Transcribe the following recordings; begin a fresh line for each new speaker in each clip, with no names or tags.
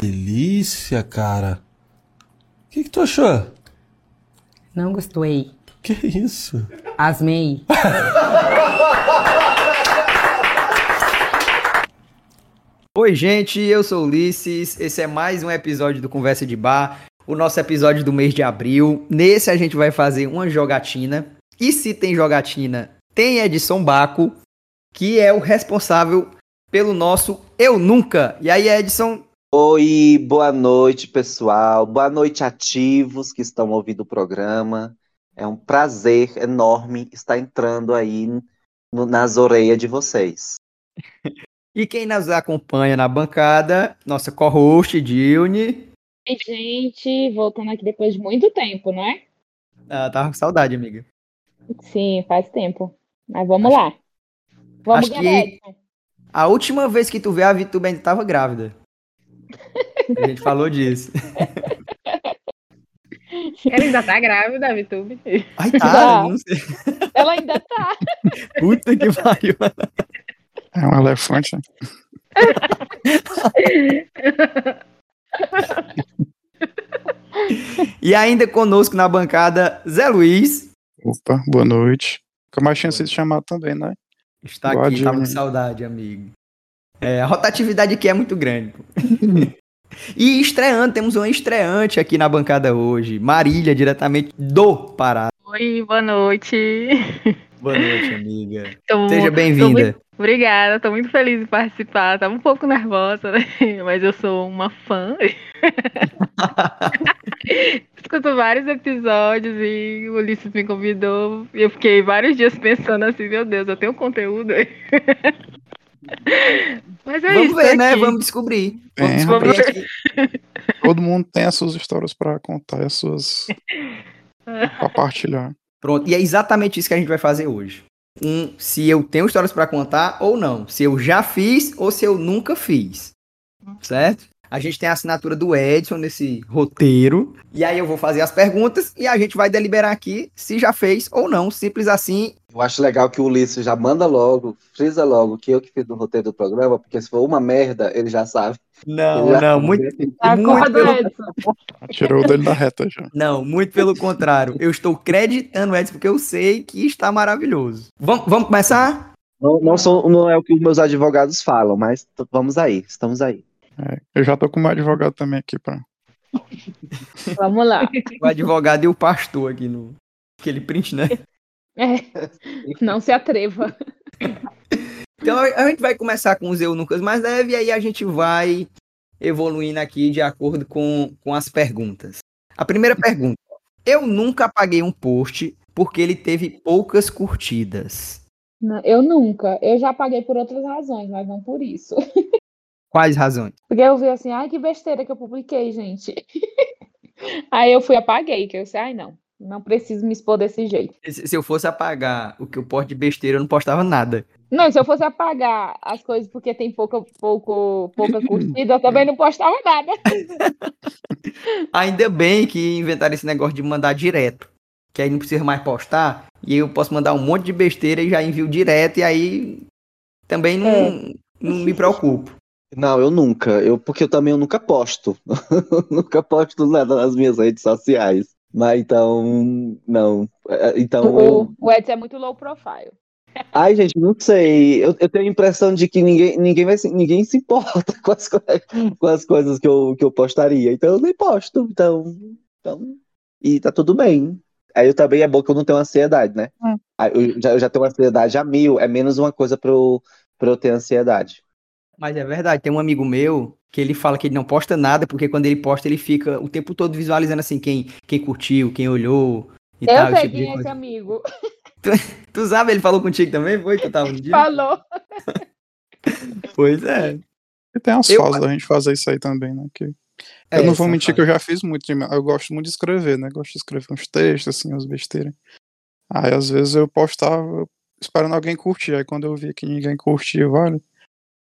delícia, cara. O que, que tu achou?
Não gostei.
Que isso?
Asmei.
Oi, gente, eu sou o Ulisses. Esse é mais um episódio do Conversa de Bar, o nosso episódio do mês de abril. Nesse a gente vai fazer uma jogatina. E se tem jogatina, tem Edson Baco, que é o responsável pelo nosso Eu Nunca. E aí, Edson,
Oi, boa noite, pessoal. Boa noite, ativos que estão ouvindo o programa. É um prazer enorme estar entrando aí no- nas orelhas de vocês.
E quem nos acompanha na bancada, nossa co-host, Dilne.
Ei, gente, voltando aqui depois de muito tempo, não é?
Ah, tava com saudade, amiga.
Sim, faz tempo. Mas vamos lá. Vamos
acho que-
ganhar. Edson.
A última vez que tu vê a Vitube ainda tava grávida. A gente falou disso.
Ela ainda tá grávida, Vitube.
Ai, tá,
Já.
não sei.
Ela ainda tá.
Puta que pariu.
É um elefante.
E ainda conosco na bancada, Zé Luiz.
Opa, boa noite. Fica mais chance de chamar também, né?
Está
Boa,
aqui, tava com
Dilne.
saudade, amigo. É, a rotatividade aqui é muito grande. pô. E estreando, temos uma estreante aqui na bancada hoje. Marília, diretamente do Pará.
Oi, boa noite.
Boa noite, amiga.
Tô-
Seja
tô
bem-vinda.
muito- Obrigada, tô muito feliz de participar. Tava um pouco nervosa, né? Mas eu sou uma fã. Escuto vários episódios e o Ulisses me convidou. E eu fiquei vários dias pensando assim, meu Deus, eu tenho conteúdo. Mas é
Vamos
isso.
ver,
tô
né?
aqui.
Vamos descobrir. Vamos
É,
descobrir
rapaz.
aqui.
Todo mundo tem as suas histórias pra contar, as suas. pra partilhar.
Pronto. E é exatamente isso que a gente vai fazer hoje. Um, se eu tenho histórias pra contar ou não. Se eu já fiz ou se eu nunca fiz. Certo? A gente tem a assinatura do Edson nesse roteiro. E aí eu vou fazer as perguntas e a gente vai deliberar aqui se já fez ou não. Simples assim.
Eu acho legal que o Ulisses já manda logo, frisa logo que eu que fiz no roteiro do programa, porque se for uma merda, ele já sabe.
Não,
Ele já
não,
sabe.
muito, muito
Acorda,
pelo,
Edson.
Tirou o dele da reta já.
não, muito pelo contrário. Eu estou creditando o Edson porque eu sei que está maravilhoso. Vamos, vamos começar?
Não, não são- não é o que os meus advogados falam, mas t- vamos aí, estamos aí.
É, eu já tô com um advogado também aqui pra.
Vamos lá.
O advogado e o pastor aqui no. Aquele print, né?
É. Não se atreva.
Então a a gente vai começar com os eu nunca mais leve e aí a gente vai evoluindo aqui de acordo com, com as perguntas. A primeira pergunta. Eu nunca apaguei um post porque ele teve poucas curtidas.
Não, eu nunca. Eu já paguei por outras razões, mas não por isso.
Quais razões?
Porque eu vi assim, ai, que besteira que eu publiquei, gente. Aí eu fui e apaguei, que eu disse, ai, não. Não preciso me expor desse jeito.
Se se eu fosse apagar o que eu posto de besteira, eu não postava nada.
Não, se eu fosse apagar as coisas porque tem pouca, pouco, pouca curtida, eu também não postava nada.
Ainda bem que inventaram esse negócio de mandar direto. Que aí não precisa mais postar. E aí eu posso mandar um monte de besteira e já envio direto. E aí também não, não me preocupo.
Não, eu nunca, eu, porque eu também eu nunca posto. nunca posto nada nas minhas redes sociais. Mas então, não. É, Então, eu-
O, o Edson é muito low profile.
Ai, gente, não sei. Eu, eu tenho a impressão de que ninguém, ninguém, vai, se- ninguém se importa com as, co- com as coisas que eu, que eu postaria. Então eu nem posto. Então, então. E tá tudo bem. Aí eu também é bom que eu não tenho ansiedade, né?
Hum.
Aí eu, já, eu já tenho ansiedade a mil, é menos uma coisa pra eu, pra eu ter ansiedade.
Mas é verdade, tem um amigo meu que ele fala que ele não posta nada, porque quando ele posta, ele fica o tempo todo visualizando assim quem, quem curtiu, quem olhou e
eu
tal. esse
sei
tipo de
quem é esse
coisa.
amigo.
Tu sabe, ele falou contigo também? Foi que eu tava no dia?
Falou.
Pois é.
E tem as
Eu-
fases da gente fazer isso aí também, né? Que
É,
eu não
são
vou mentir
fases.
que eu já fiz muito. de- Eu gosto muito de escrever, né? Gosto de escrever uns textos, assim, uns besteiras. Aí às vezes eu postava esperando alguém curtir. Aí quando eu via que ninguém curtia, vale.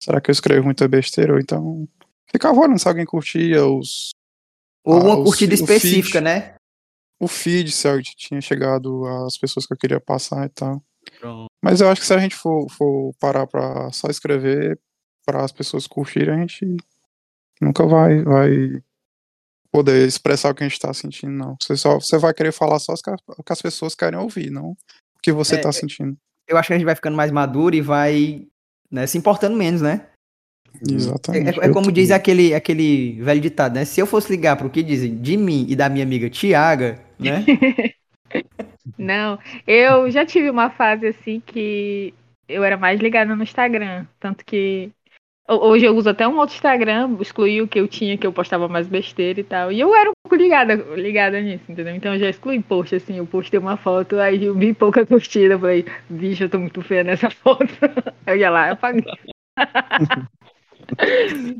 Será que eu escrevo muita besteira? Ou então. Ficava olhando se alguém curtia os,
Ou uma
Ah, o
curtida
fi- o feed.
específica, né?
o feed, se algo tinha chegado às pessoas que eu queria passar e tal. Mas eu acho que se a gente for, for parar pra só escrever para as pessoas curtirem, a gente Nunca vai, vai poder expressar o que a gente tá sentindo, não. Você, só, você vai querer falar só o que as- o que as pessoas querem ouvir, não o que você
É,
tá
é-
sentindo.
Eu acho que a gente vai ficando mais maduro e vai né, se importando menos, né? É,
Exatamente.
é- é como diz aquele, aquele velho ditado, né? Se eu fosse ligar pro que dizem de mim e da minha amiga Tiaga, né?
Não, eu já tive uma fase assim que eu era mais ligada no Instagram, tanto que ho- hoje eu uso até um outro Instagram, excluí o que eu tinha, que eu postava mais besteira e tal. E eu era um pouco ligada, ligada nisso, entendeu? Então eu já excluí post, assim, eu postei uma foto, aí eu vi pouca curtida, eu falei, bicho, eu tô muito feia nessa foto. Eu ia lá, eu apaguei.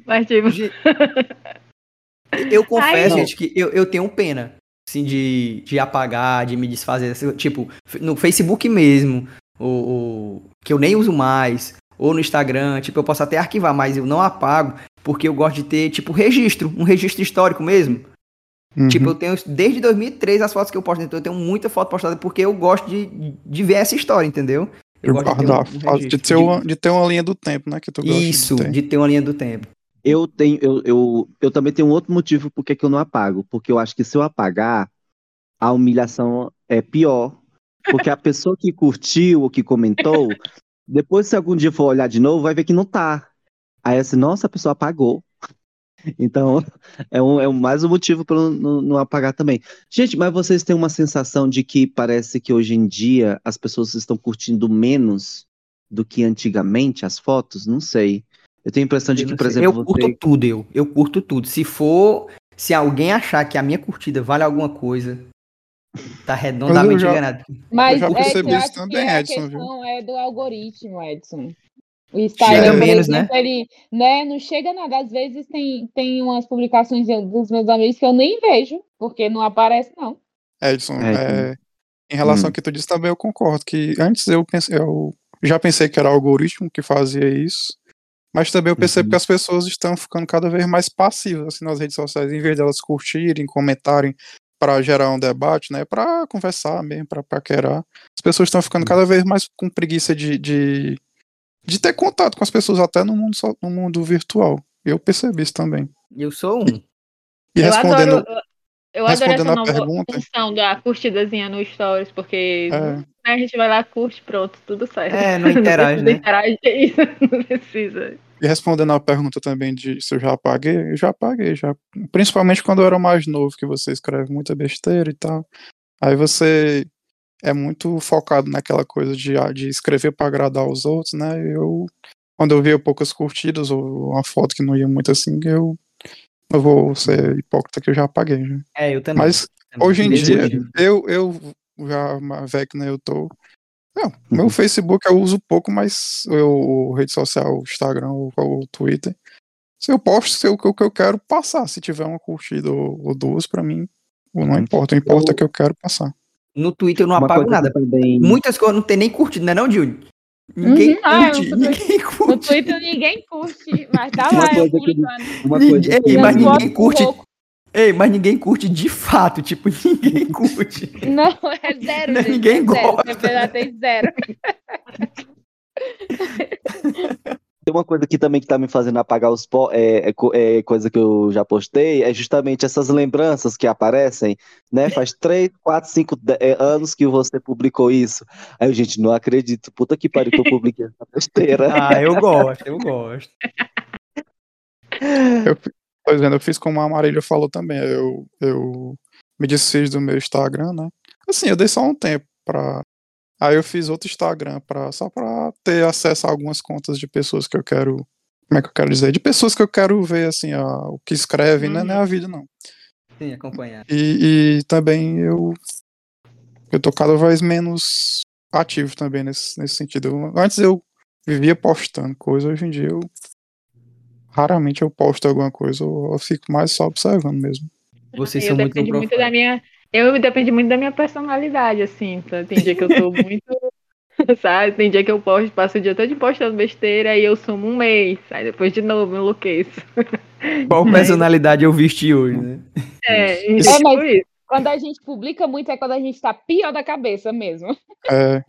Mas tipo,
Gente, Eu confesso,
Ai,
gente, que eu, eu tenho pena, assim, de, de apagar, de me desfazer. assim, Tipo, f- no Facebook mesmo, ou, ou- que eu nem uso mais, ou no Instagram, tipo, eu posso até arquivar, mas eu não apago, porque eu gosto de ter, tipo, registro, um registro histórico mesmo.
Uhum.
Tipo, eu tenho, desde 2003, as fotos que eu posto, então eu tenho muita foto postada, porque eu gosto de, de ver essa história, entendeu?
de
Eu gosto ter um-
guardar,
um
de,
registro,
ter uma, de ter uma linha do tempo, né? Que tu gosta de
Isso,
ter.
de ter uma linha do tempo.
Eu tenho, eu, eu, eu também tenho um outro motivo porque que eu não apago, porque eu acho que se eu apagar, a humilhação é pior, porque a pessoa que curtiu ou que comentou, depois se algum dia for olhar de novo, vai ver que não tá. Aí assim, nossa, a pessoa apagou. Então, é, um, é um- mais um motivo para não, não apagar também. Gente, mas vocês têm uma sensação de que parece que hoje em dia as pessoas estão curtindo menos do que antigamente as fotos? Não sei. Eu tenho a impressão de
Eu
que,
não
por
sei.
exemplo,
eu
você...
curto tudo, eu. Eu curto tudo. Se for, se alguém achar que a minha curtida vale alguma coisa, tá redondamente
Mas eu já-
enganado.
Mas
já
é
percebi
que eu
isso
acho
também,
que a
Edson, viu?
questão é do algoritmo, Edson. O
Chega
Instagram, por
é menos,
exemplo, ele né, não chega nada. Às vezes tem, tem umas publicações de- dos meus amigos que eu nem vejo, porque não aparece, não.
Edson,
É,
é, em relação
Hum.
ao que tu disse também, eu concordo que antes eu, pensei, eu já pensei que era o algoritmo que fazia isso, mas também eu percebo
Uhum.
que as pessoas estão ficando cada vez mais passivas assim, nas redes sociais, em vez delas curtirem, comentarem para gerar um debate, né, para conversar mesmo, para paquerar. As pessoas estão
Hum.
ficando cada vez mais com preguiça de, de, de ter contato com as pessoas até no mundo, so- no mundo virtual. Eu percebi isso também.
Eu sou um.
E
eu
respondendo,
adoro, eu- eu adoro essa
respondendo a
nova
pergunta-
função da curtidazinha no Stories, porque
É.
né, a gente vai lá, curte, pronto, tudo certo.
É, não interage,
precisa
né?
interagir, é isso, não precisa.
E respondendo à pergunta também de se eu já apaguei, eu já apaguei, já. Principalmente quando eu era mais novo, que você escreve muita besteira e tal. Aí você é muito focado naquela coisa de, ah, de escrever para agradar os outros, né? Eu, quando eu via poucas curtidas ou uma foto que não ia muito assim, eu não vou ser hipócrita que eu já apaguei. já.
É, eu também.
Mas
Também.
hoje em
Mesmo
dia-
motivo.
eu, eu já, mais velho que nem eu tô. Não, meu
Uhum.
Facebook eu uso pouco, mas eu, rede social, Instagram ou, ou Twitter. Se eu posto se eu- o que eu quero passar, se tiver uma curtida ou, ou duas pra mim, ou não
Uhum.
importa, o importa
Eu-
é que eu quero passar.
No Twitter eu não
Uma
apago
coisa que
nada.
Também...
Muitas coisas não tem nem curtido, não é não, Júlio? Ninguém
Uhum. Ah, eu
curte,
não sou
ninguém
No
curte.
Twitter ninguém curte, mas tá
Uma
lá,
coisa
eu
que-
publicando.
Uma
Ninguém-
coisa que-
Ei, mas
Minhas
ninguém
fotos
curte.
do louco.
Ei, mas ninguém curte de fato, tipo, ninguém curte.
Não, é zero.
Não,
gente,
ninguém
é zero.
gosta.
Você já tem zero.
Tem uma coisa que também que tá me fazendo apagar os po é, é co- é coisa que eu já postei, é justamente essas lembranças que aparecem, né? Faz três, quatro, cinco de- é, anos que você publicou isso. Aí, eu, gente, não acredito. Puta que pariu que eu publiquei essa besteira.
Ah, eu gosto, eu gosto.
Tô dizendo, é, né, eu fiz como a Marília falou também. Eu, eu me desfiz do meu Instagram, né? Assim, eu dei só um tempo pra. Aí eu fiz outro Instagram pra, só pra ter acesso a algumas contas de pessoas que eu quero. Como é que eu quero dizer? De pessoas que eu quero ver, assim, a- o que escrevem, né?
Uhum.
Não é a vida, não.
Sim, acompanhar.
E, e também eu. Eu tô cada vez menos ativo também nesse, nesse sentido. Eu- antes eu vivia postando coisa, hoje em dia eu. Raramente eu posto alguma coisa, eu, eu fico mais só observando mesmo.
Vocês
eu
são muito
dependo
no
muito da minha. Eu depende muito da minha personalidade, assim. Então, tem dia que eu tô muito. Sabe? Tem dia que eu posto, passo o dia todo postando besteira e eu sumo um mês. Aí depois de novo eu enlouqueço.
Qual
Mas-
personalidade eu vesti hoje, né?
É,
Isso.
tipo
É, mas-
isso.
Quando a gente publica muito é quando a gente tá pior da cabeça mesmo.
É,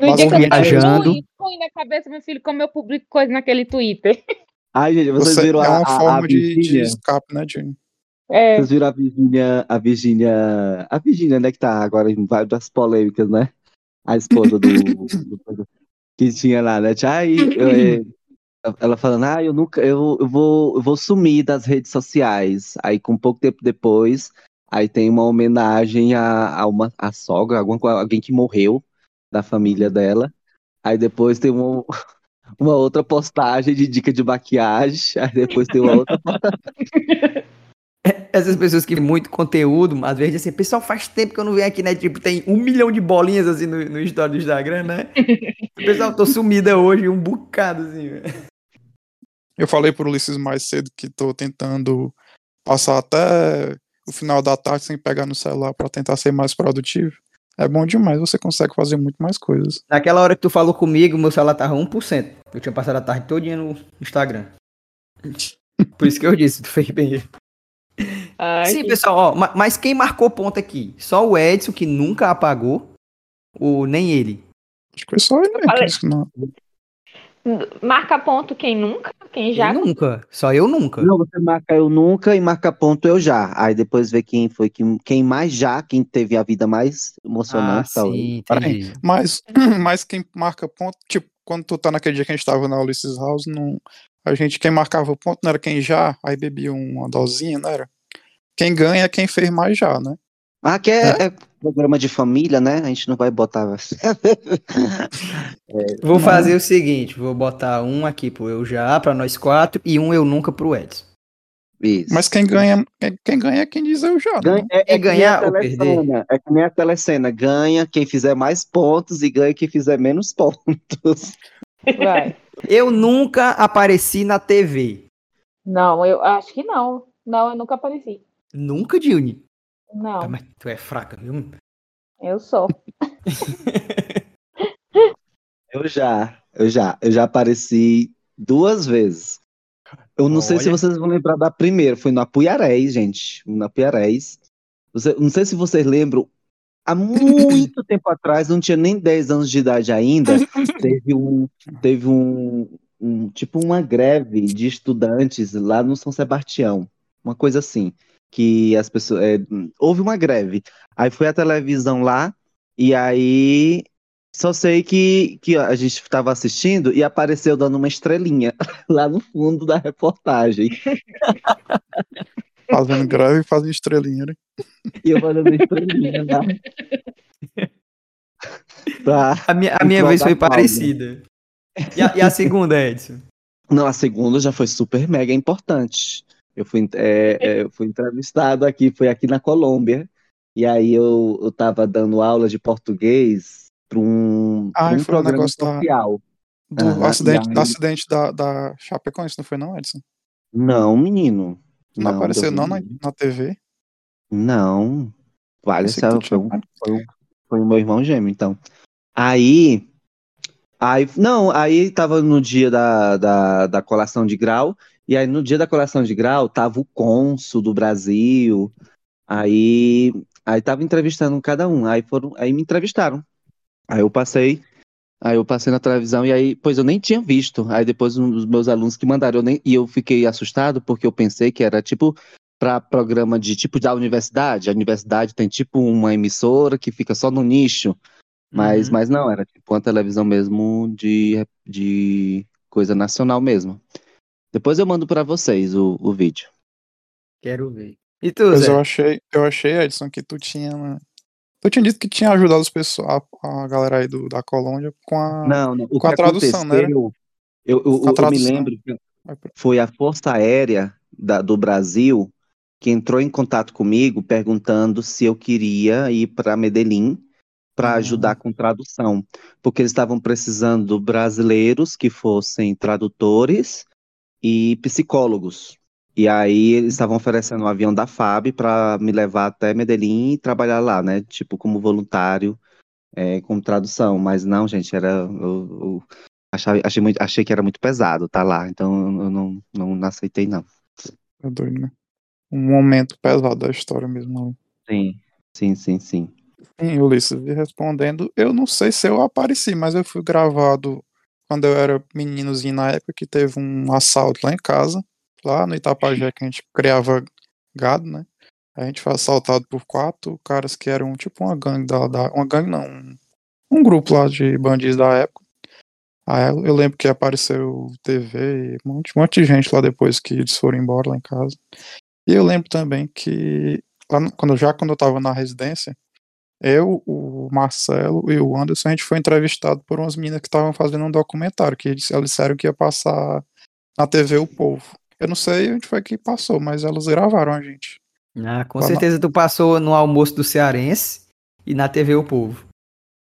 No dia que eu
Viajando.
tô ruim, ruim na cabeça, meu filho, como eu publico coisa naquele Twitter.
Ai, gente, vocês
Você-
viram
é
a,
uma
a- a
forma de, de
Virgínia?
escape, né, de
É,
Vocês viram a Virgínia, a Virgínia, a Virgínia, né, que tá agora em várias das polêmicas, né? A esposa do, do- que tinha lá, né? Ai, eu, é, ela falando, ah, eu nunca, eu, eu vou, eu vou sumir das redes sociais. Aí, com pouco tempo depois, aí tem uma homenagem a, a uma a sogra, alguma, co- alguém que morreu da família dela. Aí depois tem um- uma outra postagem de dica de maquiagem. Aí depois tem uma outra
Essas pessoas que têm muito conteúdo, às vezes assim, pessoal, faz tempo que eu não venho aqui, né? Tipo, tem um milhão de bolinhas assim no, no story do Instagram, né? pessoal, tô sumida hoje, um bocado assim. velho.
Eu falei pro Ulisses mais cedo que tô tentando passar até o final da tarde sem pegar no celular pra tentar ser mais produtivo. É bom demais, você consegue fazer muito mais coisas.
Naquela hora que tu falou comigo, meu celular tava 1%. Eu tinha passado a tarde todinha no Instagram. Por isso que eu disse, tu fez bem.
Ai,
Sim,
que-
pessoal, ó, ma- mas quem marcou ponto aqui? Só o Edson, que nunca apagou, ou nem ele?
Acho que foi só ele mesmo que
falei.
disse que não.
Marca ponto quem nunca, quem já.
Eu nunca, só eu nunca.
Não, você marca eu nunca e marca ponto eu já. Aí depois vê quem foi que, quem mais já, quem teve a vida mais
ah,
emocionante. talvez.
sim,
Peraí.
entendi.
Mas, mas quem marca ponto, tipo, quando tu tá naquele dia que a gente tava na Ulisses House, não, a gente, quem marcava ponto não era quem já, aí bebia uma dosinha, não era? Quem ganha é quem fez mais já, né?
Ah, que é, é programa de família, né? A gente não vai botar.
Vou fazer o seguinte, vou botar um aqui pro eu já, pra nós quatro, e um eu nunca pro Edson.
Isso.
Mas quem ganha, quem, quem ganha é quem diz eu já, né?
Ganha-
Quem
é, é que nem
ganhar
a
ou
telecena, É que nem a telecena. Ganha quem fizer mais pontos e ganha quem fizer menos pontos.
vai.
Eu nunca apareci na TV.
Não, eu acho que não. Não, eu nunca apareci.
Nunca, Dilne. Ah,
Não,
mas tu é fraca, viu?
eu sou.
Eu já, eu já, eu já apareci duas vezes. Eu não sei se
Olha.
vocês vão lembrar da primeira, foi no Apuiarés, gente, no Apuiarés. Você- não sei se vocês lembram, há muito tempo atrás, não tinha nem 10 anos de idade ainda, teve um, teve um, um- tipo uma greve de estudantes lá no São Sebastião, uma coisa assim, que as pessoas, é, houve uma greve. Aí foi a televisão lá e aí só sei que, que a gente estava assistindo e apareceu dando uma estrelinha lá no fundo da reportagem.
Fazendo greve e fazendo estrelinha, né?
E eu mandando uma estrelinha lá. Tá.
A minha, a
O
minha
Troll
vez
da
foi
Paula.
parecida. E a, e a segunda, Edson?
Não, a segunda já foi super mega importante. Eu fui, é, é, eu fui entrevistado aqui, foi aqui na Colômbia. E aí eu, eu tava dando aula de português para um, pra um
Ah, foi o
programa
negócio da-
social.
Do
Aham,
acidente,
e aí-
do acidente da, da Chapecoense, não foi não, Edson?
Não, menino.
Tu não, apareceu
Deus
não
me
na,
livre.
na TV?
Não. Vale
Pensei que
essa.
tu
Foi,
tinha-
um, foi, um- foi o meu irmão gêmeo, então. Aí. Aí, não, aí tava no dia da, da, da colação de grau, e aí no dia da colação de grau tava o cônsul do Brasil, aí, aí tava entrevistando cada um, aí foram, aí me entrevistaram. Aí eu passei, aí eu passei na televisão e aí, pois eu nem tinha visto. Aí depois um dos meus alunos que mandaram, eu nem, e eu fiquei assustado porque eu pensei que era tipo para programa de tipo da universidade. A universidade tem tipo uma emissora que fica só no nicho. Mas,
Uhum.
mas não, era tipo uma televisão mesmo de, de coisa nacional mesmo. Depois eu mando pra vocês o, o vídeo.
Quero ver. E tu,
Mas
Zé?
eu achei, eu achei, Edson, que tu tinha. né, Tu tinha dito que tinha ajudado os pessoal, a, a galera aí do, da Colômbia com a.
Não, não, o
Ah. Com a
que
tradução, né, era?
aconteceu, eu, eu,
Com a
eu, eu me
tradução.
lembro que foi a Força Aérea da- do Brasil que entrou em contato comigo perguntando se eu queria ir para Medellín para
Ah.
ajudar com tradução, porque eles estavam precisando brasileiros que fossem tradutores e psicólogos. E aí eles estavam oferecendo um avião da FAB para me levar até Medellín e trabalhar lá, né? Tipo, como voluntário, é, com tradução. Mas não, gente, era. Eu, eu achava- achei, muito, achei que era muito pesado tá lá, então eu não, não, não aceitei, não.
É doido, né? Um momento pesado da história mesmo.
Sim. Sim, sim, sim.
Sim, Ulisses, e respondendo, eu não sei se eu apareci, mas eu fui gravado quando eu era meninozinho na época, que teve um assalto lá em casa, lá no Itapajé, que a gente criava gado, né? A gente foi assaltado por quatro caras que eram tipo uma gangue da. da- uma gangue não. um- Um grupo lá de bandidos da época. Aí eu eu lembro que apareceu TV, um monte, um monte de gente lá depois que eles foram embora lá em casa. E eu lembro também que lá no- quando, já quando eu tava na residência, eu, o Marcelo e o Anderson, a gente foi entrevistado por umas meninas que estavam fazendo um documentário, que eles, elas disseram que ia passar na TV O Povo. Eu não sei onde foi que passou, mas elas gravaram a gente.
Ah, com
Vamos lá.
certeza tu passou no almoço do Cearense e na TV O Povo.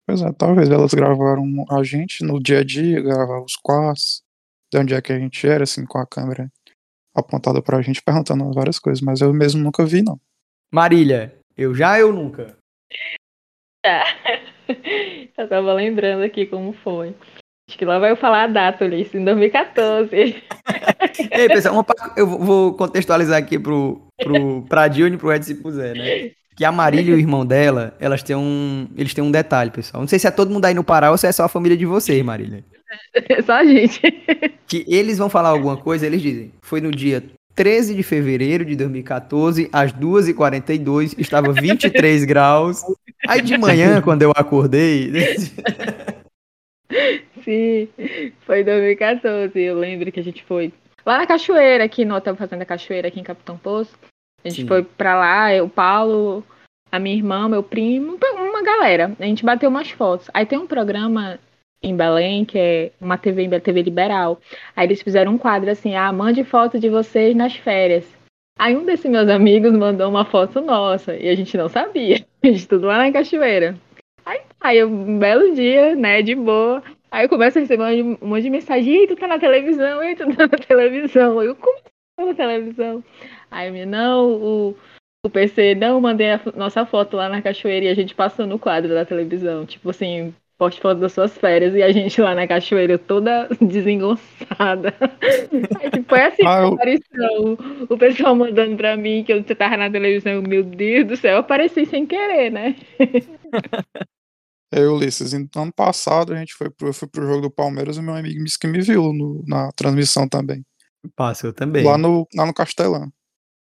Pois é, talvez elas gravaram a gente no dia a dia, gravaram os quartos, de onde é que a gente era, assim, com a câmera apontada pra gente, perguntando várias coisas, mas eu mesmo nunca vi, não.
Marília, eu já eu nunca.
Tá. Eu tava lembrando aqui como foi. Acho que lá vai eu falar a data, Ulisses, em 2014.
Ei, pessoal, uma parte- eu vou- vou contextualizar aqui pro, pro, pra Dilne e pro Edson e pro Zé, né? Que a Marília e o irmão dela, elas têm um, eles têm um detalhe, pessoal. Não sei se é todo mundo aí no Pará ou se é só a família de vocês, Marília.
Só a gente.
Que eles vão falar alguma coisa, eles dizem. Foi no dia 13 de fevereiro de 2014, às 2h42, estava 23 graus. Aí de manhã, quando eu acordei,
Sim, foi em 2014. Eu lembro que a gente foi lá na cachoeira, aqui no Hotel Fazenda Cachoeira, aqui em Capitão Poço. A gente
Sim.
foi pra lá, eu, o Paulo, a minha irmã, meu primo, um uma galera. A gente bateu umas fotos. Aí tem um programa em Belém, que é uma TV, em Be- TV liberal. Aí eles fizeram um quadro assim, ah, mande foto de vocês nas férias. Aí um desses meus amigos mandou uma foto nossa, e a gente não sabia. A gente tudo lá na cachoeira. Aí, aí um belo dia, né, de boa. Aí eu começo a receber um monte de- um monte de mensagem, ei, tu tá na televisão, ei, tu tá na televisão. Eu, como que eu tô na televisão? Aí me, não, o, o PC, não, mandei a fo- nossa foto lá na cachoeira e a gente passou no quadro da televisão. Tipo assim, poste foto das suas férias e a gente lá na cachoeira toda desengonçada. Aí, tipo, foi assim,
Ah, eu-
aparição. O pessoal mandando pra mim que eu tava na televisão, eu, meu Deus do céu, eu apareci sem querer, né?
Eu, Ulisses, em- ano passado a gente foi pro, eu fui pro jogo do Palmeiras e meu amigo me disse que me viu no- na transmissão também.
passou também.
Lá no, lá no Castelão.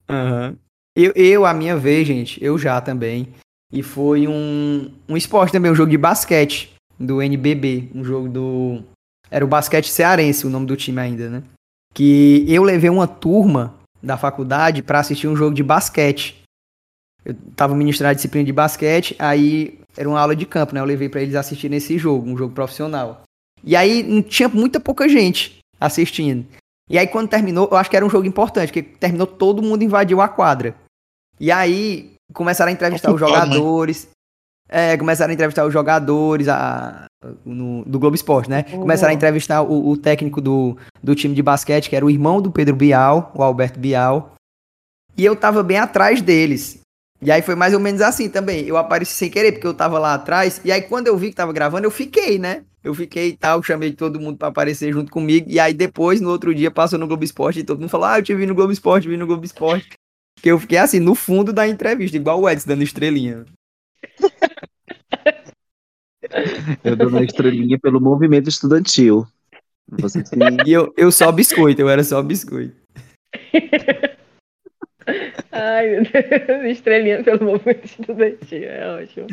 Aham. Eu, eu, a minha vez, gente, eu já também. E foi um, um esporte também, um jogo de basquete do NBB. Um jogo do. Era o basquete cearense, o nome do time ainda, né? Que eu levei uma turma da faculdade pra assistir um jogo de basquete. Eu tava ministrando a disciplina de basquete, aí era uma aula de campo, né? Eu levei pra eles assistirem esse jogo, um jogo profissional. E aí não tinha muita pouca gente assistindo. E aí, quando terminou, eu acho que era um jogo importante, porque terminou, todo mundo invadiu a quadra. E aí, começaram a entrevistar os
Ocupado, né?
jogadores. É, começaram a entrevistar os jogadores a- no- do Globo Esporte, né? Começaram a entrevistar o, o técnico do, do time de basquete, que era o irmão do Pedro Bial, o Alberto Bial. E eu tava bem atrás deles. E aí foi mais ou menos assim também. Eu apareci sem querer, porque eu tava lá atrás. E aí, quando eu vi que tava gravando, eu fiquei, né? Eu fiquei e tal, chamei todo mundo pra aparecer junto comigo. E aí, depois, no outro dia, passou no Globo Esporte e todo mundo falou: Ah, eu te vi no Globo Esporte, vi no Globo Esporte. Que eu fiquei assim, no fundo da entrevista, igual o Edson dando estrelinha.
Eu dou uma estrelinha pelo movimento estudantil. Você tem-
E eu, eu só biscoito, eu era só biscoito.
Ai, meu Deus, estrelinha pelo movimento estudantil, é ótimo.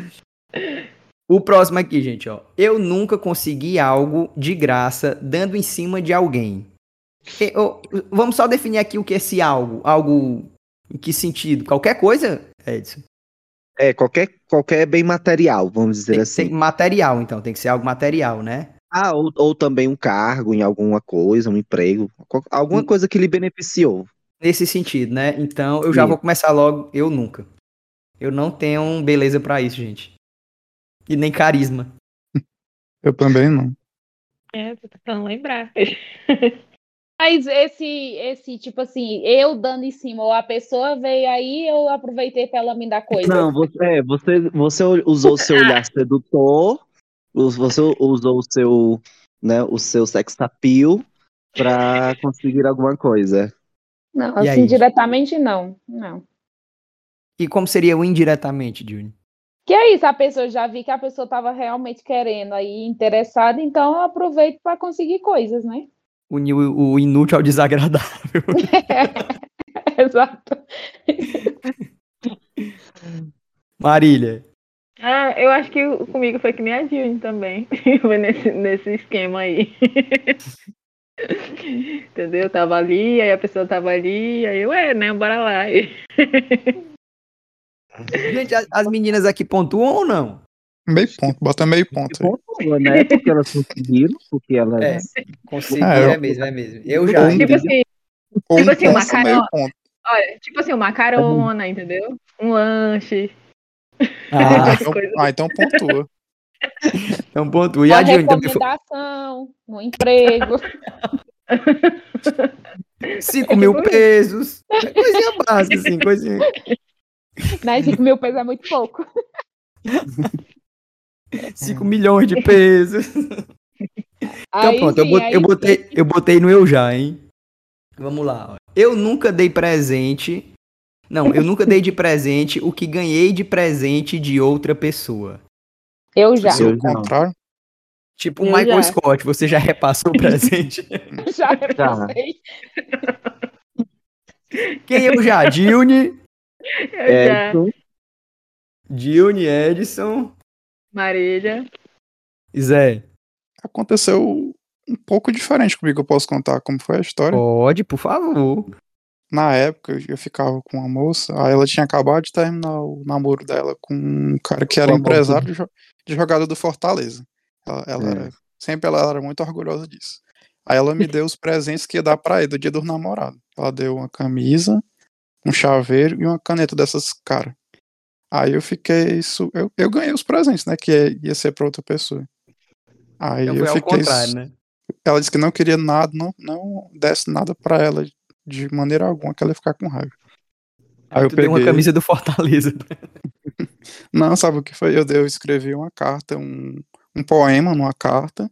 O próximo aqui, gente, ó. Eu nunca consegui algo de graça dando em cima de alguém. E- ô, vamos só definir aqui o que é esse algo. Algo em que sentido? Qualquer coisa, Edson?
É, qualquer, qualquer bem material, vamos dizer
Tem,
assim.
tem material, então. Tem que ser algo material, né?
Ah, ou, ou também um cargo em alguma coisa, um emprego, qual- alguma
Hum.
coisa que lhe beneficiou.
Nesse sentido, né? Então, eu já
Isso.
vou começar logo. Eu nunca. Eu não tenho beleza pra isso, gente. E nem carisma.
Eu também não.
É, tô tentando lembrar.
Mas esse, esse, tipo assim, eu dando em cima, ou a pessoa veio aí, eu aproveitei pra ela me dar coisa.
Não, você, é, você, você usou o seu olhar sedutor, us- você usou o seu, né, o seu sex appeal para conseguir alguma coisa.
Não,
E
assim,
aí?
diretamente não. Não.
E como seria o indiretamente, Juni?
Que é isso, a pessoa já vi que a pessoa estava realmente querendo aí, interessada, então eu aproveito para conseguir coisas, né?
Unir o, o inútil ao desagradável.
Exato.
Marília.
Ah, eu acho que o- comigo foi que me agiu também. Foi nesse, nesse esquema aí. Entendeu? Eu tava ali, aí a pessoa tava ali, aí eu, é, né, bora lá. E-
Gente, a- as meninas aqui pontuam ou não?
Meio ponto, bota meio ponto. aí.
Pontua, né? Porque elas conseguiram, porque elas.
É. Consegui,
Ah, eu-
é mesmo, é mesmo. Eu já.
Ou-
Tipo assim,
Ou
Tipo
um
assim, uma
ponto, meio
carona.
ponto.
olha, tipo assim, uma carona, entendeu? Um lanche.
Ah,
então, ah, então pontua.
então pontua. E
Uma
a Juni também foi.
recomendação, um emprego.
5 mil
tipo isso.
pesos. É Coisinha básica, assim, coisinha.
né? 5 mil pesos é muito pouco.
5 milhões de pesos. Então
Aí,
pronto, eu
sim,
bot-
aí
eu botei, eu, botei, no eu já, hein? Vamos lá. ó. Eu nunca dei presente. Não, eu nunca dei de presente o que ganhei de presente de outra pessoa.
Eu já,
Sou
Eu
o
já.
contrário.
Tipo o
Eu
Michael
já.
Scott, você já repassou o presente.
já
né?
repassei.
Quem eu já? Dilne,
Eu já,
É, tu-
Dilne Edson
Marília.
e Zé.
Aconteceu um pouco diferente comigo, eu posso contar como foi a história.
Pode, por favor.
Na época, eu- eu ficava com uma moça, aí ela tinha acabado de terminar o namoro dela com um cara que era
Com a moça.
empresário de, jo- de jogador do Fortaleza. Ela, ela
É.
era- sempre ela era muito orgulhosa disso. Aí ela me deu os presentes que ia dar pra ele do dia dos namorados. Ela deu uma camisa, um chaveiro e uma caneta dessas cara. Aí eu fiquei. Isso, eu, eu ganhei os presentes, né? Que é- ia ser pra outra pessoa. Aí
Então
eu
foi ao
fiquei.
contrário, né?
Ela disse que não queria nada, não, não desse nada pra ela de maneira alguma que ela ia ficar com raiva. Aí eu
tu deu uma
peguei-
camisa do Fortaleza.
Não, sabe o que foi? Eu, eu escrevi uma carta, um, um poema numa carta.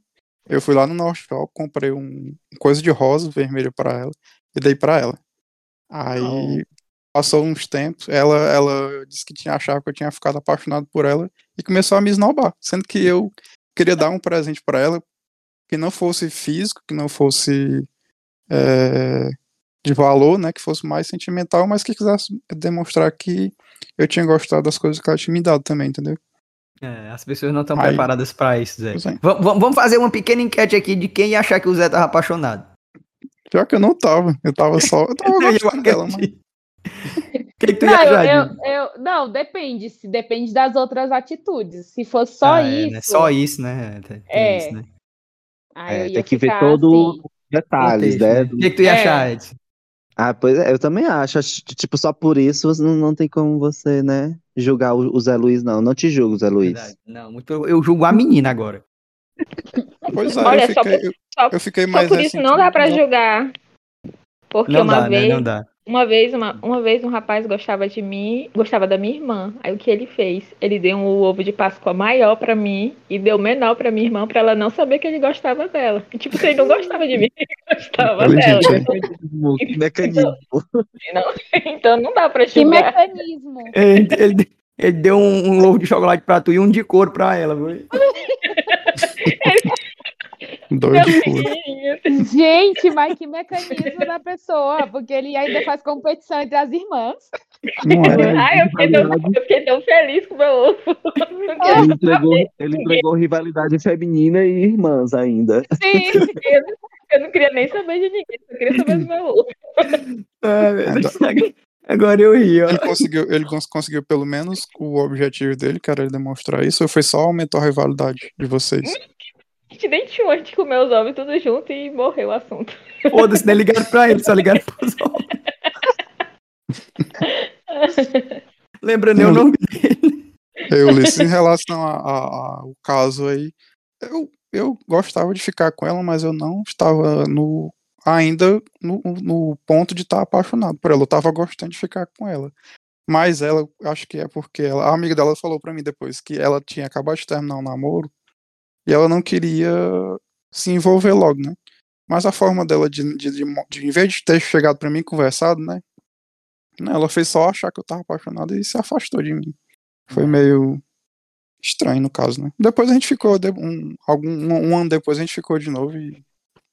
Eu fui lá no North Shop, comprei um uma coisa de rosa vermelha pra ela e dei pra ela. Aí passou uns tempos, ela ela disse que tinha achado que eu tinha ficado apaixonado por ela e começou a me esnobar, sendo que eu queria dar um presente pra ela que não fosse físico, que não fosse eh, de valor, né, que fosse mais sentimental, mas que quisesse demonstrar que eu tinha gostado das coisas que ela tinha me dado também, entendeu?
É, as pessoas não estão
Aí-
preparadas pra isso, Zé.
Pois é.
Vam- vam- vamos fazer uma pequena enquete aqui de quem ia achar que o Zé tava apaixonado.
Pior que eu não tava, eu tava só. Eu tava gostando dela, mas.
O que, que tu ia
Não, eu,
achar, Dilne?
eu- eu- não, depende, se depende das outras atitudes. Se for só
Ah, é,
isso,
né? Só isso, né? Tem- tem
É.
isso, né?
aí
É,
eu ia
tem que ver
ficar
todo-
assim.
Detalhes,
Tá,
Contexto,
né?
né? O que, que tu ia
É.
achar, Edson?
Ah, pois é, eu também acho. acho que, Tipo, só por isso você não, não tem como você, né, julgar o, o Zé Luiz, não. Não te julgo, Zé Luiz.
Verdade. Não, muito pelo- eu julgo a menina agora.
Pois é,
Olha,
eu
só
fiquei, eu,
só-
eu fiquei
Só
mais assim, tipo,
por isso não dá pra
ressentido,
julgar. Porque
assim, Não
uma
dá,
vez,
né? Não dá.
uma vez, uma, uma vez um rapaz gostava de mim, gostava da minha irmã. Aí o que ele fez? Ele deu um ovo de Páscoa maior pra mim e deu menor pra minha irmã pra ela não saber que ele gostava dela. E, tipo, se ele não gostava de mim, ele gostava
Olha,
dela.
gente,
Mecanismo, que mecanismo.
é.
Então não dá pra
é.
Que
julgar.
mecanismo!
Ele, ele- ele deu um, um ovo de chocolate pra tu e um de couro pra ela. viu?
Doido de cu.
Gente, mas que mecanismo da pessoa, porque ele ainda faz competição entre as irmãs.
Não é?
Ai, eu fiquei, tão, eu fiquei tão feliz com o meu ovo. Então, Eu queria
Ele entregou, ele entregou rivalidade feminina e irmãs ainda.
Sim,
Eu não queria nem saber de ninguém, eu queria saber do meu ovo.
Ah,
É,
meu Deus, agora- Agora eu ri, ó.
Ele conseguiu, ele cons- conseguiu pelo menos o objetivo dele, que era ele demonstrar isso, ou foi só aumentar a rivalidade de vocês?
A gente nem tinha um onde com meus ovos tudo junto e morreu o assunto.
Foda-se, né? Ligaram pra ele, só ligaram pros homens. Lembrando, eu não
Eu, Ulisses, em relação a- a- a- ao caso aí, eu, eu gostava de ficar com ela, mas eu não estava no ainda no, no ponto de estar apaixonado por ela. Eu estava gostando de ficar com ela. Mas ela, acho que é porque ela, a amiga dela falou para mim depois que ela tinha acabado de terminar o namoro e ela não queria se envolver logo, né? Mas a forma dela de, de, de, mo- de em vez de ter chegado para mim e conversado, né?
É.
Ela fez só achar que eu tava apaixonado e se afastou de mim. Foi meio Estranho, no caso, né? Depois a gente ficou, de- um, algum, um ano depois a gente ficou de novo e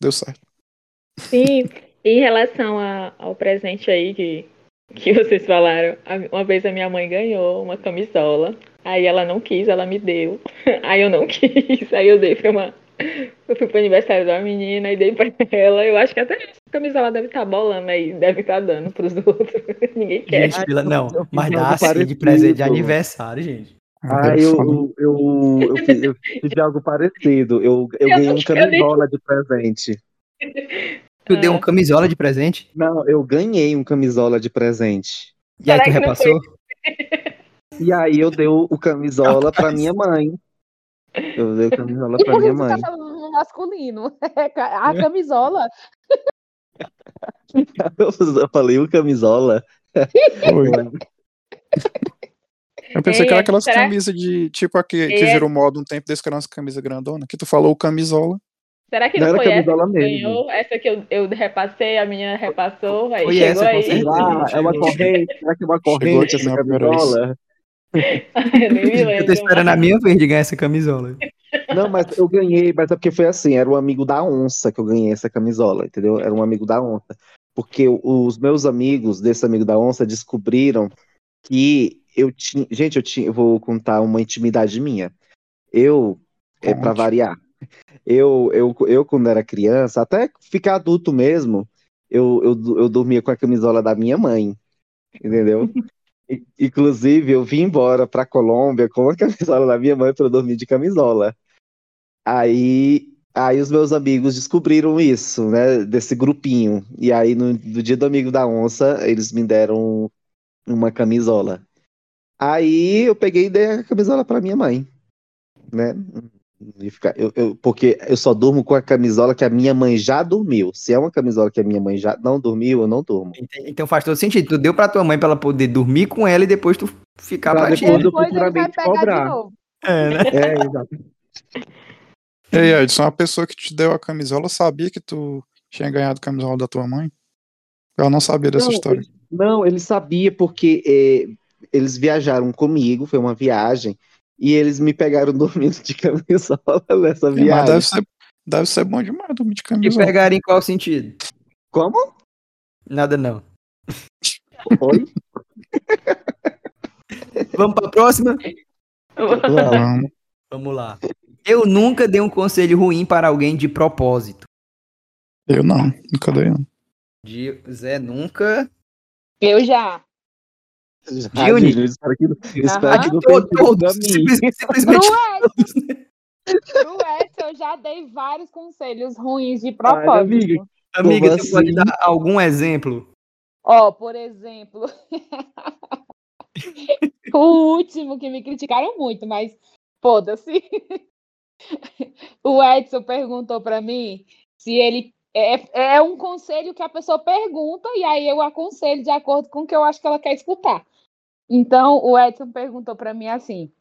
deu certo.
Sim, em relação a- ao presente aí que, que vocês falaram, a- uma vez a minha mãe ganhou uma camisola, aí ela não quis, ela me deu, aí eu não quis, aí eu dei pra uma. Eu fui pro aniversário da menina e dei pra ela. Eu acho que até essa camisola deve estar bolando aí, deve estar dando pros outros. Ninguém quer.
Gente, pela- não,
eu fiz
mas
algo
dá assim de
parecido.
presente de aniversário, gente.
Ah, eu, eu, eu, eu fiz, eu tive algo parecido. Eu, eu
Eu
ganhei
não
um
quero nem-
camisola de presente.
Tu deu uma camisola de presente
Não, eu ganhei um camisola de presente.
e aí
Será
tu
que não foi?
repassou?
E aí eu dei o o camisola pra minha mãe. Eu dei o camisola
E
pra
por
minha
isso tá
mãe.
falando no masculino. É, A camisola.
Eu falei o camisola.
Foi. Eu pensei que
Ei,
era aquelas
será-
camisas de tipo a que, que
Ei.
virou moda um tempo desse que era umas camisas grandona, que tu falou camisola.
Será que
Não
não,
era
foi essa
camisola
que
mesmo.
ganhou? Essa que eu, eu repassei, a menina repassou, aí
Foi
chegou
essa, com
aí.
certeza.
Ah, é uma
Chegou.
corrente? Será que é uma corrente
aqui
essa
na Paraíso.
camisola?
Eu nem me
Eu tô
lembro.
esperando a minha vez de ganhar essa camisola.
Não, mas eu ganhei, mas é porque foi assim, era um amigo da onça que eu ganhei essa camisola, entendeu? Era um amigo da onça. Porque o- os meus amigos desse amigo da onça descobriram que eu tinha. Gente, eu tinha. Eu vou contar uma intimidade minha. Eu, é, pra
Conte.
variar, eu, eu, eu, quando era criança, até ficar adulto mesmo, eu, eu, du- eu dormia com a camisola da minha mãe, entendeu? I- Inclusive, eu vim embora pra Colômbia com a camisola da minha mãe pra eu dormir de camisola. Aí, aí os meus amigos descobriram isso, né? Desse grupinho. E aí, no, no dia do amigo da onça, eles me deram uma camisola. Aí eu peguei e dei a camisola pra minha mãe, né? E fica- eu- eu- porque eu só durmo com a camisola que a minha mãe já dormiu. Se é uma camisola que a minha mãe já não dormiu, eu não durmo.
Ente- Então faz todo sentido. Tu deu pra tua mãe pra ela poder dormir com ela e depois tu ficar
Pra
pra, ti. né?
depois Quando eu
Depois ele vai
futuramente
pegar
cobrar.
de novo.
É, né?
É, exato.
E aí, Edson, a pessoa que te deu a camisola sabia que tu tinha ganhado a camisola da tua mãe? Ela não sabia dessa
Não,
história.
ele- não, ele sabia porque é, eles viajaram comigo, foi uma viagem, e eles me pegaram dormindo de camisola nessa
É, Mas
viagem.
deve ser, deve ser bom demais dormir de
E
camisola.
pegar em qual sentido?
Como?
Nada não.
Oi?
Vamos pra próxima?
Vamos.
Vamos lá. Eu nunca dei um conselho ruim para alguém de propósito.
Eu não, nunca dei, não.
De Zé nunca.
Eu já.
Ah,
Dione.
Dione, espero que, espero
Aham.
que não tenha
Todo-
sido pra
todos,
mim.
simples- simplesmente
Pro Edson, pro Edson, é. eu já dei vários conselhos ruins de
né? Ai,
propósito.
amiga,
Amiga,
Como
tu pode
assim?
dar algum exemplo?
Ó, por exemplo, o último que me criticaram muito, mas foda-se. O Edson perguntou pra mim se ele. É, é um conselho que a pessoa pergunta e aí eu aconselho de acordo com o que eu acho que ela quer escutar. Então, o Edson perguntou pra mim assim: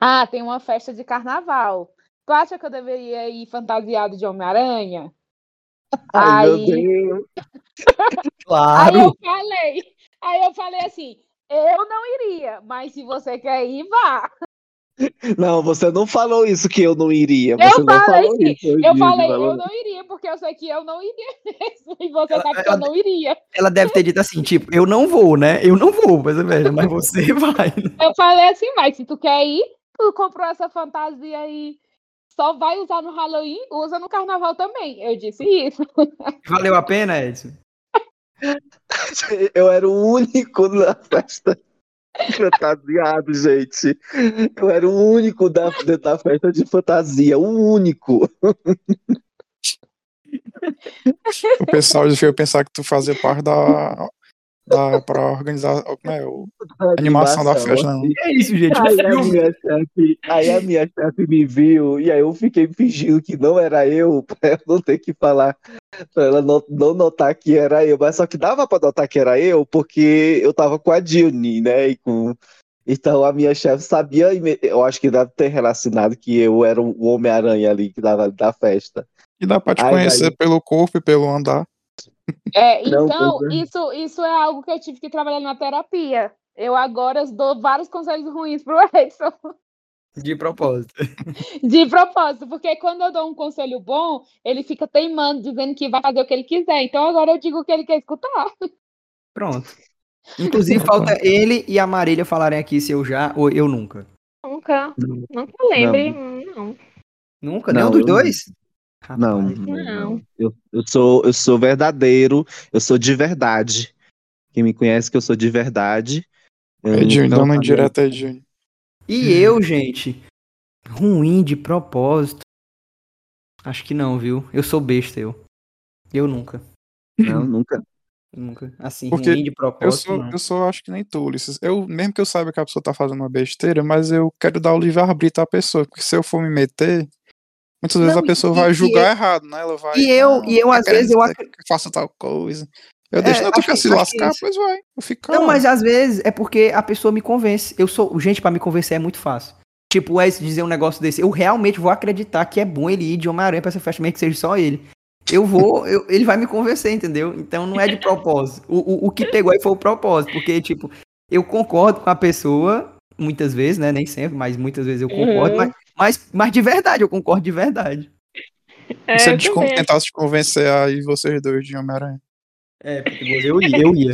Ah, tem uma festa de carnaval. Tu acha que eu deveria ir fantasiado de Homem-Aranha?
Ai, meu
Aí-
Deus.
Aí eu
Claro!
falei, aí eu falei assim, eu não iria, mas se você quer ir, vá.
Não, você não falou isso que eu não iria.
Eu
Você não
falei
falou
que-
isso.
Eu
Dione,
falei,
falou.
eu não iria, porque eu sei que eu não iria mesmo, e você
Ela-
sabe que
ela-
eu não iria.
Ela deve ter dito assim, tipo, eu não vou, né? Eu não vou, mas, velho, mas você vai.
Eu falei assim, mas se tu quer ir, tu comprou essa fantasia aí, só vai usar no Halloween, usa no carnaval também. Eu disse isso.
Valeu a pena, Edson?
Eu era o único na festa fantasiado, gente. Eu era o único da, da festa de fantasia, o único.
O pessoal devia pensar que tu fazia parte da. da pra organizar como é, o-
A
Animação da festa, né? não.
É isso, gente.
Aí a,
filme.
minha chefe, aí a minha chefe me viu e aí eu fiquei fingindo que não era eu, pra ela não ter que falar, pra ela não, não notar que era eu. Mas só que dava pra notar que era eu, porque eu tava com a Dilne, né? E com... Então a minha chefe sabia, e me- eu acho que deve ter relacionado que eu era o Homem-Aranha ali que dava da festa.
E dá pra te
Ai,
conhecer pelo corpo e pelo andar.
É,
Não,
então,
pois é.
isso, isso é algo que eu tive que trabalhar na terapia. Eu agora dou vários conselhos ruins pro Edson.
De propósito.
De propósito, porque quando eu dou um conselho bom, ele fica teimando, dizendo que vai fazer o que ele quiser. Então agora eu digo o que ele quer escutar.
Pronto. Inclusive, falta ele e a Marília falarem aqui se eu já ou eu nunca.
Nunca, nunca lembre, não.
Nunca? Nenhum
Não,
dos
eu-
dois?
Não,
Rapaz,
não.
Eu, eu sou, eu sou verdadeiro, eu sou de verdade. Quem me conhece que eu sou de verdade. É, Eu
Edinho,
não
dá uma
falei-
indireta, Edinho.
E eu, gente, ruim de propósito. Acho que não, viu? Eu sou besta, eu. Eu nunca.
Não, nunca.
Nunca. Assim,
Porque
ruim de
Eu
propósito,
sou,
né?
não.
eu sou, acho que nem tu, Ulisses. Eu, mesmo que eu saiba que a pessoa tá fazendo uma besteira, mas eu quero dar o livre-arbítrio à pessoa, porque se eu for me meter, muitas vezes
Não,
a pessoa
e-
vai
e-
julgar errado, né? Ela vai.
E eu-
"Não,
e eu,
tá
às
querendo
vezes, eu
dizer
acre-
que eu faço tal coisa. Eu
É,
deixo, não, tu
acho
quer
que-
se
acho que
lascar,
isso.
pois vai. Eu fico
Não,
calado.
mas às vezes é porque a pessoa me convence. Eu sou. Gente, pra me convencer é muito fácil. Tipo, o Wes dizer um negócio desse. Eu realmente vou acreditar que é bom ele ir de Homem-Aranha pra essa festa, mesmo que seja só ele. Eu vou, eu- ele vai me convencer, entendeu? Então não é de propósito. O, o, o que pegou aí foi o propósito. Porque, tipo, eu concordo com a pessoa, muitas vezes, né? Nem sempre, mas muitas vezes eu concordo.
Uhum.
Mas, mas, mas de verdade, eu concordo de verdade.
É,
se ele
eu
te con-
também.
tentasse te convencer aí vocês dois de Homem-Aranha.
É, porque eu ia, eu ia.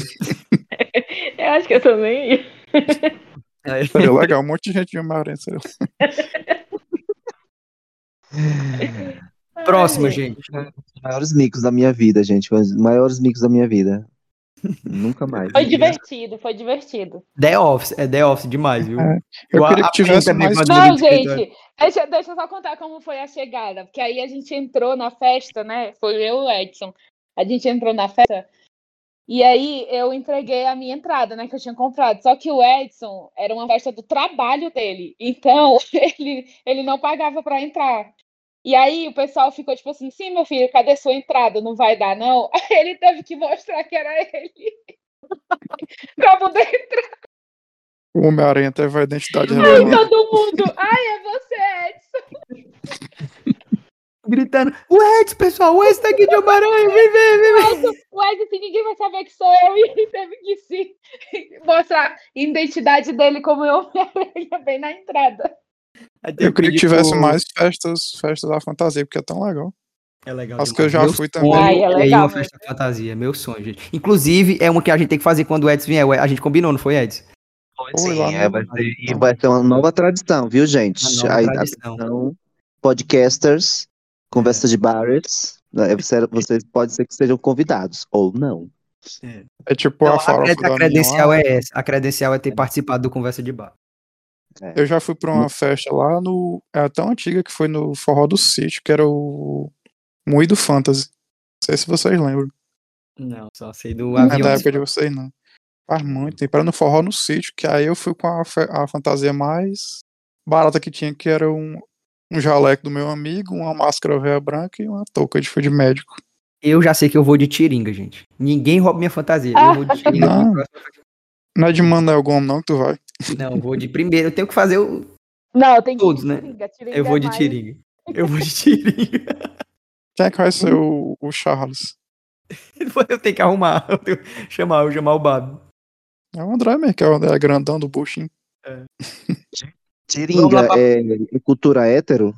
Eu acho que eu também ia.
Aí-
Seria legal, um monte de gente de Homem-Aranha. seria-
Próxima, gente.
Os maiores micos da minha vida, gente. Os maiores micos da minha vida. Nunca mais.
Foi divertido, foi divertido.
The Office, é The Office demais, viu?
É, Eu
Eu
queria que
aprendi
tivesse
também
mais.
quando-
Não,
Não,
Adorei esse
gente, deixa, deixa eu só contar como foi a chegada, porque aí a gente entrou na festa, né? Foi eu e o Edson. A gente entrou na festa e aí eu entreguei a minha entrada, né? Que eu tinha comprado. Só que o Edson era uma festa do trabalho dele, então ele, ele não pagava para entrar. E aí o pessoal ficou tipo assim: sim, meu filho, cadê sua entrada? Não vai dar, não? Aí ele teve que mostrar que era ele. pra poder
O Homem-Aranha teve a identidade
Ai, tá
revelada.
todo mundo. Ai, é você, Edson.
gritando: O Edson, pessoal, o Edson tá aqui de Homem-Aranha, vem, vem, vem, vem.
O Edson, assim, ninguém vai saber que sou eu. E ele teve que se mostrar a identidade dele como eu Homem-Aranha é bem na entrada.
Eu queria que tivesse mais festas, festas da fantasia, porque é tão legal.
É legal.
As que eu já fui também.
Ai, é
é legal.
legal,
uma
né?
festa fantasia, meu sonho, gente. Inclusive, é uma que a gente tem que fazer quando o Edson vier. A gente combinou, não foi, Então, Edson?
Oi,
Sim,
lá
é,
no-
vai, ser, e vai ser uma nova tradição, viu,
A
gente?
nova
Aí,
tradição.
atenção, podcasters, conversa de Barretts. né, você- Vocês podem ser que sejam convidados, ou não.
É tipo
Não,
a
a,
farofa
cred- a
da
credencial
minha
é essa. A credencial é ter participado do Conversa de Bar.
Eu já fui pra
Hum.
uma festa lá no. É tão antiga que foi no Forró do Sítio, que era o Moído Fantasy. Não sei se vocês lembram.
Não, só sei do
Não é da
avião.
época de vocês, não. Faz muito tempo. Era no Forró no Sítio, que aí eu fui com a, fe- a fantasia mais barata que tinha, que era um, um jaleco do meu amigo, uma máscara velha branca e uma touca de fio de médico.
Eu já sei que eu vou de tiringa, gente. Ninguém rouba minha fantasia. Eu vou de tiringa.
Não. Não é de Manuel Gomes, não, que tu vai.
Não, vou de primeiro. Eu tenho que fazer o,
Não, tem que
Todos, né?
Tiringa, tiringa é
Eu vou de
mais-
tiringa. Eu vou de tiringa.
Quem é que vai ser o, o Charles?
Eu tenho que arrumar. Eu tenho que chamar, eu chamar o Babi.
É o André mesmo, que é o André grandão do buchinho.
Tiringa
Vamos lá, papo.
é, é cultura hétero?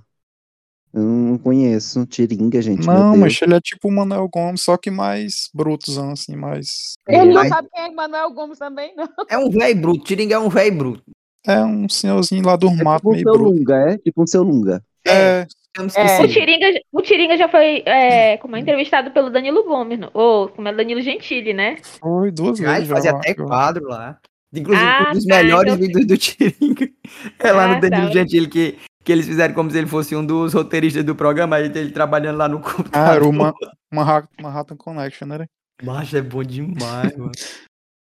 Eu não conheço Tiringa, gente. meu
Não,
Deus.
mas ele é tipo o Manuel Gomes, só que mais brutozão, assim, mais.
Ele não
Ai.
sabe quem é Manuel Gomes também, não.
É um velho bruto. Tiringa é um velho bruto.
É um senhorzinho lá do
É
mato,
tipo um
meio
seu
bruto.
lunga, é? Tipo um seu lunga.
É,
Eu me
É.
O
esqueci.
Tiringa, o Tiringa já foi é, como é, entrevistado pelo Danilo Gomes, não? ou como é Danilo Gentili, né?
foi duas
Já, ele
vezes já.
fazia
eu
até
acho.
quadro lá. Inclusive,
Ah,
um dos
tá,
melhores
então-
vídeos do Tiringa é lá no
Ah,
Danilo
tá.
Gentili, que, que eles fizeram como se ele fosse um dos roteiristas do programa, aí ele trabalhando lá no computador.
Ah, era o Ma- Manha- Manhattan Connection, né?
Macho, é bom demais, mano.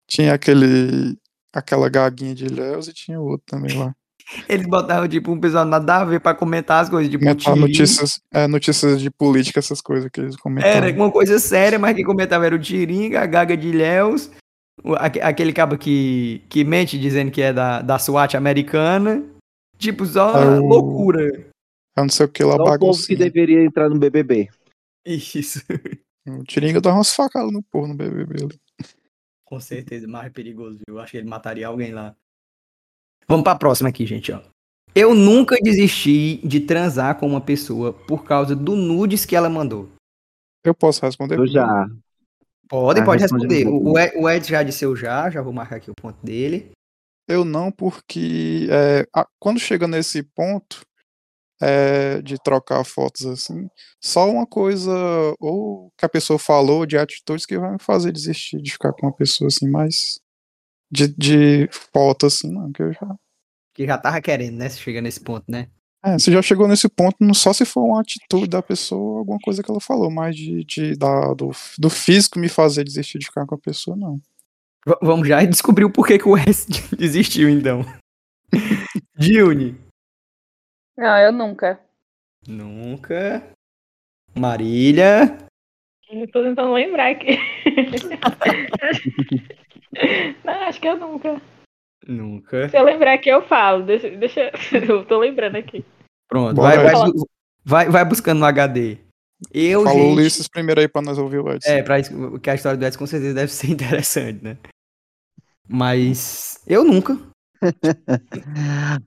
Tinha aquele. aquela gaguinha de Ilhéus e tinha outro também lá.
Eles botavam, tipo, um pessoal nada a ver pra comentar as coisas, tipo, o
Comentar
Tiringa.
notícias, é, notícias de política, essas coisas que eles comentavam.
Era uma coisa séria, mas quem comentava era o Tiringa, a Gaga de Ilhéus, o- aque- aquele cabo que, que mente dizendo que é da, da SWAT americana. Tipo, só
É o-
loucura.
Eu não sei o que
Só
lá,
É o povo que
baguncinha.
deveria entrar no BBB.
Isso.
O Tiringa dava umas facadas no porro no BBB. ali.
Com é certeza, mais perigoso, viu? Acho que ele mataria alguém lá. Vamos pra próxima aqui, gente, ó. Eu nunca desisti de transar com uma pessoa por causa do nudes que ela mandou.
Eu posso responder?
Eu já.
Pode,
Ah,
pode
responde
responder.
no
O, Ed, o Ed já disse eu já, já vou marcar aqui o ponto dele.
Eu não, porque é, a- quando chega nesse ponto é, de trocar fotos assim, só uma coisa ou que a pessoa falou de atitudes que vai me fazer desistir de ficar com uma pessoa assim, mas de, de foto assim, não, que eu já.
Que já tava querendo, né? Se chega nesse ponto, né?
É, você já chegou nesse ponto, não só se for uma atitude da pessoa, alguma coisa que ela falou, mas de, de- da- do, do físico me fazer desistir de ficar com a pessoa, não.
V- vamos já descobrir o porquê que o Wes desistiu, então. Dione.
Não, eu nunca.
Nunca. Marília.
Eu tô tentando lembrar aqui. Não, acho que eu nunca.
Nunca.
Se eu lembrar aqui, eu falo. Deixa, deixa- eu tô lembrando aqui.
Pronto, vai,
Bora,
vai,
Ed.
bu- vai, vai buscando no HD. Eu,
Falou o
gente...
Ulisses primeiro aí pra nós ouvir o Edson.
É, pra, isso- porque a história do Edson com certeza deve ser interessante, né? Mas eu nunca.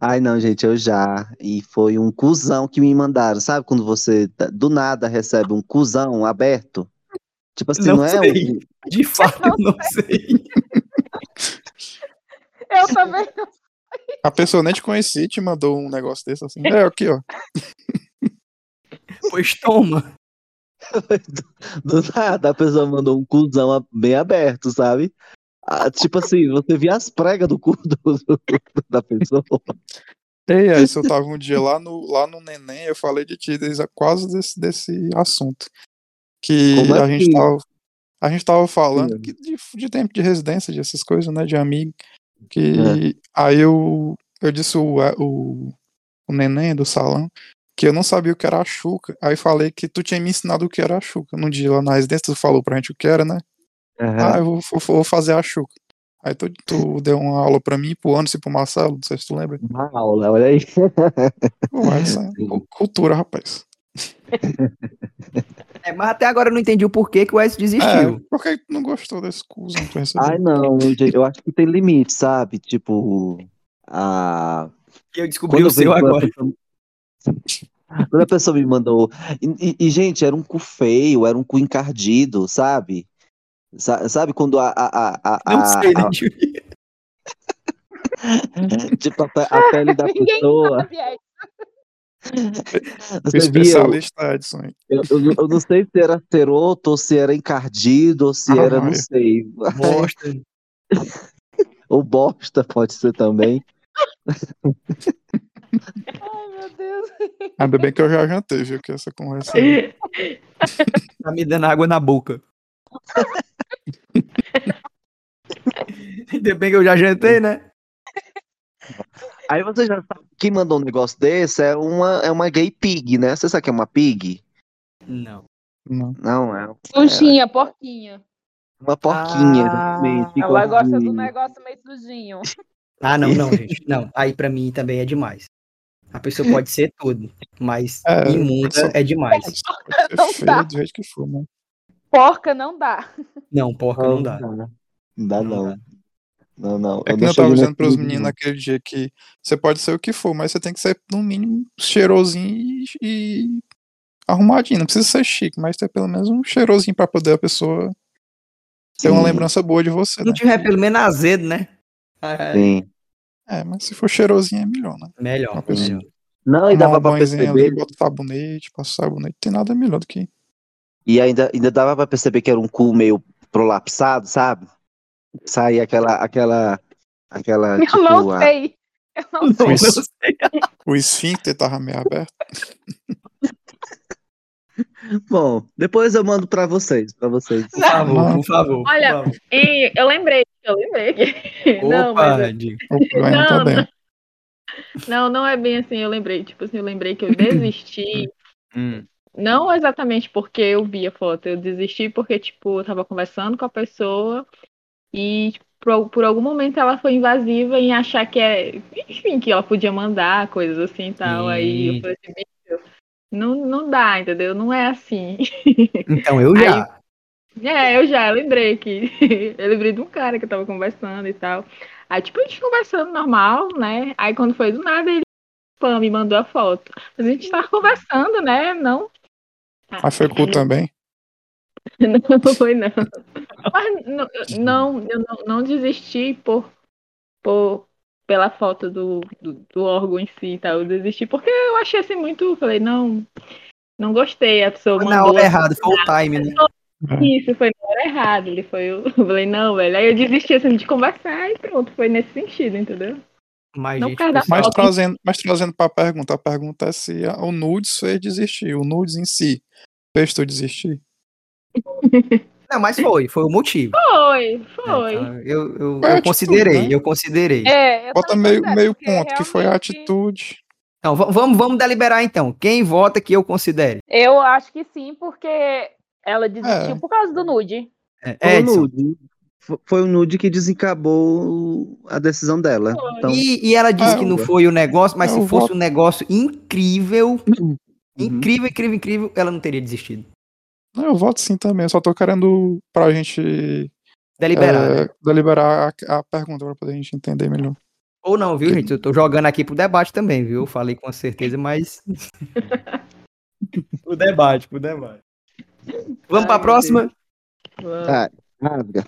Ai, não, gente, eu já. E foi um cuzão que me mandaram. Sabe quando você tá- do nada recebe um cuzão aberto? Tipo assim,
Não
não, é
sei.
um.
De fato, eu não sei.
Eu também não.
A pessoa nem te conhecia e te mandou um negócio desse assim. É, aqui, ó.
Pois toma.
Do nada a pessoa mandou um cuzão a- bem aberto, sabe? Ah, tipo assim, você via as pregas do cu do- do- da pessoa.
Ei, aí, se eu tava um dia lá no, lá no Neném, eu falei de ti desse- quase desse, desse assunto. Que
Como
a gente
assim?
tava. A gente tava falando
Sim.
que de, de tempo de residência, dessas coisas, né? De amigo. Que
É.
aí eu, eu disse o, o, o neném do salão que eu não sabia o que era a Xuca. Aí falei que tu tinha me ensinado o que era a Xuca. Num dia lá na residência, tu falou pra gente o que era, né?
É.
Ah, eu vou, vou- vou fazer a Xuca. Aí tu, tu deu uma aula pra mim, pro Anderson e pro Marcelo, não sei se tu lembra.
Uma aula, olha aí.
Pô, essa é cu- cultura, rapaz.
É, mas até agora eu não entendi o porquê que o Wes
É,
desistiu.
por que tu não gostou desse cuzão que tu
Ai,
recebeu?
não, gente, eu acho que tem limite, sabe? Tipo, a.
E eu descobri o
eu vejo
seu agora.
Quando a pessoa, quando a pessoa me mandou. E, e- e, gente, era um cu feio, era um cu encardido, sabe? Sa- sabe quando a. a, a, a,
Não
a-
sei, né,
a-
Julia?
tipo, a, pe- a pele da
Ninguém
pessoa.
sabe, é.
O
Você via, eu,
especialista Edson. aí.
eu, eu- eu não sei se era ceroto, ou se era encardido, ou se
Ah,
era, não
Maria.
sei.
Bosta.
Ou bosta, pode ser também.
Ai, meu Deus.
Ainda bem que eu já jantei, viu? Que essa conversa aí.
Tá me dando água na boca. Ainda bem que eu já jantei, né?
Aí você já sabe quem mandou um negócio desse é uma, é uma gay pig, né? Você sabe que é uma pig?
Não.
Não.
Não, é
Sujinha, porquinha.
Uma porquinha,
Ah,
exatamente. que
Ela gosta
de-
do negócio meio sujinho.
Ah, não, não, gente. Não. Aí pra mim também é demais. A pessoa pode ser tudo, mas
É,
imunda
só-
é demais.
Pode
Não
ser
dá.
feio do jeito que for, né?
Porca não dá.
Não, porca não dá.
né? Não dá,
Não
não. Não, não.
É que
não
nem eu tava
cheguei
dizendo
nesse
pros
nível,
meninos
não.
naquele dia que você pode ser o que for, mas você tem que ser, no mínimo, cheirosinho e, e arrumadinho. Não precisa ser chique, mas ter pelo menos um cheirosinho pra poder a pessoa ter uma
Sim.
lembrança boa de você,
não
né?
tiver pelo menos azedo, né? Ah,
Sim.
É, mas se for cheirosinho é melhor, né?
Melhor,
Uma pessoa-
melhor.
Não, e
Tomar
dava
um
pra
banhozinho ali,
perceber.
bota sabonete, passa sabonete, tem nada melhor do que.
E ainda, ainda dava pra perceber que era um cu meio prolapsado, sabe? Saía aquela. aquela. Aquela.
Eu
tipo,
não
a-
sei. Eu não
Não,
sei.
eu
eu
sei.
sei.
O esfíncter tava meio aberto.
Bom, depois eu mando pra vocês. Pra vocês.
Por favor, por favor. por
Olha,
favor.
E eu lembrei, eu lembrei aqui. não,
Opa,
mas
Diego.
O problema tá
Não,
bem.
não, não é bem assim, eu lembrei. Tipo assim, eu lembrei que eu desisti.
Hum.
Não exatamente porque eu vi a foto, eu desisti porque, tipo, eu tava conversando com a pessoa e tipo, por, por algum momento ela foi invasiva em achar que é, enfim, que ela podia mandar coisas assim e tal. Aí eu
Sim.
falei assim, "Bicho, não, não dá, entendeu? Não é assim.
Então eu já.
É, eu já lembrei que eu lembrei de um cara que eu tava conversando e tal. Aí, tipo, a gente conversando normal, né? Aí quando foi do nada, ele spam e mandou a foto. Mas a gente tava conversando, né? Não.
Mas foi cu também.
Não foi, não. Mas não, eu- não, eu não, não desisti por, por, pela foto do, do, do órgão em si e tal. Eu desisti porque eu achei assim muito. Falei, não, não gostei. A pessoa
Foi na
mandou. assim,
hora errada, foi o time, né?
Isso, foi na hora errada. Ele foi. Eu eu falei, não, velho. Aí eu desisti assim de conversar e pronto. Foi nesse sentido, entendeu?
Mas,
Não
gente,
quero dar
mas
Mas
Ótimo.
trazendo, mas trazendo pra pergunta, a pergunta é se a- o nudes fez desistir. O nudes em si fez tu desistir.
não, mas foi, foi o motivo.
Foi, foi.
Então, eu, eu,
Foi a
eu
atitude,
considerei,
né?
eu considerei.
É, eu
Bota
também
meio,
considero,
meio
porque
ponto, que foi a
realmente
atitude.
Então, va- vamos, vamos deliberar então. Quem vota que eu considere?
Eu acho que sim, porque ela desistiu
É.
por causa do nude.
É,
Foi o
Edson.
nude. Fo- Foi o nude que desencabou a decisão dela. Então,
E, e ela disse
Ah,
que não
eu-
foi o negócio, mas
eu
se fosse
voto.
um negócio incrível,
uhum.
incrível, incrível, incrível, ela não teria desistido.
Não, Eu voto sim também, eu só tô querendo pra gente
Deliberar, né?
é, deliberar a, a pergunta pra poder a gente entender melhor.
Ou não, viu, gente? Eu tô jogando aqui pro debate também, viu? Eu falei com certeza, mas. o debate, pro debate. Vamos pra
Ai, meu
próxima?
Vamos.
Tá. Rasga.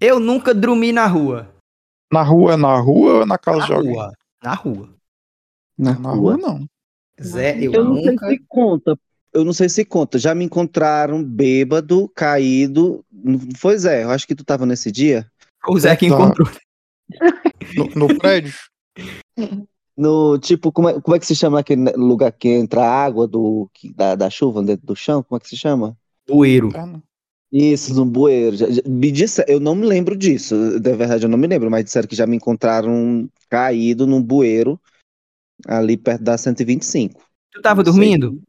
Eu nunca dormi na rua.
Na rua, na rua ou é na casa
Na
de alguém?
rua. Na rua.
Na
Na
rua.
rua não.
Zé, eu,
Eu não sei
nunca.
se conta. Eu não sei se conta. Já me encontraram bêbado, caído. Não Foi Zé, eu acho que tu tava nesse dia.
O Zé que
Tá.
encontrou.
No, no prédio?
No tipo, como é, como é que se chama aquele ne- lugar que entra a água do, que- da, da chuva dentro do chão? Como é que se chama?
Bueiro.
É, não.
Isso, no bueiro. Já- já- me disse, eu não me lembro disso. De verdade, eu não me lembro, mas disseram que já me encontraram caído num bueiro ali perto da 125.
Tu tava
Não sei.
dormindo?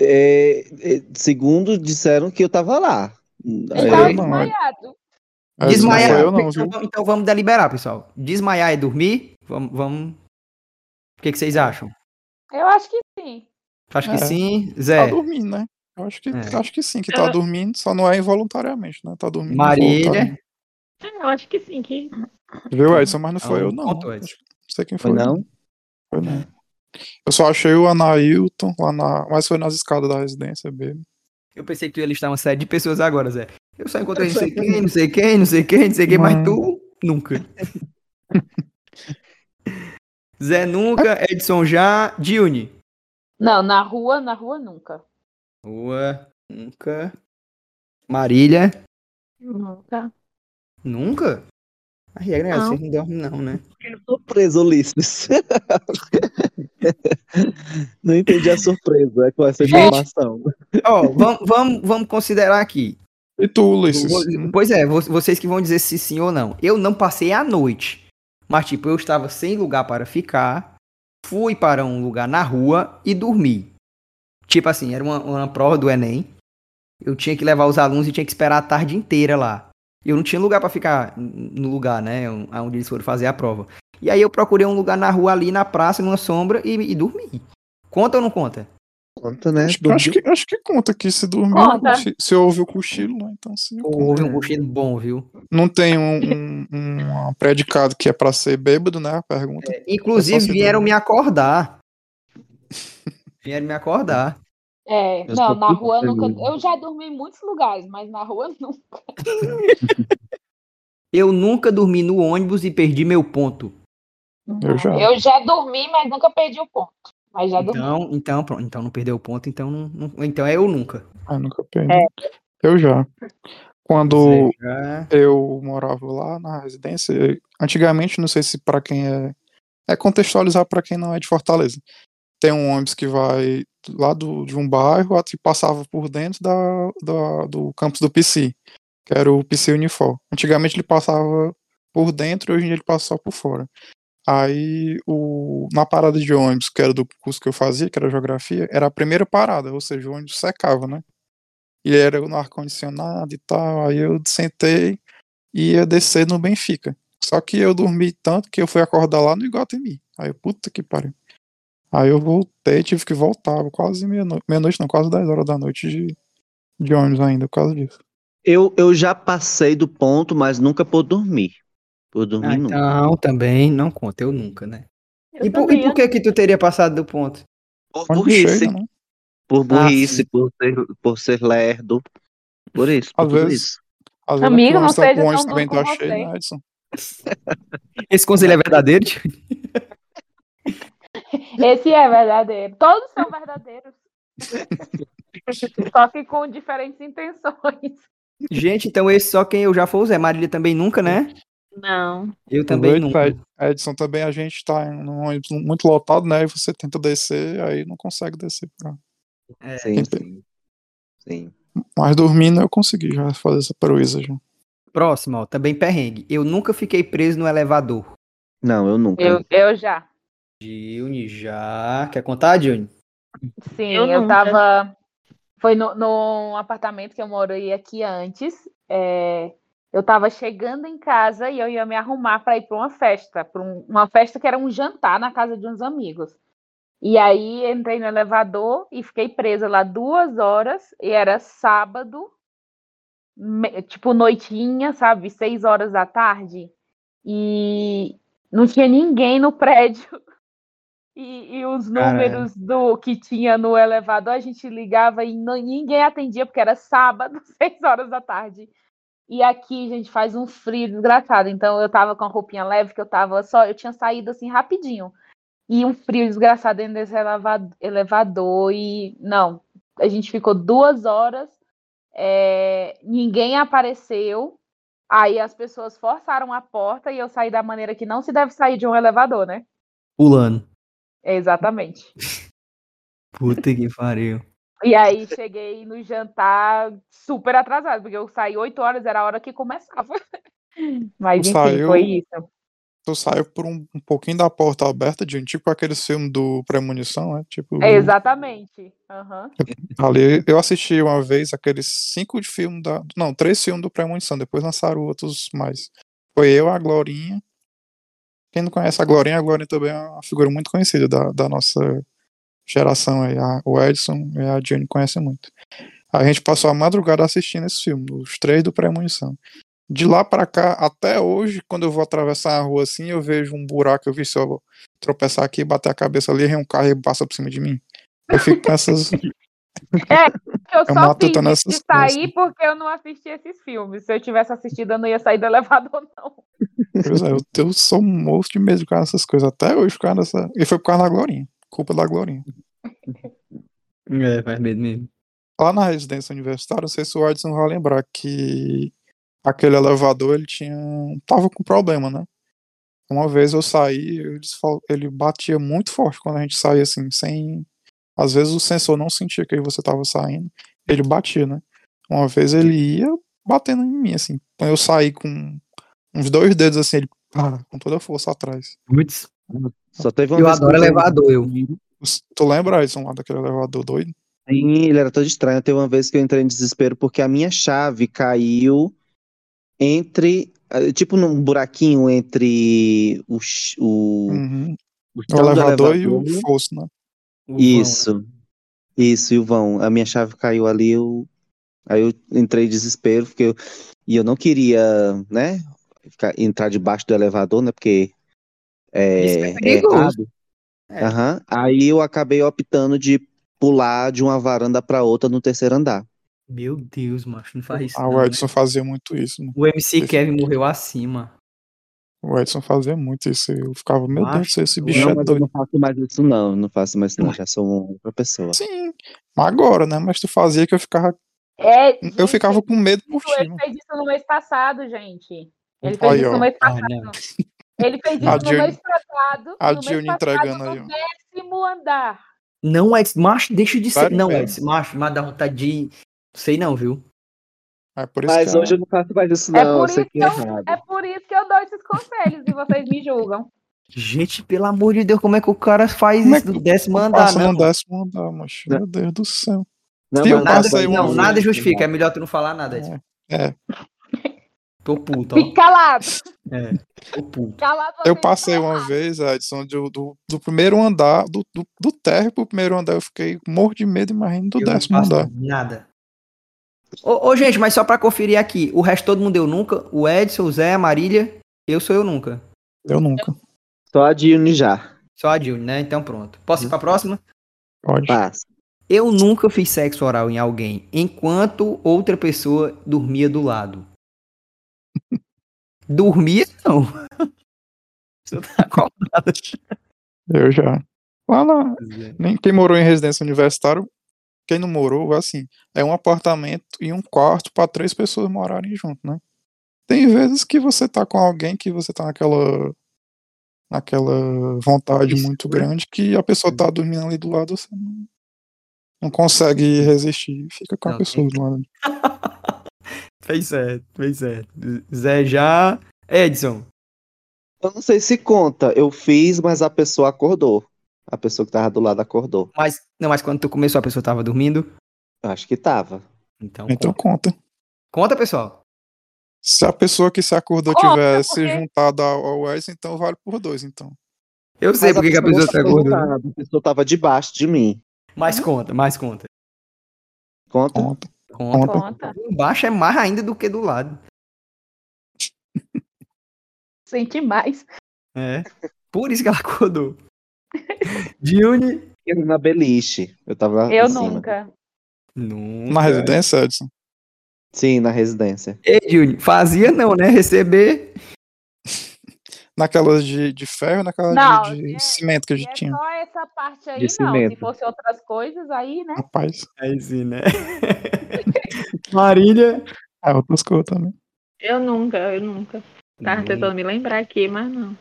É, é, segundo disseram que eu tava lá.
Aí
Ele tava
eu não,
desmaiado.
É, isso não
Desmaiar.
foi eu não,
então,
viu?
vamos- então vamos deliberar, pessoal. Desmaiar e dormir? Vamos. vamos... O que, que vocês acham?
Eu acho que sim.
Acho que
É.
sim,
Tá
Zé.
dormindo, né? Eu acho que,
É.
acho que sim, que tá
Eu-
dormindo, só não é involuntariamente, né? Tá dormindo.
Marília.
É, Eu acho que sim, que
involuntariamente. Viu, Edson? Mas não
Então,
foi eu, não.
ponto, Edson.
Acho que- Não sei quem
Foi
foi. né?
não?
Foi não. Eu só achei o Anailton lá na. Mas foi nas escadas da residência mesmo.
Eu pensei que tu ia listar uma série de pessoas agora, Zé. Eu só encontrei não sei quem, não sei quem, não sei quem, não sei quem, mas
Não.
tu nunca. Zé nunca, Edson já, Dione.
Não, na rua, na rua nunca.
Boa, nunca. Marília,
nunca.
nunca. A regra é
Não.
essa, vocês não dormem não, né?
Surpresa, Ulisses. Não entendi a surpresa com essa
Gente.
informação.
Ó, vamos vamos vamos considerar aqui.
E tu, Ulisses?
Vo-
Hum,
Pois é, vo- vocês que vão dizer se sim ou não. Eu não passei a noite, mas tipo, eu estava sem lugar para ficar, fui para um lugar na rua e dormi. Tipo assim, era uma, uma prova do Enem, eu tinha que levar os alunos e tinha que esperar a tarde inteira lá. Eu não tinha lugar para ficar n- no lugar, né, onde eles foram fazer a prova. E aí eu procurei um lugar na rua ali, na praça, numa sombra e, e dormi. Conta ou não conta?
Conta, né?
Acho, que- acho que, acho que conta que se dormiu,
Conta.
se, se houve o cochilo, né? Então sim. conta.
Houve um cochilo bom, viu?
Não tem um, um, um- um predicado que é pra ser bêbado, né? A
É.
pergunta. Eu
Inclusive
só sei
vieram
dormir.
me acordar. Vieram me acordar.
É,
Eu
não,
sou
na
puta
rua nunca.
mesmo.
Eu já dormi em muitos lugares, mas na rua nunca.
Eu nunca dormi no ônibus e perdi meu ponto.
Eu já.
Eu já dormi, mas nunca perdi o ponto. Mas já dormi.
Então, então, pronto. Então não perdeu o ponto, então não, não- então é eu nunca.
Ah, nunca perdi. Eu já. Quando
Você já-
eu morava lá na residência, eu- antigamente, não sei se pra quem é. É contextualizar pra quem não é de Fortaleza. Tem um ônibus que vai lá do, de um bairro e passava por dentro da, da- do campus do PC, que era o PC Unifor. Antigamente ele passava por dentro e hoje em dia ele passa só por fora. Aí, o, na parada de ônibus, que era do curso que eu fazia, que era geografia, era a primeira parada, ou seja, o ônibus secava, né? E era no ar-condicionado e tal. Aí eu sentei e ia descer no Benfica. Só que eu dormi tanto que eu fui acordar lá no Iguatemi. Aí eu, puta que pariu. Aí eu voltei, tive que voltar, quase meia-noite, meia-noite não, quase 10 horas da noite de, de ônibus ainda, por causa disso.
Eu, eu já passei do ponto, mas nunca por dormir. Por dormir
Ah,
nunca.
então também não conta, eu nunca, né? E por, e por que que tu teria passado do ponto?
Por
Quando
burrice,
chega, né?
por burrice,
sim.
por ser, por ser lerdo. Por isso, por
Às
tudo
vezes-
isso.
Às vezes
Amigo,
aqui o
não
ônibus tá-
seja
o ônibus
tão
também
duro
tá
com
cheio,
você.
né, Edson?
Esse conselho é verdadeiro, tio?
Esse é verdadeiro. Todos são verdadeiros. Só que com diferentes intenções.
Gente, então esse só quem eu já for usar. Marília também nunca, né?
Não.
Eu também
Também
nunca.
É, Edson, também a gente tá em um ônibus muito lotado, né? E você tenta descer, aí não consegue descer. pra-
Sim, sim. Sim.
Mas dormindo eu consegui já fazer essa proeza já.
Próximo, ó, também perrengue. Eu nunca fiquei preso no elevador.
Não, eu nunca.
Eu, eu já.
Dione já. Quer contar, Dione?
Sim,
Eu
eu,
nunca.
tava. Foi no, num apartamento que eu morei aqui antes. é, Eu tava chegando em casa e eu ia me arrumar para ir para uma festa, para uma festa que era um jantar na casa de uns amigos. E aí entrei no elevador e fiquei presa lá duas horas, e era sábado, me- tipo noitinha, sabe? Seis horas da tarde. E não tinha ninguém no prédio. E, e os
Caralho.
números do que tinha no elevador, a gente ligava e não- ninguém atendia, porque era sábado, seis horas da tarde. E aqui, gente, faz um frio desgraçado. Então eu tava com a roupinha leve, que eu tava só, eu tinha saído assim rapidinho. E um frio desgraçado dentro desse eleva- elevador. E não, a gente ficou duas horas, é, ninguém apareceu. Aí as pessoas forçaram a porta e eu saí da maneira que não se deve sair de um elevador, né? É,
Pulando.
Exatamente.
Puta que pariu.
E aí cheguei no jantar super atrasado, porque eu saí 8 horas, era a hora que começava. Mas
Tu
enfim,
saiu-
foi isso.
Tu saiu por um, um pouquinho da porta aberta, Dione, tipo aqueles filmes do Premonição, né? Tipo,
É, exatamente. Aham.
ali eu assisti uma vez aqueles cinco de filme da. Não, três filmes do Premonição, depois lançaram outros mais. Foi eu, a Glorinha. Quem não conhece a Glorinha, a Glorinha também é uma figura muito conhecida da, da nossa geração aí. A- o Edson e a Jane conhecem muito. A gente passou a madrugada assistindo esse filme, os três do Premonição. De lá pra cá, até hoje, quando eu vou atravessar a rua assim, eu vejo um buraco, eu vi se eu tropeçar aqui, bater a cabeça ali, vem um carro e passa por cima de mim. Eu fico com essas.
Eu só
mato
fiz
tá
isso de
nessas coisas,
sair
né?
porque eu não assisti esses filmes. Se eu tivesse assistido, eu não ia sair do elevador, não.
Pois é, eu, eu sou um monstro de medo de ficar nessas coisas. Até hoje ficar nessa. E foi por causa da Glorinha. Culpa da Glorinha.
É, faz medo mesmo.
Lá na residência universitária, não sei se o Edson vai lembrar que aquele elevador ele tinha. tava com problema, né? Uma vez eu saí, eles fal- ele batia muito forte quando a gente saía assim, sem. Às vezes o sensor não sentia que você tava saindo, ele batia, né? Uma vez ele ia batendo em mim, assim. Quando eu saí com uns dois dedos assim, ele pá, com toda a força atrás.
Putz.
Só teve uma
Eu
vez que
adoro
eu-
elevador, eu.
Tu lembra, Edson, lá daquele elevador doido?
Sim, ele era todo estranho. Teve uma vez que eu entrei em desespero porque a minha chave caiu entre, eh, tipo num buraquinho entre o, ch- o, é
Uhum.
o
O
chão do
elevador e o
elevador.
fosso, né?
O vão, né?
Isso, isso, e o vão. A minha chave caiu ali, eu... aí eu entrei em desespero porque eu... e eu não queria, né, ficar- entrar debaixo do elevador, né, porque
Isso é
é, é
perigoso.
errado.
É.
Aham. Aí eu acabei optando de pular de uma varanda para outra no terceiro andar.
Meu Deus, macho, não faz isso.
Ah,
não,
o
né?
Edson fazia muito isso, né?
O MC Kevin morreu acima.
O Edson fazia muito isso. Eu ficava, meu Deus do céu, esse
Macho,
bicho
não,
é
mas eu
doido.
não faço mais isso, não. Eu Não faço mais isso, não. Já sou uma outra pessoa.
Sim, mas agora, né? Mas tu fazia que eu ficava.
É,
Eu
gente,
ficava com medo por
isso,
ti,
ele
mano.
fez isso no mês passado, gente. Ele fez
Aí,
isso
ó.
no mês
Ah,
passado.
não.
Ele fez
A
isso no mês
Dione-
passado.
a
no mês
Dione
passado,
entregando
no
aí, ó.
décimo andar.
Não, Edson, macho, deixa de ser.
Sério
Não,
mesmo?
Edson, macho, mas dá vontade de. Sei não, viu?
É por isso
Mas
que
hoje eu não faço mais isso,
É
não.
por
isso
isso
aqui
que
é
eu-
errado.
É por isso que eu dou esses conselhos e vocês me julgam.
Gente, pelo amor de Deus, como é que o cara faz
Como é
isso
que
do décimo
eu
andar,
passo no
não?
décimo andar, macho.
Não.
Meu Deus do céu.
Não,
Se eu
mas
Nada,
passei uma
não,
vez,
nada justifica. É melhor tu não falar nada, Edson.
um né? É, é.
Tô puto,
Fique
ó.
calado.
É, tô puto.
Calado
Eu
você
passei uma vez, Edson, do, do, do primeiro andar, do, do, do térreo pro primeiro andar, eu fiquei morto de medo, imagina, do
Eu não
décimo
faço
andar.
nada. Ô, ô, gente, mas só pra conferir aqui. O resto todo mundo deu nunca. O Edson, o Zé, a Marília. Eu sou eu nunca.
Eu nunca.
Só a Dione já.
Só a Dilne, né? Então pronto. Posso ir pra próxima?
Pode.
Passa.
Eu nunca fiz sexo oral em alguém enquanto outra pessoa dormia do lado. dormia, não. Você tá acordado.
Eu já. Lá na, nem quem morou em residência universitária, quem não morou, assim, é um apartamento e um quarto para três pessoas morarem junto, né? Tem vezes que você tá com alguém que você tá naquela naquela vontade
Isso, Uhum.
muito
né?
grande que a pessoa tá dormindo ali do lado, você não, não consegue resistir, fica com a
Não,
pessoa do lado.
Fez certo, fez certo. Zé já. Edson.
Eu não sei se conta. Eu fiz, mas a pessoa acordou. A pessoa que tava do lado acordou.
Mas, não, mas quando tu começou a pessoa tava dormindo?
Eu acho que tava.
Então,
Então
conta.
conta.
Conta, pessoal.
Se a pessoa que se acordou
Conta,
tiver se
porque-
juntado ao ao Wes, então vale por dois, então.
Eu sei
Mas
porque que a pessoa tá né?
não tava do
acordando.
lado, A pessoa tava debaixo de mim.
Mas conta, mais conta.
Conta?
Conta.
Conta.
Conta.
Embaixo é mais ainda do que do lado.
Sente mais.
É. Por isso que ela acordou. Dione.
Eu na beliche. Eu tava lá
Eu
em cima.
nunca.
Não.
Na residência, Edson.
Sim, na residência.
Ei, Dione, fazia não, né? Receber.
Naquelas de, de ferro, naquela
Não,
de, de
é-
cimento que a
E
gente
é
tinha.
só essa parte aí,
De
não.
cimento.
Se fosse outras coisas aí, né?
Rapaz,
Aí sim, né? Marília.
é outras coisas também.
Eu nunca, eu nunca. Tava tentando me lembrar aqui, mas não.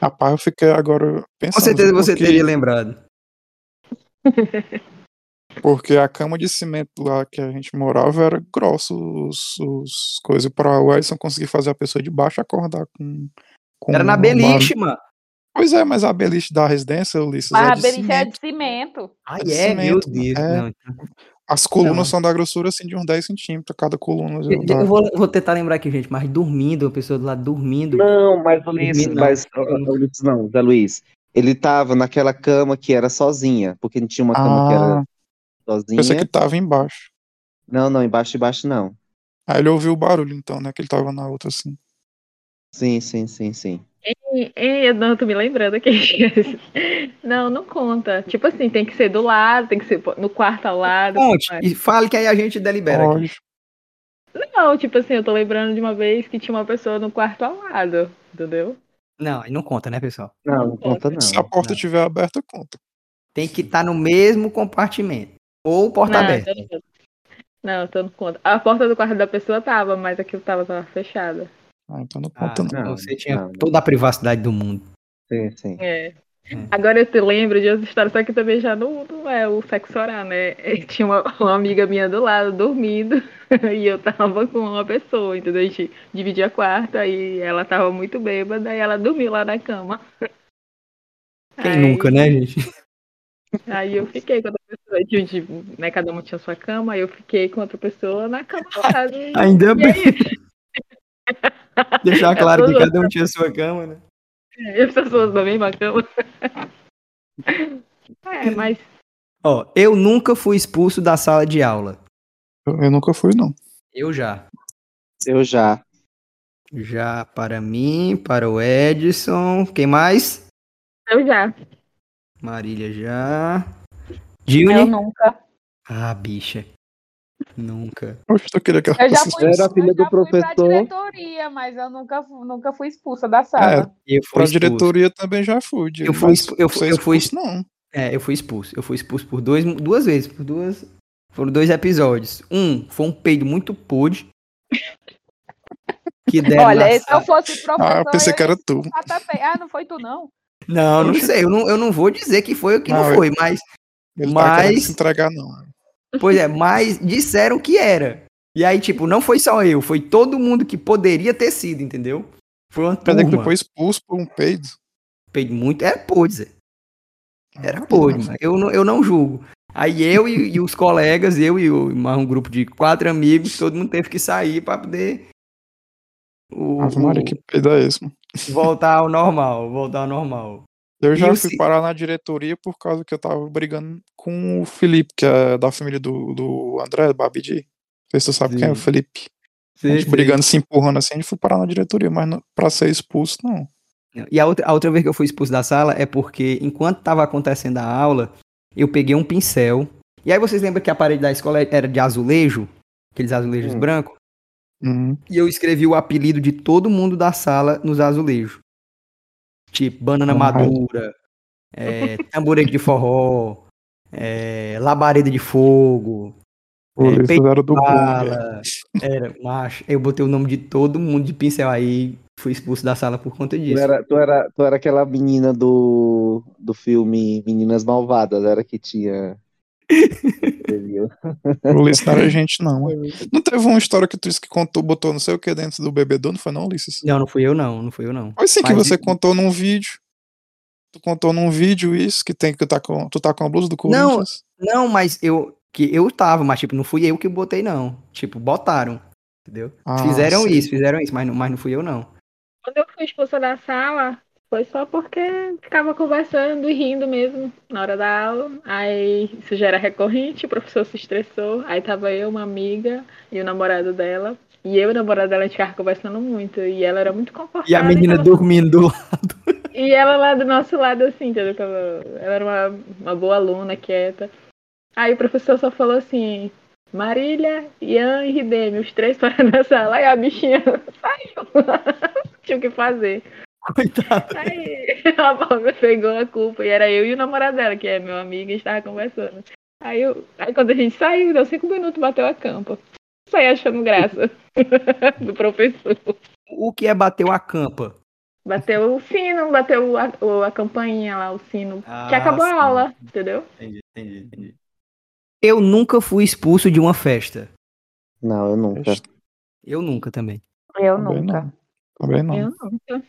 Rapaz, eu fiquei agora pensando.
Com certeza
viu,
você
porque,
teria lembrado.
Porque a cama de cimento lá que a gente morava era grosso os, os coisas. Pra o Edson conseguir fazer a pessoa de baixo acordar com. com
Era na
uma-
beliche, mano.
Pois é, mas a beliche da residência, Ulisses,
Mas
é
a
de
beliche é
cimento.
de cimento.
Ah,
É de
é, meu
cimento,
Deus.
é.
Não, então-
As colunas
Não.
são da grossura assim de uns 10 centímetros, cada coluna.
Eu,
da-
eu vou, vou tentar lembrar aqui, gente, mas dormindo, a pessoa do lado dormindo.
Não, mas Ulisses,
Dormindo, não.
mas ó, ó, Ulisses não, Zé Luiz. Ele tava naquela cama que era sozinha, porque não tinha uma cama que
Ah,
era sozinha.
pensei que tava embaixo.
Não, não, embaixo, embaixo não.
Aí ele ouviu o barulho, então, né? Que ele tava na outra assim.
Sim, sim, sim, sim.
Ei, ei, eu não tô me lembrando aqui. Não, não conta. Tipo assim, tem que ser do lado, tem que ser no quarto ao lado.
Conte,
mas-
e fale que aí a gente delibera aqui.
Olha,
Não, tipo assim, eu tô lembrando de uma vez que tinha uma pessoa no quarto ao lado, entendeu?
Não, aí não conta, né, pessoal?
Não, não conta não.
se a porta
não.
estiver aberta, conta.
Tem que estar no mesmo compartimento. Ou porta
não,
aberta.
então não conta. Não, então não conta. A porta do quarto da pessoa tava, mas aquilo tava, tava fechada.
Ah, então não
Ah,
conta, não.
então
não,
você tinha
não, não.
toda a privacidade do mundo.
Sim, sim.
É. Agora eu te lembro de outra história, só que também já não, não é o sexo oral, né? É, Tinha uma, uma amiga minha do lado, dormindo, e eu tava com uma pessoa, entendeu? A gente dividia quarto, aí ela tava muito bêbada, e ela dormiu lá na cama.
Quem
Aí-
nunca, né, gente?
Aí eu fiquei com outra pessoa, de, de- né, cada um tinha sua cama, aí eu fiquei com outra pessoa na cama ao lado. E
Ainda
é
bem.
isso,
Deixar claro que
tudo.
cada um tinha sua cama, né?
né? as pessoas da mesma cama. É, mas
Ó, eu nunca fui expulso da sala de aula.
Eu, eu nunca fui, não.
Eu já.
Eu já.
Já para mim, para o Edson. Quem mais?
eu já.
Marília já.
Eu
Juni?
nunca.
Ah, bicha. Nunca.
Poxa, eu queria que ela
Eu já
fosse
fui,
Era a
eu
filha
já
do
fui pra
professor.
diretoria, mas eu nunca, fu- nunca fui expulsa da sala.
Eu
Pra
fui expulso.
diretoria É, também já fui. de-
Eu fui
mas
expu- eu fui-
ser
eu fui
expulso, não.
É, eu fui expulso. Eu fui expulso por dois, duas vezes, por duas. Foram dois episódios. Um foi um peido muito pude. Que deram na
Olha, é se eu
sala.
fosse professor,
É, Ah, eu pensei que
ia
era tu.
expulsar também. Ah, não foi tu, não?
Não, não sei. Eu não, eu não vou dizer que foi ou que não,
Não, eu-
foi, mas.
Ele tá querendo
Mas-
se entregar, não.
Pois é, mas disseram que era. E aí, tipo, não foi só eu, foi todo mundo que poderia ter sido, entendeu? Foi uma
Pena
turma.
que tu foi expulso por um peido.
Peido muito. Era podre. Era
Ah,
podre,
mas-
mano. Eu, não- eu não julgo. Aí eu e, e os colegas, eu e o- mais um grupo de quatro amigos, todo mundo teve que sair pra poder o-
Ave Maria,
o-
que peido é esse, mano?
voltar ao normal, voltar ao normal.
Eu
E
já
o
fui
se-
parar na diretoria por causa que eu tava brigando com o Felipe, que é da família do, do André, Babidi. Não sei se tu sabe quem é o
Sim.
Felipe. A gente brigando, se empurrando assim, a gente foi parar na diretoria, mas não, pra ser expulso, não.
E a outra, a outra vez que eu fui expulso da sala é porque, enquanto estava acontecendo a aula, eu peguei um pincel. E aí vocês lembram que a parede da escola era de azulejo? Aqueles azulejos
Hum.
brancos?
Uhum.
E eu escrevi o apelido de todo mundo da sala nos azulejos. Tipo, banana
Ai.
madura, é, tamboreiro de forró, é, labareda de fogo, É,
O Ulisses
peito
era do Bunga.
bala. Era, macho. Eu botei o nome de todo mundo de pincel aí, fui expulso da sala por conta
Tu
disso.
era, tu, era, tu era aquela menina do, do filme Meninas Malvadas, era que tinha. Entendeu?
é. O Ulisses não era gente, não. Não teve uma história que tu disse que contou, botou não sei o que dentro do bebedouro, não foi não, Ulisses?
Não, não fui eu não, não fui eu não.
Foi sim que
Mas
você
isso-
contou num vídeo. Tu contou num vídeo isso, que tem que tá com, tu tá com a blusa do Corinthians.
Não, mas eu que eu tava, mas tipo, não fui eu que botei não. Tipo, botaram, entendeu?
Ah,
fizeram
sei.
isso, fizeram isso, mas não, mas não fui eu não.
Quando eu fui expulsa da sala, foi só porque ficava conversando e rindo mesmo na hora da aula. Aí isso já era recorrente, o professor se estressou. Aí tava eu, uma amiga e o namorado dela. E eu e o namorado dela a gente ficava conversando muito. E ela era muito confortável.
E a menina
ela-
dormindo do
E ela lá do nosso lado, assim, entendeu? Que Ela, ela era uma, uma boa aluna, quieta. Aí o professor só falou assim, Marília, Ian e Rideme, os três foram na sala. Aí a bichinha saiu. Tinha o que fazer.
coitado.
Aí a Paula pegou a culpa. E era eu e o namorado dela, que é meu amigo, e estava conversando. Aí, eu- aí quando a gente saiu, deu cinco minutos, bateu a campa. Saí achando graça do professor.
O que é bateu a campa?
Bateu o sino, bateu a, o- a campainha lá, o sino que
Ah,
acabou
sim.
a aula, entendeu?
Entendi, entendi, entendi. Eu nunca fui expulso de uma festa.
Não, eu nunca.
Eu nunca também.
Eu
Também não. Também não.
Eu nunca.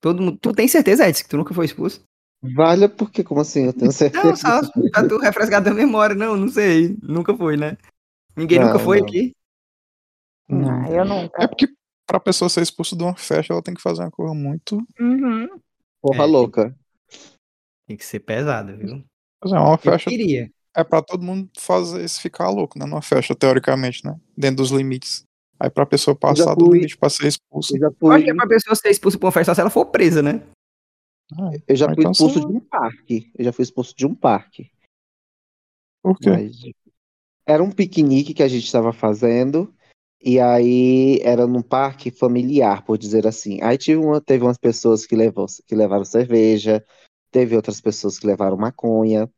Todo mundo, tu tem certeza, Edson, que tu nunca foi expulso?
Valha, porque como assim? Eu tenho
Não,
certeza.
só é. pra tu refrescar da memória. Não, não sei. Nunca foi, né? Ninguém
Não,
nunca foi
não.
aqui?
Não.
Ah, eu nunca.
É porque pra pessoa ser expulsa de uma festa, ela tem que fazer uma coisa muito.
Uhum.
Porra
É, tem-
louca.
Tem que ser pesado, viu?
Mas é uma
Eu
festa.
queria.
É pra todo mundo fazer isso ficar louco, né? Numa festa, teoricamente, né? Dentro dos limites. Aí pra pessoa
já
passar do
fui-
limite pra ser expulsa.
Eu já
Eu
fui,
acho que é pra pessoa ser expulsa por uma festa só se ela for presa, né?
eu já
Ah,
fui
então
expulso
só-
de um parque. Eu já fui expulso de um parque.
Por quê?
Mas era um piquenique que a gente estava fazendo. E aí era num parque familiar, por dizer assim. Aí tive uma, teve umas pessoas que, levou, que levaram cerveja, teve outras pessoas que levaram maconha,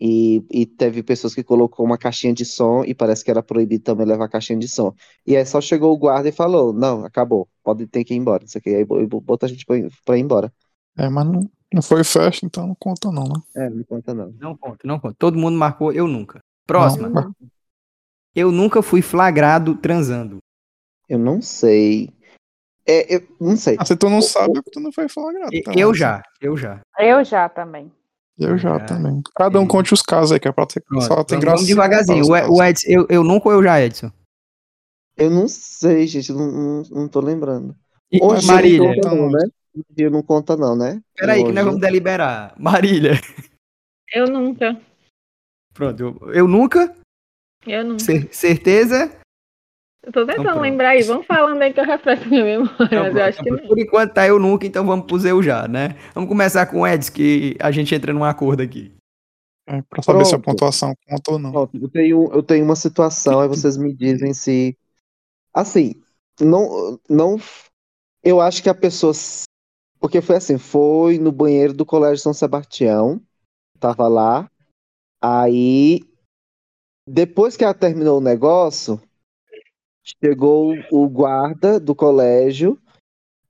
e, e teve pessoas que colocou uma caixinha de som, e parece que era proibido também levar caixinha de som. E aí só chegou o guarda e falou, não, acabou, pode ter que ir embora, não sei o que. Aí bo- bo- botou a gente pra ir, pra ir embora.
É, mas não, não foi festa, então não conta, não, né?
É, não conta não.
Não conta, não conta. Todo mundo marcou, eu nunca. Próxima.
Não, mas-
Eu nunca fui flagrado transando.
Eu não sei. É, eu não sei.
Ah, se tu não sabe, é porque tu não foi flagrado.
E-
tá
Eu
lá,
já, eu já.
Eu já também.
Eu já
Já.
também. Cada um
Entendi.
conte os casos aí, que é pra ter,
Pronto,
só tem
vamos-
graça.
vamos devagarzinho.
contar os
O,
casos.
o Edson, eu, eu nunca ou eu já, Edson?
Eu não sei, gente, eu não, não, não tô lembrando.
E-
Hoje
Marília.
não conta não, né? Hoje não conta não, né?
Peraí, que nós
Hoje.
vamos deliberar. Marília.
Eu nunca.
Pronto, eu, eu nunca.
Eu nunca.
Cer- certeza.
Eu tô
Então
tentando
pronto.
lembrar aí. Vamos falando aí que eu refresco minha memória,
Então,
mas eu
pronto,
acho que
então,
não.
Por enquanto tá eu nunca, então vamos pros eu já, né? Vamos começar com o Edson, que a gente entra num acordo aqui.
É, pra saber se a
Pronto.
pontuação conta ou não.
Pronto, eu tenho, eu tenho uma situação, aí vocês me dizem se. Assim, não, não. Eu acho que a pessoa. s- Porque foi assim, foi no banheiro do Colégio São Sebastião, tava lá, aí. Depois que ela terminou o negócio, chegou o guarda do colégio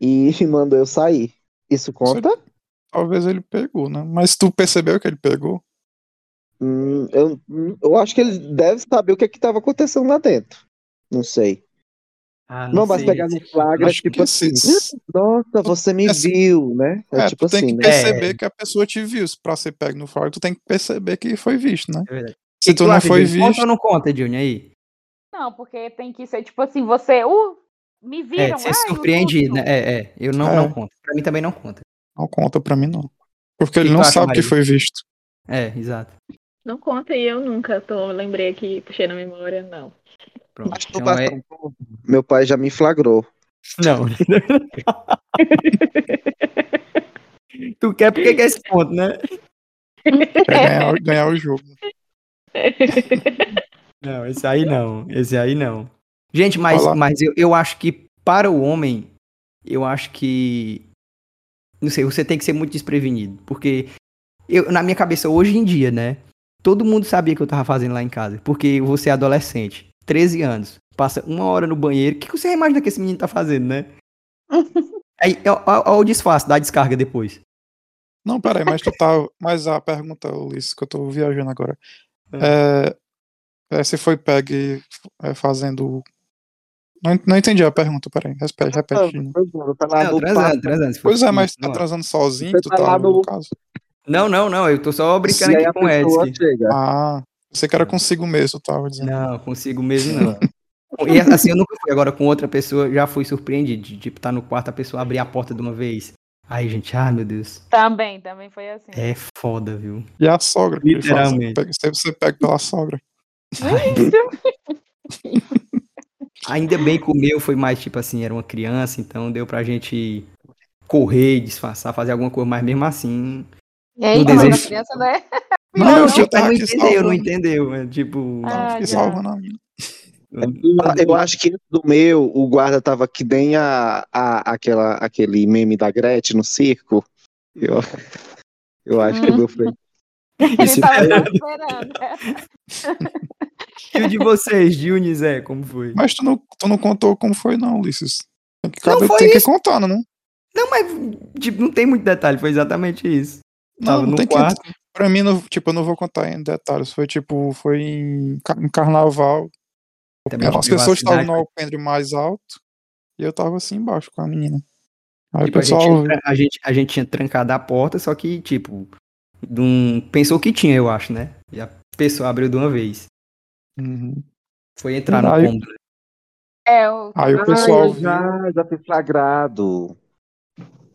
e mandou eu sair. Isso conta?
Talvez ele pegou, né? Mas tu percebeu que ele pegou?
Hum, eu, hum, eu acho que ele deve saber o que é que estava acontecendo lá dentro. Não sei.
Ah,
Não, mas pegar no flagra,
Acho
tipo
que
assim,
sim.
nossa, você me
É assim-
viu, né? É,
É,
tipo
tu tem
assim,
que
né?
É.
perceber que a pessoa te viu. Se Pra ser pego no flagra, tu tem que perceber que foi visto, né?
É verdade.
Se
Que
tu
tu
não
acha,
foi
Júnior? Conta
visto,
ou não conta, Júnior, aí?
Não, porque tem que ser tipo assim, você, uh, me
É,
viram.
você
ai,
é
o
surpreendido, né?
susto.
É, é. Eu não,
É.
não conto. Pra mim também não conta.
não conta pra mim, não. Porque
que
ele
tu
não
acha,
sabe que
Maria?
foi visto.
É, exato.
Não conta e eu nunca. Tô, lembrei aqui, puxei na memória, não.
Pronto. Então
tá
é...
Masturbação. Meu pai já me flagrou.
Não. Tu quer porque quer esse ponto, né?
Quer É ganhar, o- ganhar o jogo.
Não, esse aí não. Esse aí não. Gente, mas,
Olá.
mas eu, eu acho que para o homem, eu acho que. Não sei, você tem que ser muito desprevenido. Porque eu, na minha cabeça, hoje em dia, né? Todo mundo sabia que eu tava fazendo lá em casa. Porque você é adolescente, 13 anos, passa uma hora no banheiro. O que que você imagina que esse menino tá fazendo, né? Aí, ó, ó, ó o disfarce, dá a descarga depois.
Não, peraí, mas tu tá. Mas a pergunta, Ulisses, que eu tô viajando agora. É, é, se foi pegue é, fazendo. Não, en- não entendi a pergunta, peraí. Repete, repete. de novo.
Tá lá
É,
não,
no
transando,
papo.
transando. se for
Pois é,
assim,
mas tá
não.
transando sozinho,
Você
tu
tá
tá
lá
no,
no-
caso.
Não, não, não, eu tô só brincando
E aí
aqui
a
com o
pessoa
Edson.
chega.
Ah, você
É.
que era consigo mesmo, tu tava dizendo.
Não, consigo mesmo não. Bom, E assim, eu nunca fui. Agora, com outra pessoa, já fui surpreendido. de, Tipo, tá no quarto, a pessoa abrir a porta de uma vez. Ai, gente, ah, meu Deus.
Também, também foi assim.
É foda, viu?
E a sogra que ele faz,
Literalmente.
pega- sempre você pega pela sogra.
Ainda bem que o meu foi mais, tipo assim, era uma criança, então deu pra gente correr, disfarçar, fazer alguma coisa, mas mesmo assim.
E aí,
No
como
desejo.
era criança, né?
Não,
Não,
eu só
tipo, mas
tava
não
aqui
entendeu, não
salvando. Tá
entendeu. É, tipo.
Ah,
Fiquei
já.
salvando a mina.
É Ah, Eu acho que do meu, o guarda tava que nem a, a, aquela, aquele meme da Gretchen no circo. Eu, eu acho que o meu foi.
Ele
Isso
tava
é-
só esperando. né?
E o de vocês, de Unizé, como foi?
Mas tu não, tu não contou como foi, não, Ulisses. Tem que,
Não
cada-
foi
tem que
isso.
contar, não? Não,
Não, mas tipo, não tem muito detalhe, foi exatamente isso. Tava
não
no
tem
quarto.
que. Pra mim, não- tipo, eu não vou contar em detalhes. Foi tipo, foi em, ca- em carnaval.
Também de
É, As pessoas estavam
privacidade,
no alpendre mais alto e eu tava assim embaixo com a menina. Aí
Tipo,
o
a, gente, tinha
pessoal.
tra- a, gente, a gente tinha trancado a porta, só que, tipo, de um- pensou que tinha, eu acho, né? E a pessoa abriu de uma vez.
Uhum.
Foi entrar no
Aí-
cômodo.
É, o...
Aí o
Ah,
pessoal Ah,
eu já, já fui flagrado.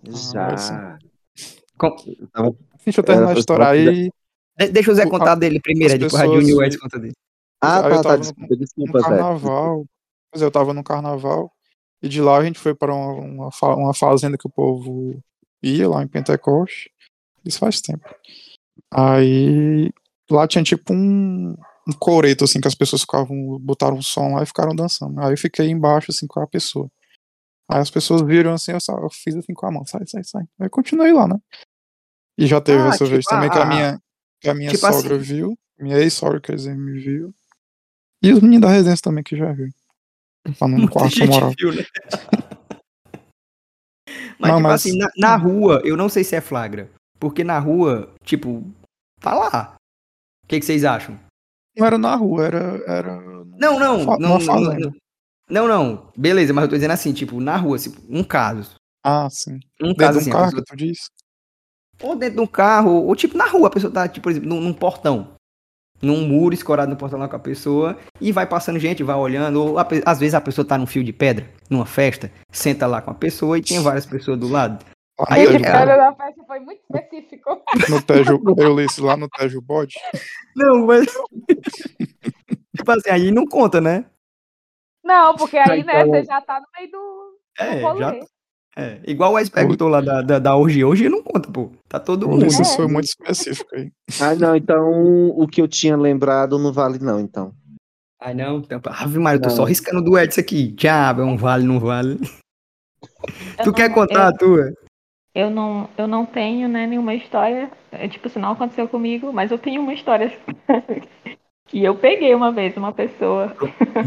Já.
Com-
Eu tava-
Deixa eu
É,
terminar a
Era-
história aí.
De- deixa o Zé
O-
contar
a-
dele primeiro,
as
aí depois a Juni
pessoas-
West conta dele.
Ah,
Aí
tá, tá.
eu tava no-
Desculpa,
no
desculpa, Zé.
carnaval. Pois é, eu tava no carnaval. E de lá a gente foi para uma, uma, fa- uma fazenda que o povo ia lá em Pentecoste. Isso faz tempo. Aí lá tinha tipo um, um coreto, assim, que as pessoas ficavam, botaram um som lá e ficaram dançando. Aí eu fiquei embaixo, assim, com a pessoa. Aí as pessoas viram assim, eu, sa- eu fiz assim com a mão, sai, sai, sai. Aí continuei lá, né? E já teve
Ah,
essa
tipo,
vez também que
ah,
a minha, que a minha
tipo
sogra viu, minha ex-sogra, quer dizer, me viu. E os meninos da residência também que já viu. Lá no
Muita
quarto, na
gente
moral.
viu, né? Mas,
Não,
tipo
mas- hum.
assim, na, na rua, eu não sei se é flagra. Porque na rua, tipo, tá lá. O que, que vocês acham?
Não era na rua, era. era
Não, não.
fa-
não,
numa fazenda.
não, não. Beleza, mas eu tô dizendo assim, tipo, na rua, assim, um caso.
Ah, sim.
Um caso
Dentro de
assim,
um
a
carro,
pessoa
que tu disse?
Ou dentro de um carro, ou tipo na rua, a pessoa tá, tipo, por exemplo, num, num portão. Num muro escorado no portão lá com a pessoa, e vai passando gente, vai olhando, ou a pe- às vezes a pessoa tá num fio de pedra, numa festa, senta lá com a pessoa e tem várias pessoas do lado.
Lá
Aí
no
eu-
Aí o
Tejo,
cara-
cara da festa foi muito específico.
no Tejo, eu Ulisses, lá no Tejo Bode.
Não, mas. tipo assim, aí não conta, né?
Não, porque aí, né,
Então-
você já tá no meio do, do
É, já.
rolê.
É, igual o Wes perguntou lá da, da, da orgia, hoje não conta, pô. Tá todo mundo.
Ulisses
É.
foi muito específico aí.
Ah, não, então o que eu tinha lembrado não vale, não, então.
Ai, não, então, Ave Maria, eu tô
Não.
só riscando do Edson aqui. Diabo, é um vale, não vale.
Eu
tu
não-
quer contar a tua?
Eu não, eu não tenho, né, nenhuma história. É, tipo, isso não aconteceu comigo, mas eu tenho uma história que eu peguei uma vez uma pessoa.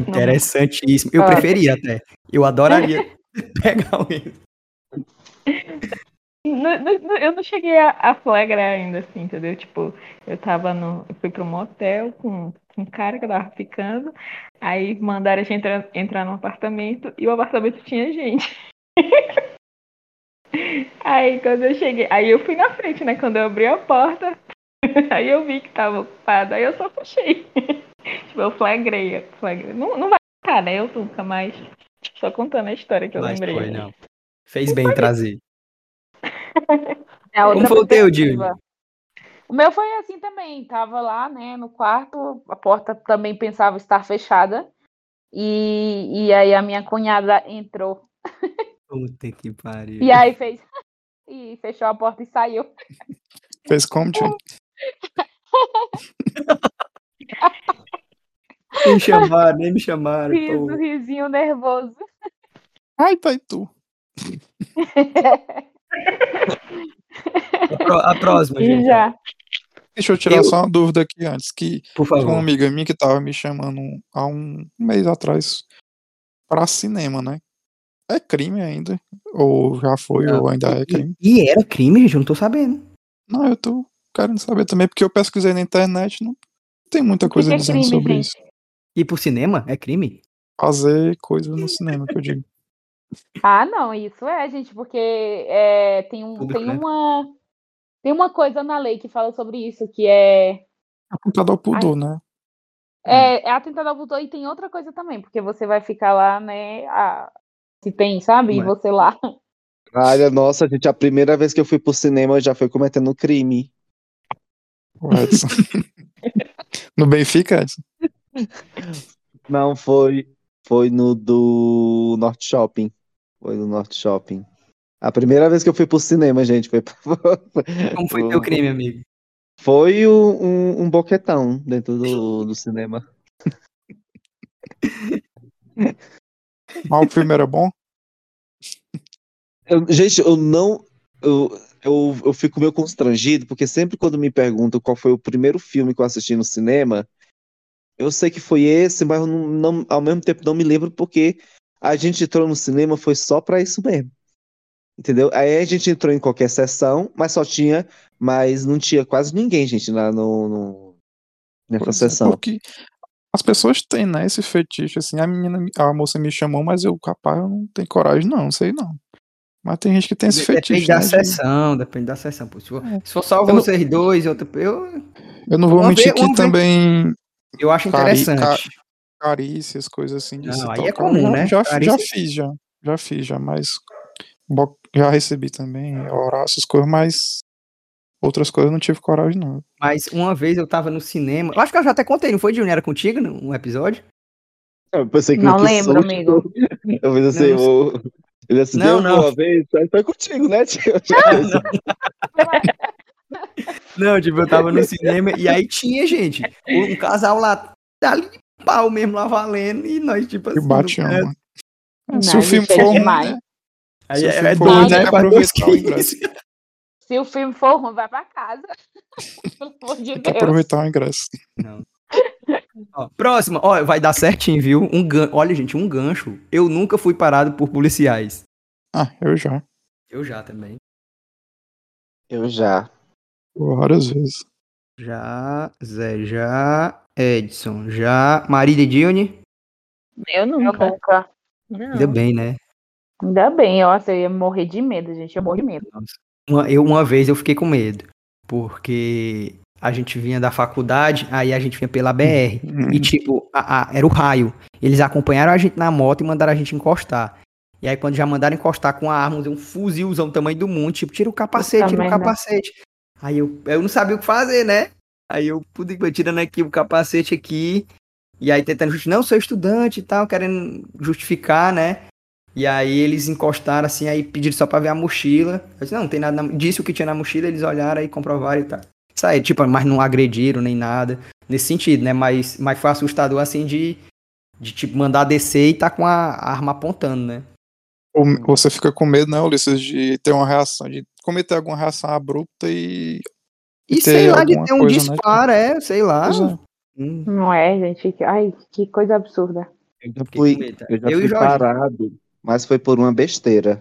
Interessantíssimo. Eu
Ah.
preferia até. Eu adoraria pegar alguém.
Não- não- não- eu não cheguei a, a flagrar ainda, assim, entendeu? Tipo, eu tava no. Eu fui pra um motel com, com um cara que eu tava ficando. Aí mandaram a gente entrar, entrar num apartamento e o apartamento tinha gente. Aí quando eu cheguei. Aí eu fui na frente, né? Quando eu abri a porta, aí eu vi que tava ocupado. Aí eu só puxei. Tipo, eu flagrei. flagrei. Não, não vai ficar, né? Eu nunca mais. Só contando a história que eu
Mas
lembrei.
foi, não. Fez bem em trazer.
É outra
Como foi o teu, Diego?
perspectiva. O meu foi assim também, tava lá, né, no quarto, a porta também pensava estar fechada, e, e aí a minha cunhada entrou,
Puta que pariu.
e aí fez, e fechou a porta e saiu.
Fez como, Jane?
Nem me chamaram, nem me chamaram.
Riso,
pô.
risinho nervoso.
Ai, tá Taitu.
A, pró- a próxima,
E
gente.
já.
Deixa eu tirar
Eu-
só uma dúvida aqui antes, que
Por
tinha uma
favor.
amiga minha que tava me chamando um- há um mês atrás pra cinema, né? É crime ainda? Ou já foi,
Não,
ou ainda é
E,
crime?
e era crime, gente, eu não tô sabendo.
Não, eu tô querendo saber também, porque eu pesquisei na internet, não tem muita
que
coisa
que é
dizendo
crime,
sobre
gente?
isso.
Ir pro cinema é crime?
Fazer coisa no cinema, que eu digo.
Ah, não, isso é, gente, porque é, tem, um,
Público,
tem
né?
uma. Tem uma coisa na lei que fala sobre isso, que é.
Apontado ao pudor, né?
Hum.
É, é atentado ao pudor e tem outra coisa também, porque você vai ficar lá, né? a- se tem, sabe? E
Ué.
você lá.
Caralho, nossa, gente, a primeira vez que eu fui pro cinema eu já foi cometendo um crime.
O Edson. no Benfica, Edson?
Não, foi. Foi no do Norte Shopping. Foi no Norte Shopping. A primeira vez que eu fui pro cinema, gente, foi.
Como foi teu crime, amigo?
Foi o- um, um boquetão dentro do, do cinema.
Mas o filme era bom?
Eu- gente, eu não. Eu, eu, eu fico meio constrangido, porque sempre quando me perguntam qual foi o primeiro filme que eu assisti no cinema, eu sei que foi esse, mas eu não, não- ao mesmo tempo não me lembro, porque a gente entrou no cinema foi só pra isso mesmo. Entendeu? Aí a gente entrou em qualquer sessão, mas só tinha. Mas não tinha quase ninguém, gente, lá no, no- nessa
Pois é,
sessão.
porque as pessoas têm, né, esse fetiche, assim, a menina, me- a moça me chamou, mas eu, capaz, eu não tenho coragem, não, sei não. Mas tem gente que tem esse
Depende
fetiche,
da
né, de-
sessão, depende da sessão. pô. Se for,
É.
se for só
não-
vocês dois, outra, eu,
Eu não vou
Uma
mentir
vez- uma
que
vez-
também
eu acho
Cari-
interessante.
carícias, coisas assim, de
Não,
se
aí é
tocar,
comum,
já,
né?
já, já
Carícia-
fiz, já. Já fiz, já, mas bo- já recebi também, orar, essas coisas, mas outras coisas eu não tive coragem, não.
Mas uma vez eu tava no cinema. Eu acho que eu já até contei, não foi, Junior? Era contigo num episódio?
Eu pensei que
Não
que
lembro,
susto.
amigo.
Eu fiz assim,
Não,
eu. Ele assim,
Não,
deu
não.
uma vez, aí foi contigo, né, tio?
Não, tipo, eu tava no cinema e aí tinha, gente, um casal lá, tá ali pau mesmo lá valendo e nós, tipo
E
assim.
bate
no-
uma.
Não,
Se o
isso
filme
é
for ruim,
demais.
né?
Aí
Se o
é,
filme
é
for
dois,
ruim,
né?
tem que
Faz dois
aproveitar o ingresso.
que-
Se o filme for ruim, vai pra casa. Pelo amor de
Tem que
Deus.
é aproveitar o ingresso.
Ó, próxima, ó, vai dar certinho, viu? Um gan... Olha, gente, um gancho. Eu nunca fui parado por policiais.
Ah, eu já.
Eu já também.
Eu já.
Várias vezes.
Já, Zé, já, Edson, já, Marília e Dione.
Eu
Eu
nunca.
nunca.
Ainda
Não.
bem, né?
Ainda bem, nossa, eu ia morrer de medo, gente. Eu morro de medo.
Nossa. Uma, eu, uma vez eu fiquei com medo, porque a gente vinha da faculdade, aí a gente vinha pela BR,
Uhum.
e tipo, a- a- era o raio. Eles acompanharam a gente na moto e mandaram a gente encostar. E aí quando já mandaram encostar com a arma, um fuzilzão do tamanho do mundo, tipo, tira o capacete,
Puta
tira o
merda.
capacete. Aí eu, eu não sabia o que fazer, né? Aí eu, puta que pariu, tirando aqui o capacete aqui, e aí tentando justificar, não, sou estudante e tal, querendo justificar, né? E aí eles encostaram assim, aí pediram só pra ver a mochila. Eu disse, não, não tem nada na... Disse o que tinha na mochila, eles olharam e comprovaram e tal. Isso aí, tipo, mas não agrediram nem nada. Nesse sentido, né? Mas, mas foi assustador assim de, de tipo, mandar descer e tá com a arma apontando, né?
Ou você fica com medo, né, Ulisses, de ter uma reação, de cometer alguma reação abrupta e.
E
Ter
sei lá, de
alguma
ter um
coisa, né?
disparo, é, sei lá.
Pois é.
Hum,
Não é, gente? que- Ai, que coisa absurda.
Eu já
fiquei
fui,
com medo. tá?
eu já
Eu e
fui
Jorge.
parado, mas foi por uma besteira.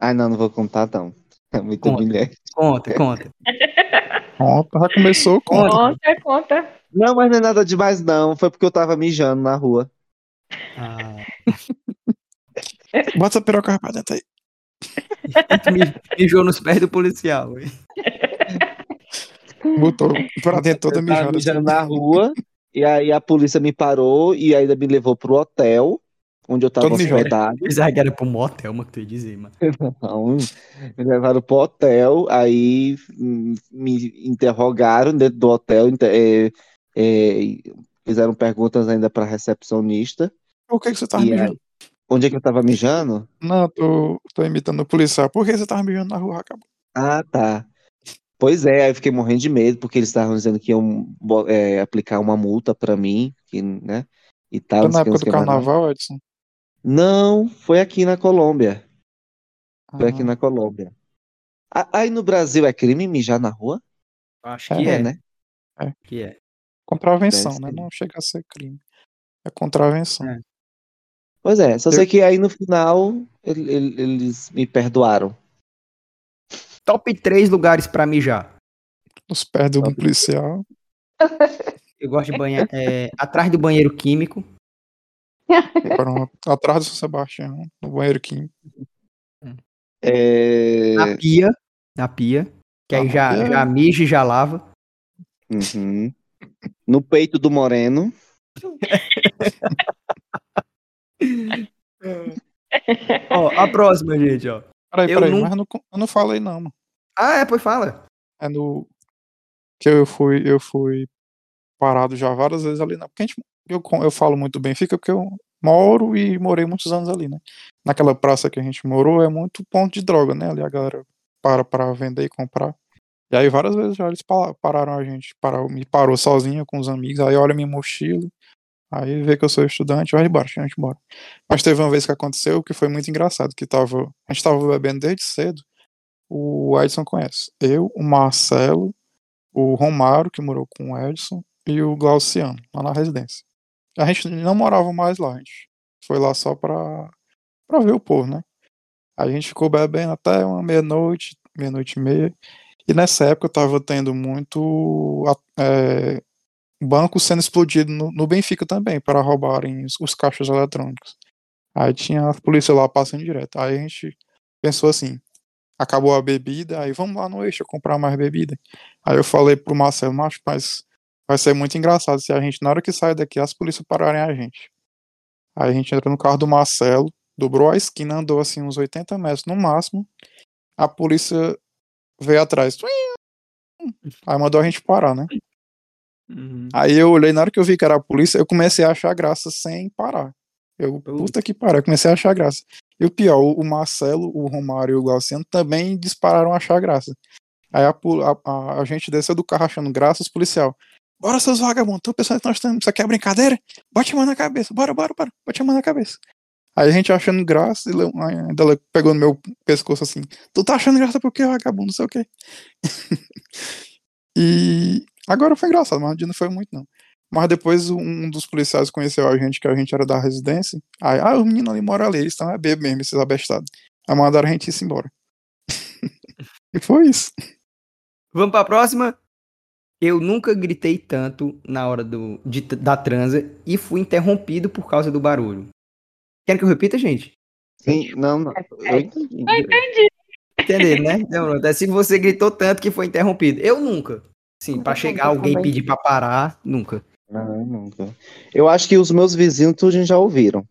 Ai, não, não vou contar, não. É muito
Conta.
humilhante.
Conta, conta.
Opa, já começou com.
Conta, conta.
Não, mas não é nada demais, não. Foi porque eu tava mijando na rua.
Ah,
Bota a piroca pra dentro aí.
tu mi- mijou nos pés do policial.
Botou pra dentro toda
eu tava
mijada. assim.
tá mijando na rua, e aí a polícia me parou e ainda me levou pro hotel, onde eu tava
Todo mijado.
hospedado.
Apesar que era pro motel, mas que tu ia dizer, mano.
Então, me levaram pro hotel, aí hum, me interrogaram dentro do hotel, inter- eh, eh, fizeram perguntas ainda pra recepcionista.
Por que, que você tava
E aí,
mijando?
onde é que eu tava mijando?
Não, tô, tô imitando o policial. Por que você tava mijando na rua, acabou?
Ah, tá. Pois é, aí eu fiquei morrendo de medo, porque eles estavam dizendo que iam bo- é, aplicar uma multa pra mim, que, né? E tal,
Foi
não sei
na
o que,
época
não sei
do
o que mais lá.
carnaval, Edson?
Não, foi aqui na Colômbia. Foi aqui
Ah,
na Colômbia. A- Aí no Brasil é crime mijar na rua?
Acho
É,
que é,
É, né?
que é.
Contravenção, né?
Deve ser.
Não chega a ser crime. É contravenção.
É.
Pois é, só
Eu-
sei que aí no final ele- ele- eles me perdoaram.
Top 3 lugares pra mijar.
Nos pés de um policial.
Eu gosto de banhar é, atrás do banheiro químico.
Agora, uma- atrás do São Sebastião, no banheiro químico.
É...
Na pia. Na pia. Que aí
Ah,
já,
pia.
já mija e já lava.
Uhum. No peito do Moreno.
Ó, a próxima, gente, ó.
Peraí,
Eu
peraí,
não-
mas eu não, con- eu não falei, não, mano.
Ah, é, pois fala.
É no. Que eu fui, eu fui parado já várias vezes ali, né? Porque a gente, eu, con- eu falo muito bem, fica porque eu moro e morei muitos anos ali, né? Naquela praça que a gente morou é muito ponto de droga, né? Ali a galera para pra vender e comprar. E aí várias vezes já eles pa- pararam a gente, parou, me parou sozinho com os amigos, aí olha minha mochila, aí vê que eu sou estudante, vai embora, a gente embora. Mas teve uma vez que aconteceu que foi muito engraçado, que tava, a gente tava bebendo desde cedo, o Edson conhece, eu, o Marcelo, o Romário, que morou com o Edson, e o Glauciano, lá na residência. A gente não morava mais lá, a gente foi lá só pra, pra ver o povo, né? A gente ficou bebendo até uma meia-noite, meia-noite e meia, e nessa época eu tava tendo muito a- é, banco sendo explodido no, no Benfica também, para roubarem os, os caixas eletrônicos. Aí tinha a polícia lá passando direto. Aí a gente pensou assim, acabou a bebida, aí vamos lá no Eixo comprar mais bebida. Aí eu falei pro Marcelo, macho, mas vai ser muito engraçado se a gente, na hora que sair daqui, as polícias pararem a gente. Aí a gente entra no carro do Marcelo, dobrou a esquina, andou assim uns 80 metros no máximo, a polícia veio atrás. Aí mandou a gente parar, né?
Uhum.
Aí eu olhei, na hora que eu vi que era a polícia, eu comecei a achar graça sem parar. Eu, puta que pariu, eu comecei a achar graça. E o pior, o o Marcelo, o Romário e o Glauciano também dispararam a achar graça. Aí a, pol- a, a- a gente desceu do carro achando graça, os policial. Bora, seus vagabundos, tão pensando que nós estamos, isso aqui é brincadeira? Bote a mão na cabeça, bora, bora, bora, bote a mão na cabeça. Aí a gente achando graça, e le- ainda ela pegou no meu pescoço assim, tu tá achando graça por quê, vagabundo, não sei o quê. E agora foi engraçado, mas no dia não foi muito, não. Mas depois um dos policiais conheceu a gente, que a gente era da residência. Aí, ah, o menino ali mora ali, eles estão é bebo mesmo, esses abestados. Aí mandaram a gente ir embora. e foi isso.
Vamos pra próxima? Eu nunca gritei tanto na hora do, de- da transa e fui interrompido por causa do barulho. Querem que eu repita, gente?
Sim, não, não. Eu entendi.
Entender, né? Demorou. Até se você gritou tanto que foi interrompido. Eu nunca. Sim,
é
pra chegar alguém e pedir pra parar, nunca.
Não, nunca. Eu acho que os meus vizinhos tudo já ouviram.
É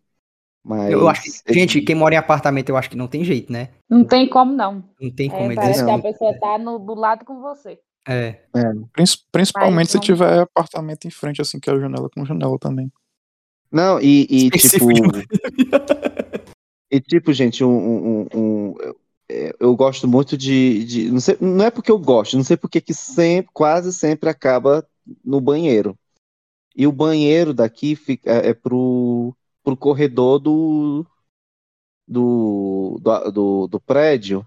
Mas.
Eu acho que, gente, quem mora em apartamento, eu acho que não tem jeito, né?
Não tem como não.
Não tem como
É,
eles.
parece que
não.
a pessoa tá no- do lado com você.
É.
Princi- Principalmente se
vamos-
tiver apartamento em frente, assim, que é janela com janela também.
Não, e, e tipo.
Específico
E tipo, gente, um. um- um- um- eu- é, eu gosto muito de. de- não, sei- não é porque eu gosto, não sei porque que sempre, quase sempre acaba no banheiro. E o banheiro daqui fica, é, é pro, pro corredor do, do, do, do- do prédio.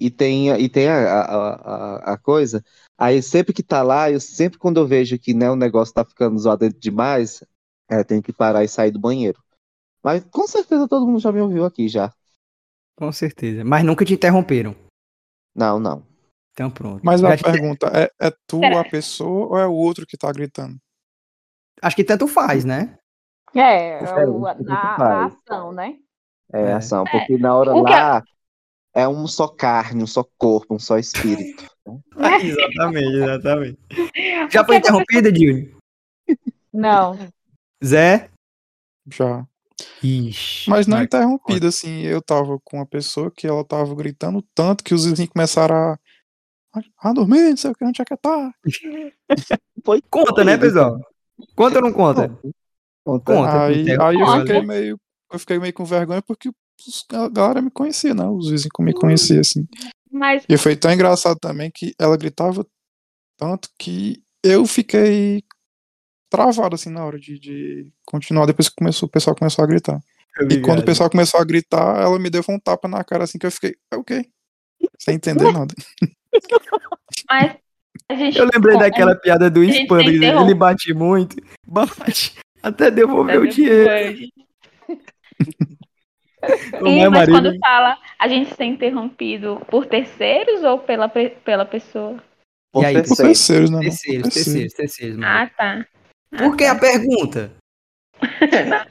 E tem, a- e tem a, a, a- a coisa. Aí sempre que tá lá, eu sempre quando eu vejo que né, o negócio tá ficando zoado demais, é, eu tenho que parar e sair do banheiro. Mas com certeza todo mundo já me ouviu aqui já.
Com certeza. Mas nunca te interromperam.
Não, não.
Então pronto.
Mas a
acho, que,
pergunta, é, é tu
Será?
a pessoa ou é o outro que tá gritando?
acho que tanto faz, né?
É,
É,
é o-
o que
na,
faz.
na ação, né?
É,
É.
ação, porque na hora
O que-
lá é um só carne, um só corpo, um só espírito.
exatamente, exatamente.
O
Já
que
foi
aconteceu-
interrompida, Dilne?
Não.
Zé?
Já.
Ixi.
Mas não
Vai.
interrompido, assim. Eu tava com uma pessoa que ela tava gritando tanto que os vizinhos começaram a. A dormir, não sei o que, onde é que tá?
Foi
Conta, né, pessoal? Conta ou não conta?
Conta.
Conta.
Aí,
Interrom-
aí eu
Olha.
fiquei meio. Eu fiquei meio com vergonha porque os- a galera me conhecia, né? Os vizinhos me conheciam, assim.
Mas
E foi tão engraçado também que ela gritava tanto que eu fiquei travado assim na hora de, de continuar depois que começou, o pessoal começou a gritar. E quando o pessoal começou a gritar, ela me deu um tapa na cara assim que eu fiquei, é o quê? Sem entender nada.
Mas a gente.
Eu lembrei
Bom,
daquela piada do
gente tem
espanto, ele,
terror.
ele bate muito, bate, até
é-
devolver o
é-
dinheiro.
é-
Como
Sim,
é,
mas
Marília?
quando fala, a gente ser interrompido por terceiros ou pela, pe- pela pessoa?
E aí,
Por
Por
terceiro.
terceiros, né? não?
Terceiros, terceiros, terceiros, mano.
Ah, tá.
Por que a pergunta?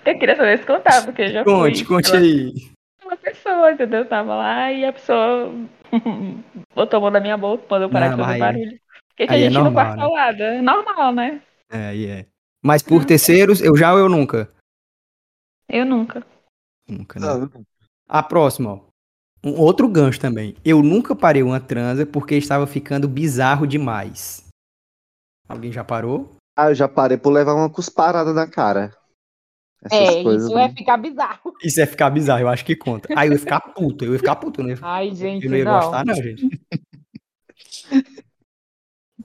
Eu queria saber se contar, porque eu já
Conte,
fui
conte aí.
pela pessoa, entendeu? Eu tava lá e a pessoa botou a mão na minha boca, mandou eu parar
Não,
de fazer
mas aí-
barulho. Porque tinha
aí é
gente no
normal,
quarto
né?
ao lado. É normal, né?
É, e é. Mas por terceiros, eu já ou eu nunca?
Eu nunca.
Nunca, né? A próxima, ó. Um outro gancho também. Eu nunca parei uma transa porque estava ficando bizarro demais. Alguém já parou?
Ah, eu já parei por levar uma cusparada na cara. Essas
É,
coisas.
isso vai
né?
ficar bizarro.
Isso é ficar bizarro, eu acho que conta. Aí eu ia ficar puto, eu ia ficar puto, né?
Ai, Ah, gente,
Eu não ia
não.
gostar, né? não, gente.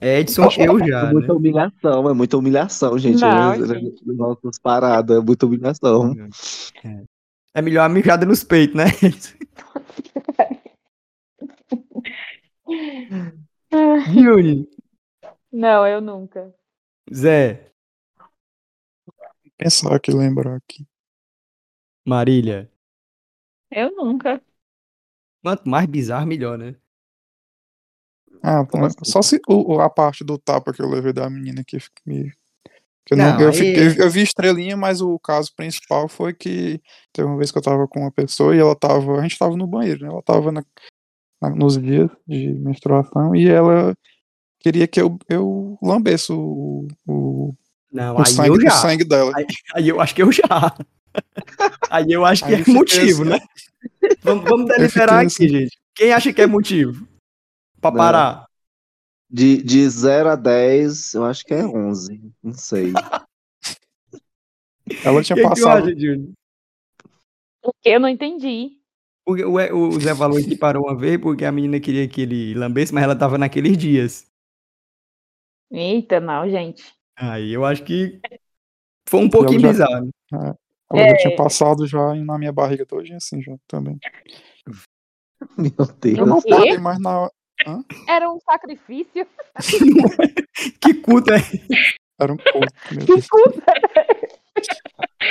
É, Edson, eu já.
É muita
Né?
humilhação, é muita humilhação, gente.
Não,
Eu- eu-
gente.
Levar uma cusparada, é muita humilhação.
Uhum. É melhor a mijada nos peitos, né? Edson? Júnior,
Não, eu nunca.
Zé,
Pensar que lembrar aqui.
Marília.
Eu nunca.
Quanto mais bizarro, melhor, né?
Ah,
Como
tá. só se o, o- a parte do tapa que eu levei da menina que fica- me. que eu,
Não,
não, eu,
aí-
fiquei- eu vi estrelinha, mas o caso principal foi que teve uma vez que eu tava com uma pessoa e ela tava. A gente tava no banheiro, né? Ela tava na- na- nos dias de menstruação e ela queria que eu, eu lambesse o, o,
Não,
o,
aí eu
sangue, o
já.
sangue dela.
Aí eu acho que eu já. Aí eu acho que
Aí eu
é
fiquei
motivo,
assim,
né? Vamos, vamos
Eu fiquei
deliberar aqui,
assim.
gente. Quem acha que é motivo? Pra
Não.
parar.
De, de 0 a 10, eu acho que é 11. Não sei.
Ela tinha
Quem é que
passado.
acha, Júnior?
Porque eu não entendi.
Porque o, o Zé falou que parou uma vez porque a menina queria que ele lambesse, mas ela tava naqueles dias.
Eita, não, gente.
Aí eu acho que foi um pouquinho
já-
bizarro.
Ela já tinha passado já na minha barriga todinha assim já também.
Meu
Eu
Deus.
não
quê?
parei mais na
Era um sacrifício.
Que culto é?
Era um pouco, meu Deus.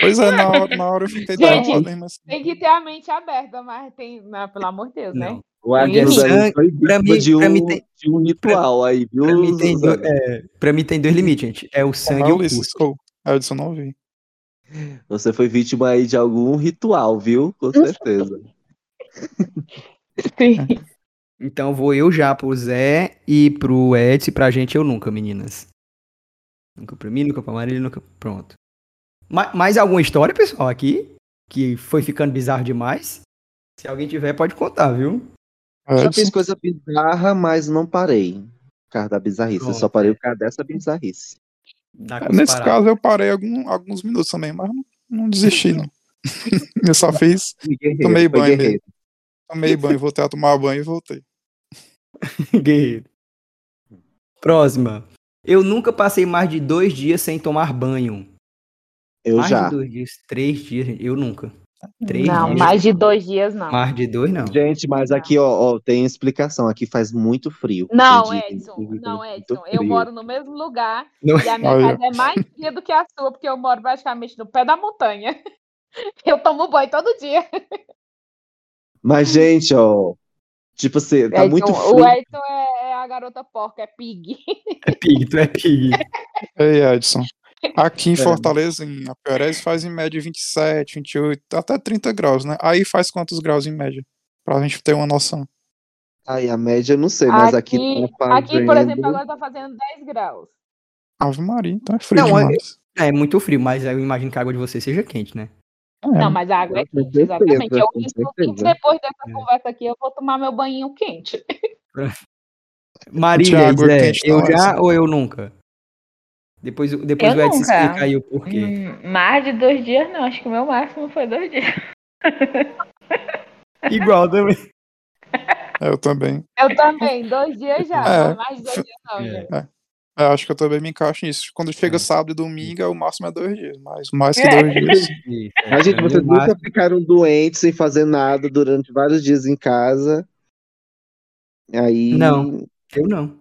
Pois é, na hora, na hora eu fiquei
Gente,
travado, hein, mas
Tem que ter a mente aberta, mas tem. Não, pelo amor de Deus, né?
Não.
O Agnus
Sangue-
aí foi vítima
pra mim-
de, um,
pra mim tem-
de um ritual aí, viu?
Pra mim, tem
Zé?
dois, é, pra mim tem dois limites, gente. É o sangue e
eu
o
disse,
custo.
ou, é, eu disse, eu não vi.
Você foi vítima aí de algum ritual, viu? Com certeza.
Sim.
Então vou eu já pro Zé e pro Edson e pra gente eu nunca, meninas. Nunca pra mim, nunca pra Marília, nunca. Pronto. Ma- mais alguma história, pessoal, aqui? Que foi ficando bizarro demais? Se alguém tiver, pode contar, viu?
Já
Edson,
fiz coisa bizarra, mas não parei. Por causa da bizarrice. Eu só
Pronto.
parei por causa dessa bizarrice.
Dá
nesse
cusparada.
caso eu parei algum- alguns minutos também, mas não, não desisti, não. eu só fiz,
Fui guerreiro,
Tomei
foi
banho
guerreiro.
tomei banho, voltei a tomar banho e voltei.
Guerreiro. Próxima. Eu nunca passei mais de dois dias sem tomar banho.
Eu
mais
já.
de dois dias, três dias, gente. Eu nunca. Três
Não,
dias.
mais de dois dias, não.
Mais de dois, não.
Gente, mas aqui, ó, ó, tem explicação. Aqui faz muito frio.
Não,
Tem dia-
Edson,
tem dia que
não,
faz muito
Edson. Eu
frio.
moro no mesmo lugar
Não-
e a minha
Olha.
casa é mais fria do que a sua, porque eu moro praticamente no pé da montanha. Eu tomo banho todo dia.
Mas, gente, ó. Tipo assim, tá muito
Edson,
frio.
o Edson é, é a garota porca, é pig.
É pig, tu é pig.
Ei, Edson. Aqui em
Pera.
Fortaleza, em Apiorés, faz em média 27, 28, até 30 graus, né? Aí faz quantos graus em média? Pra gente ter uma noção.
Ai, a média eu não sei, mas aqui, tá fazendo...
aqui, por exemplo, agora tá fazendo 10 graus.
Ave Maria, então é frio
Não, é-
demais.
É muito frio, mas eu imagino que a água de vocês seja quente, né?
É,
Não, mas a água é
com
quente,
certeza,
exatamente. Eu,
com
inclusive,
certeza.
depois dessa
É.
conversa aqui, eu vou tomar meu banho quente.
Marília,
Tiago,
Zé,
quente
eu
não é
já
essa.
ou eu nunca? Depois, depois
Eu
o Edson
nunca.
explica aí o porquê.
Hum, mais de dois dias, não. Acho que o meu máximo foi dois dias.
Igual também.
É, Eu também.
Eu também, dois dias já.
É.
Mais de dois dias não, já.
Eu acho que eu também me encaixo nisso. Quando chega sábado e domingo, é o máximo é dois dias. Mas mais que dois dias.
Mas, gente, vocês
Máximo.
nunca ficaram doentes sem fazer nada durante vários dias em casa. Aí.
Não.
Eu não.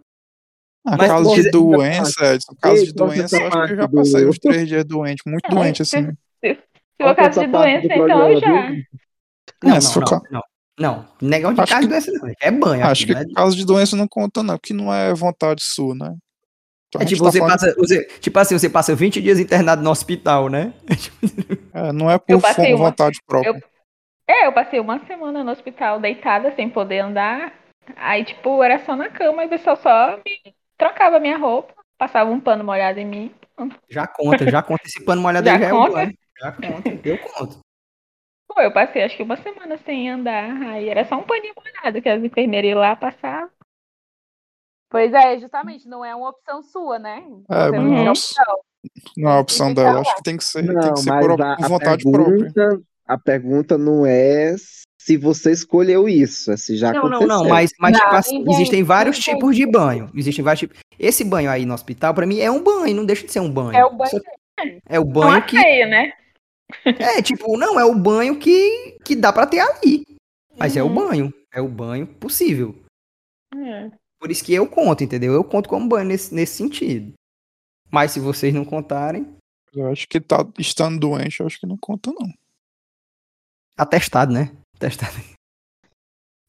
Ah,
Mas
caso
você-
de doença, Edson. Caso de
Ei, corta
doença,
essa
eu acho que eu já
parte
passei
do-
uns três dias doente. Muito
Não,
doente,
isso-
assim.
Se for
Corta
caso de
é essa parte
doença,
do
então
programa,
já.
viu?
Não,
É, se for
não,
ca-
não, não. não. Negócio de
Acho
casa
que-
doença não. É banho.
Ah, Acho
aqui,
que
não é-
caso de doença não conta, não, porque não é vontade sua, né? Então,
É
a gente
tipo,
tá
você
falando-
passa, você- tipo assim, você passa 20 dias internado no hospital, né?
é, não é por
Eu passei
fo-
uma-
vontade própria.
É, eu passei uma semana no hospital deitada, sem poder andar. Aí, tipo, era só na cama e o pessoal só me trocava minha roupa, passava um pano molhado em mim.
Já conta, já conta. Esse pano molhado
Já
aí já é o
conta?
banho. Já conta, eu conto.
Pô, eu passei acho que uma semana sem andar. Aí era só um paninho molhado que as enfermeiras iam lá passavam.
Pois é, justamente, não é uma opção sua, né?
É,
Você
mas-
não tem opção.
Não é a opção
Tem que
dela.
falar.
Acho que tem que ser, tem
Não,
que ser
mas
por,
a,
por
a
vontade própria.
pergunta, a pergunta não é se você escolheu isso, é se já
Não, não,
aconteceu.
não, mas, mas
Não,
tipo assim,
ninguém-
existem vários
ninguém-
tipos de banho. Existem vários tipos. Esse banho aí no hospital, pra mim, é um banho, não deixa de ser um banho.
É o banho.
Só- É o
Não
banho que.
achei, né?
É, tipo, não, é o banho que, que dá pra ter ali. Mas é o banho. É o banho possível.
É.
Por isso que eu conto, entendeu? Eu conto como banho nesse, nesse sentido. Mas se vocês não contarem,
Eu acho que tá estando doente, eu acho que não conta, não.
atestado, né? Atestado.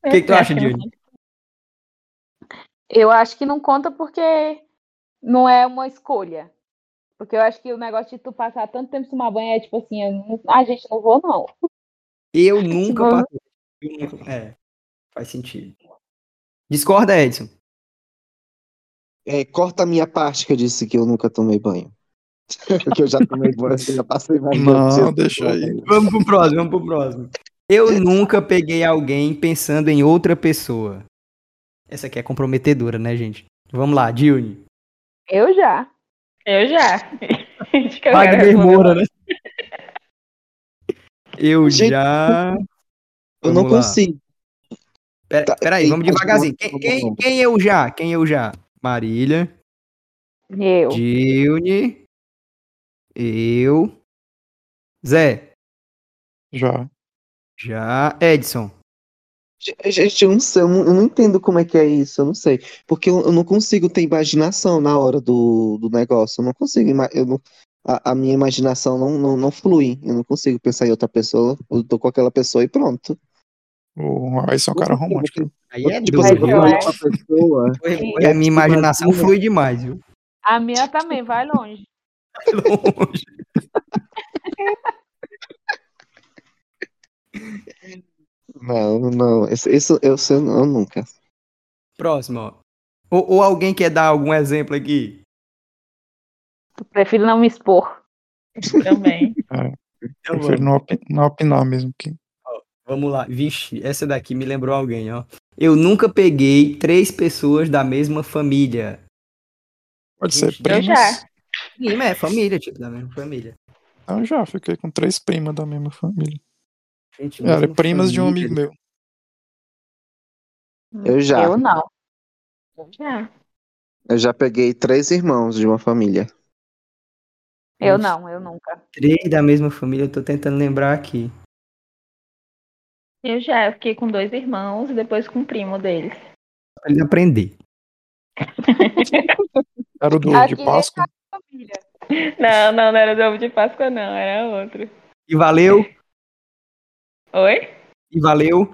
O que, que tu
Eu
acha,
acho
Diogo?
Eu acho que não conta porque não é uma escolha. Porque eu acho que o negócio de tu passar tanto tempo sem tomar banho é tipo assim, eu não- ah, gente, não vou não.
Eu nunca
bom.
passei. Eu nunca- É, faz sentido. Discorda, Edson.
É, corta a minha parte que eu disse que eu nunca tomei banho. que eu já tomei banho, que eu já passei mais de
Não,
oito dias
deixa
tomando
aí.
banho.
Vamos pro próximo, vamos pro próximo. Eu nunca peguei alguém pensando em outra pessoa. Essa aqui é comprometedora, né, gente? Vamos lá, Dilne.
Eu já.
Eu já. Acho
É,
que eu quero
Wagner
responder.
Moura, né? Eu
Gente,
já.
Eu não
Vamos lá.
consigo.
Pera,
Tá,
peraí,
tem
vamos
mais
devagarzinho.
uma?
Quem,
Vamos,
quem,
vamos.
quem eu já? Quem eu já? Marília,
Eu.
Dilne, eu, Zé,
Já.
já, Edson.
Gente, eu não sei, eu não, eu não entendo como é que é isso, eu não sei. Porque eu, eu não consigo ter imaginação na hora do, do negócio. Eu não consigo. ima- Eu não, a, a minha imaginação não, não, não flui. Eu não consigo pensar em outra pessoa. Eu tô com aquela pessoa e pronto.
O Raíssa é um cara
Não consigo,
romântico.
Aí
eu-
é
tipo assim, eu
doido,
vou
viu?
eu
falar
acho.
com a pessoa.
Aí A minha imaginação flui demais, viu?
A minha também vai longe.
Longe.
Não, não. Isso, isso eu, sei- eu nunca.
Próximo, ó. Ou, ou alguém quer dar algum exemplo aqui?
Prefiro não me expor.
Também.
Então
Prefiro
vamos.
não, opi- não opinar mesmo. Que...
Vamos lá. Vixe, essa daqui me lembrou alguém, ó. Eu nunca peguei três pessoas da mesma família.
Pode ser
Gente,
Eu
primas.
já.
Prima é família, tipo, da mesma família.
Eu Ah, já fiquei com três primas da mesma família.
Gente,
Era
mesma
primas de um
família.
amigo meu.
Eu já.
Eu não.
Eu já.
Eu já peguei três irmãos de uma família.
Eu
Vixe,
não, eu nunca.
Três da mesma família, eu tô tentando lembrar aqui.
Eu já. Eu fiquei com dois irmãos e depois com um primo deles.
Pra ele aprender.
Era o do
Aqui
de
nem
Páscoa.
Família.
Não, não, não era do ovo de Páscoa, não. Era outro.
E valeu,
Oi?
e valeu.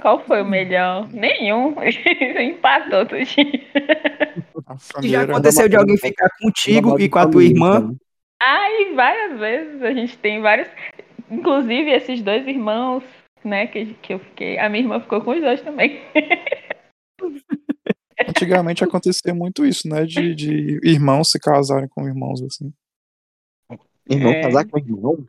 Qual foi o
Hum.
melhor? Nenhum. Empatou todo dia.
A
E
família
já
era-
aconteceu de alguém ficar contigo e com a tua irmã?
né?
Ai, várias vezes a gente tem vários. Inclusive esses dois irmãos, né, que, que eu fiquei. A minha irmã ficou com os dois também.
Antigamente acontecia muito isso, né? De, de irmãos se casarem com irmãos, assim.
Irmão,
É.
casar com irmão?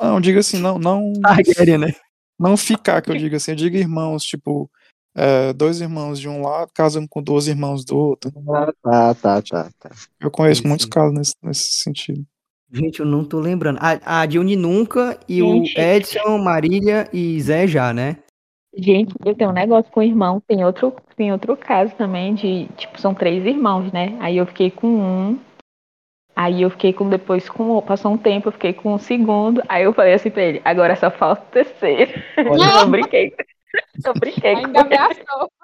Não, diga assim, não, não,
Targaryen, né?
não ficar, que eu digo assim, eu digo irmãos, tipo, é, dois irmãos de um lado casam com dois irmãos do outro.
Ah, tá, tá, tá, tá.
Eu conheço
Sim,
muitos
sim.
casos nesse, nesse sentido.
Gente, eu não tô lembrando. A, a Dilne nunca e
Gente.
o Edson, Marília e Zé já, né?
Gente, eu tenho um negócio com o irmão. Tem outro, tem outro caso também de, tipo, são três irmãos, né? Aí eu fiquei com um. Aí eu fiquei com depois com o- passou um tempo, eu fiquei com o segundo. Aí eu falei assim pra ele, agora só falta o terceiro.
Não.
Eu brinquei. Eu brinquei. com
Ainda
ele.
abraçou.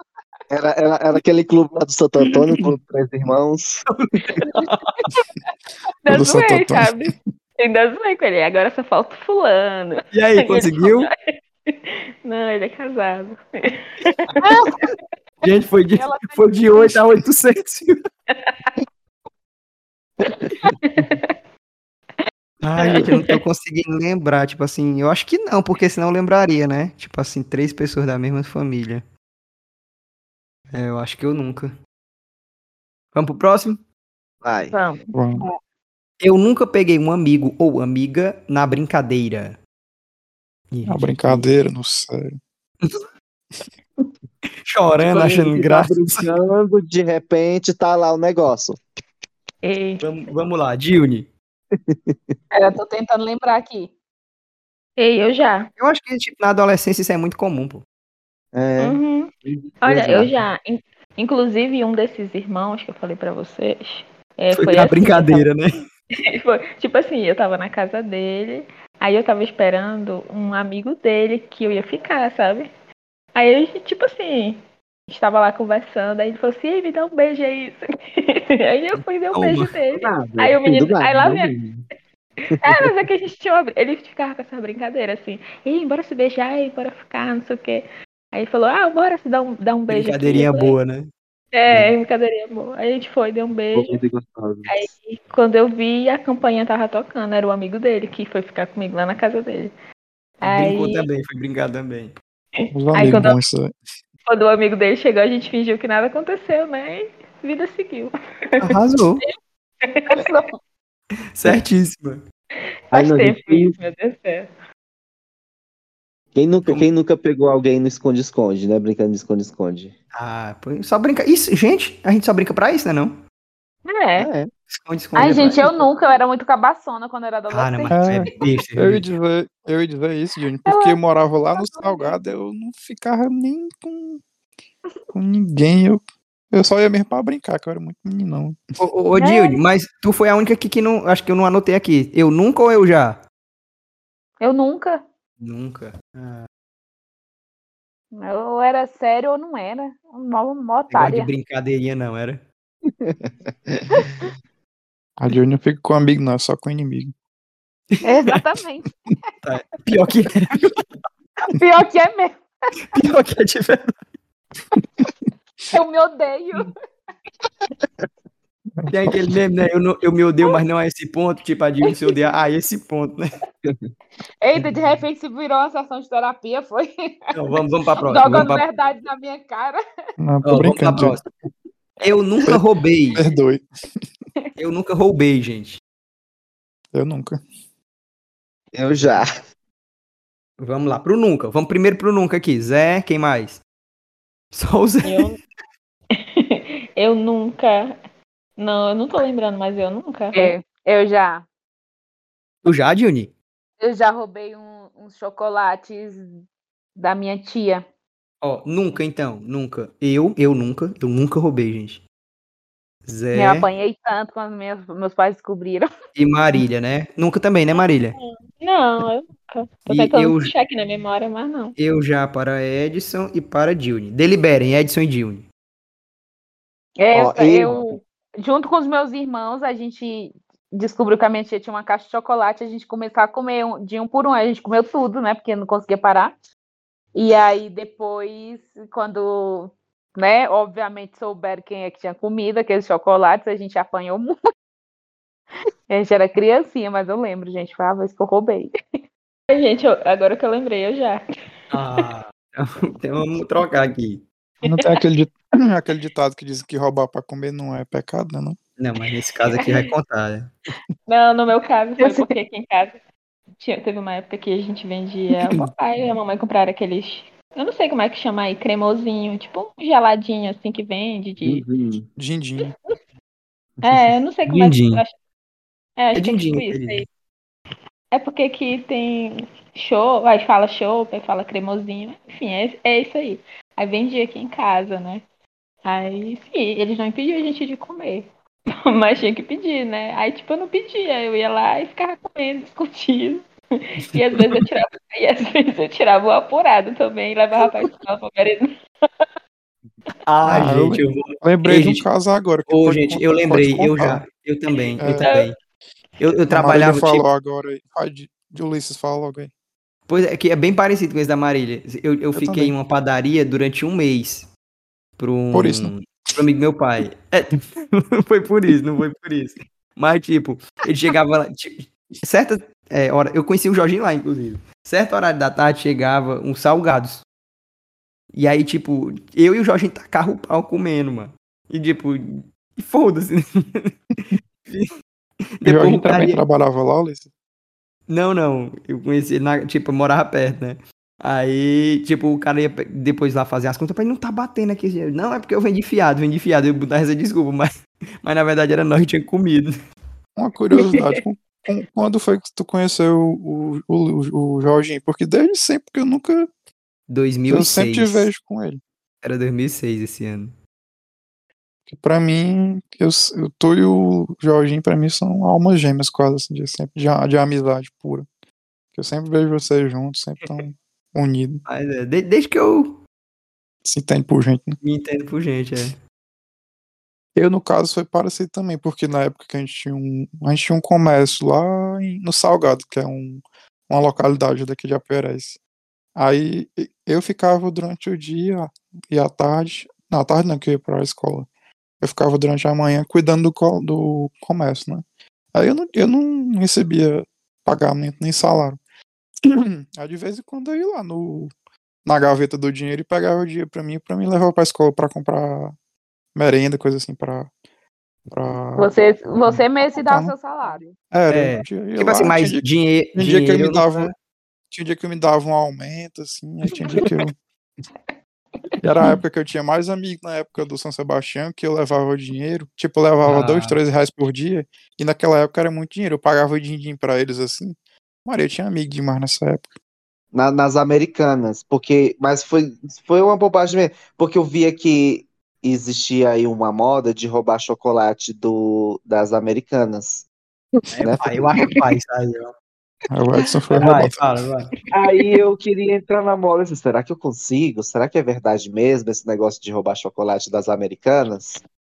Era, era, era aquele clube lá do Santo Antônio, o Clube Três Irmãos.
Ainda
do Santo
zoei,
Antônio.
sabe? Ainda zoei com ele. Agora só falta o fulano.
E aí, conseguiu?
Não, ele é casado.
Gente, foi de,
Ela
foi tá de 8 a 800. Ai, gente, eu não tô conseguindo lembrar. Tipo assim, eu acho que não, porque senão eu lembraria, né? Tipo assim, três pessoas da mesma família. É, eu acho que eu nunca. Vamos pro próximo?
Vai.
Vamos.
Bom,
Eu nunca peguei um amigo ou amiga na brincadeira. Ih,
uma
gente,
Ah, brincadeira, não sei.
Chorando, achando
Ele tá
graça.
brincando, de repente tá lá o negócio.
Ei,
Vamos, vamos lá, Dilne.
Cara, É, tô tentando lembrar aqui.
ei, eu já.
Eu acho que tipo, na adolescência isso é muito comum, pô.
É.
Uhum. Olha, eu já. In- Inclusive, um desses irmãos que eu falei pra vocês. é,
Foi,
foi
na
assim,
brincadeira, né?
eu tava- foi- tipo assim, eu tava na casa dele, aí eu tava esperando um amigo dele que eu ia ficar, sabe? Aí, ele, tipo assim, estava lá conversando, aí ele falou assim, Ei, me dá um beijo aí. isso aqui." Aí eu fui dar um
Toma.
beijo dele.
Nada, é
Aí o menino-
tudo né,
aí lá
nada,
vem-
menino.
É, mas é que a gente tinha. uma- Ele ficava com essa brincadeira assim. Ei, bora se beijar, ei, bora ficar, não sei o quê. Aí ele falou, ah, bora se dar um, dar um beijo. aqui."
Brincadeirinha
Eu falei,
boa, né?
É, brincadeirinha boa. Aí a gente foi, deu um beijo.
Muito gostoso.
E quando eu vi, a campainha tava tocando. Era o amigo dele que foi ficar comigo lá na casa dele. Aí,
Brincou também, foi brincar também.
Os amigos
quando eu-
bons, isso aí.
quando o amigo dele chegou, a gente fingiu que nada aconteceu, né? E vida seguiu.
Arrasou. Certíssima.
Ai,
Faz
não,
tempo
gente.
isso, meu Deus do céu.
Quem nunca, quem nunca pegou alguém no esconde-esconde, né? Brincando de esconde-esconde.
Ah, pô, só brinca. Isso, gente, a gente só brinca pra isso, né? Não?
É.
É.
Esconde, esconde.
Ai,
é pra
gente,
isso.
eu nunca. Eu era muito cabaçona quando era
Cara,
adolescente.
mas tu é besta, viu,
Eu ia
bicho?
dizer, eu ia dizer isso, Júnior, porque eu morava lá no Salgado, eu não ficava nem com, com ninguém, eu, eu só ia mesmo pra brincar, que eu era muito meninão.
Ô, ô, ô, Dilne, mas tu foi a única aqui que não. Acho que eu não anotei aqui. Eu nunca ou eu já?
Eu nunca.
Nunca.
Eu era sério ou não era. Uma, uma
Negócio de
otária.
brincadeirinha, não, era?
A Júnior não fica com amigo, não, é só com inimigo.
Exatamente.
Pior que
Pior que é mesmo.
pior que é de verdade.
Eu me odeio.
Tem aquele meme, né? Eu, não- eu me odeio, mas não a esse ponto. Tipo, a Dilne se odeia a esse ponto, né?
Eita, de repente se virou uma sessão de terapia, foi.
Então, vamos, vamos pra próxima. Vamos
Jogando
pra
verdade na minha cara.
Não,
Ó, vamos
tô
pra
brincando, Júnior,
próxima. Eu nunca roubei.
perdoe,
Eu nunca roubei, gente.
eu nunca.
Eu já.
Vamos lá, pro nunca. Vamos primeiro pro nunca aqui. Zé, quem mais? Só o Zé.
Eu, eu nunca. Não, eu não tô lembrando, mas eu nunca.
É, eu já.
Tu já, Dione?
Eu já roubei um- uns chocolates da minha tia.
Ó, nunca então, nunca. Eu, eu nunca, eu nunca roubei, gente. Zé
Eu apanhei tanto quando meus, meus pais descobriram.
e Marília, né? Nunca também, né, Marília?
Não, eu nunca. Tô
E
tentando
eu-
puxar aqui na memória, mas não.
Eu já para Edson e para Dione. Deliberem, Edson e Dione.
É,
Ó,
eu, junto com os meus irmãos, a gente descobriu que a minha tia tinha uma caixa de chocolate. A gente começou a comer um- de um por um. A gente comeu tudo, né? Porque não conseguia parar. E aí depois, quando, né? Obviamente souberam quem é que tinha comido aqueles chocolates, a gente apanhou muito. A gente era criancinha, mas eu lembro, gente. Foi a vez que eu roubei.
Ai, Gente, eu- agora que eu lembrei, eu já.
Ah, então vamos trocar aqui.
Não tem aquele, di- aquele ditado que diz que roubar pra comer não é pecado, né? Não?
Não, mas nesse caso aqui vai contar, né?
Não, no meu caso
Eu
foi
sei.
porque aqui em casa tinha- teve uma época que a gente vendia. O
Uhum.
papai e a mamãe compraram aqueles. Eu não sei como é que chama aí, cremosinho, tipo um geladinho assim que vende de.
Uhum.
Dindim.
É, eu não sei como é que
Dindim.
eu acho- É, acho
É
que é tipo
dindim,
isso
aquele.
aí. É porque aqui tem show, aí fala show, aí fala cremosinho, enfim, é, é isso aí. Aí vendi aqui em casa, né? Aí sim, eles não impediam a gente de comer. Mas tinha que pedir, né? Aí tipo, eu não pedia, eu ia lá e ficava comendo, discutindo. E às vezes eu tirava, e às vezes eu tirava o apurado também e levava pra escola pra merendar.
Ah,
Ah,
gente, eu vou.
Lembrei
Ei,
de um
gente.
caso agora. que
Ô,
pode
gente,
contar-
eu
pode
lembrei, eu
contar.
já. Eu também, eu
É.
também. Eu, eu
A Marília
trabalhava, tipo,
falou agora. aí. Vai, de, de Ulisses, fala logo aí.
Pois é, que é bem parecido com esse da Marília. Eu, eu, fiquei
também.
em uma padaria durante um mês. Por um,
Por isso, né?
Pro amigo do meu pai. É, não foi por isso, não foi por isso. Mas, tipo, ele chegava lá. ti- Certa é, hora. Eu conheci o Jorginho lá, inclusive. Certo horário da tarde chegava uns salgados. E aí, tipo, eu e o Jorginho tacavam o pau comendo, mano. E, tipo, e foda-se.
O Jorginho
Depois,
também
aí-
trabalhava lá, Ulisses.
não, não. Eu conheci ele na. Tipo, eu morava perto, né? Aí, tipo, o cara ia pe- depois lá fazer as contas, pai, não tá batendo aqui. esse dinheiro." Não, é porque eu vendi fiado, vendi fiado. Eu dar essa desculpa, mas, mas na verdade era nós que tinha comido.
Uma curiosidade, com- com- quando foi que tu conheceu o, o, o, o Jorginho? Porque desde sempre que eu nunca. Eu
2006.
sempre te vejo com ele.
Era 2006 esse ano.
Que pra mim, eu, s- eu- tu e o Jorginho, pra mim, são almas gêmeas, quase assim, de, sempre, de, a- de amizade pura. Que eu sempre vejo vocês juntos, sempre tão unidos,
Mas é, de- desde que eu
se entende por gente, né?
me entendo por gente, é.
Eu, no caso, foi parecido também, porque na época que a gente tinha um, a gente tinha um comércio lá em- no Salgado, que é um, uma localidade daqui de Aperés. Aí e- eu ficava durante o dia e à tarde, na tarde não, que eu ia pra escola. Eu ficava durante a manhã cuidando do, co- do comércio, né? Aí eu não, eu não recebia pagamento nem salário. Aí de vez em quando eu ia lá no, na gaveta do dinheiro e pegava o dinheiro pra mim, pra me levar pra escola pra comprar merenda, coisa assim, pra. pra...
Você, você mesmo se dá o seu
Então,
salário.
Era,
É,
eu tinha- eu ia
Tipo
lá,
assim,
tinha
mas
dia-
dinhe-
tinha dia que
dinheiro. né,
eu me
eu não-
dava. um Tinha dia que eu me dava um aumento, assim, aí tinha dia que eu. E era a época que eu tinha mais amigo na época do São Sebastião, que eu levava o dinheiro, tipo, eu levava dois,
Ah.
três reais por dia, e naquela época era muito dinheiro, eu pagava o din-din pra eles assim. Maria, eu tinha amigo demais nessa época.
Na- nas americanas, porque mas foi, foi uma bobagem mesmo, porque eu via que existia aí uma moda de roubar chocolate do, das americanas, né?
Vai, É, Ah, eu acho que faz. Aí, ó.
Aí o Edson foi
vai,
roubado.
fala, vai.
Aí eu queria entrar na moda, assim, será que eu consigo? Será que é verdade mesmo esse negócio de roubar chocolate das americanas?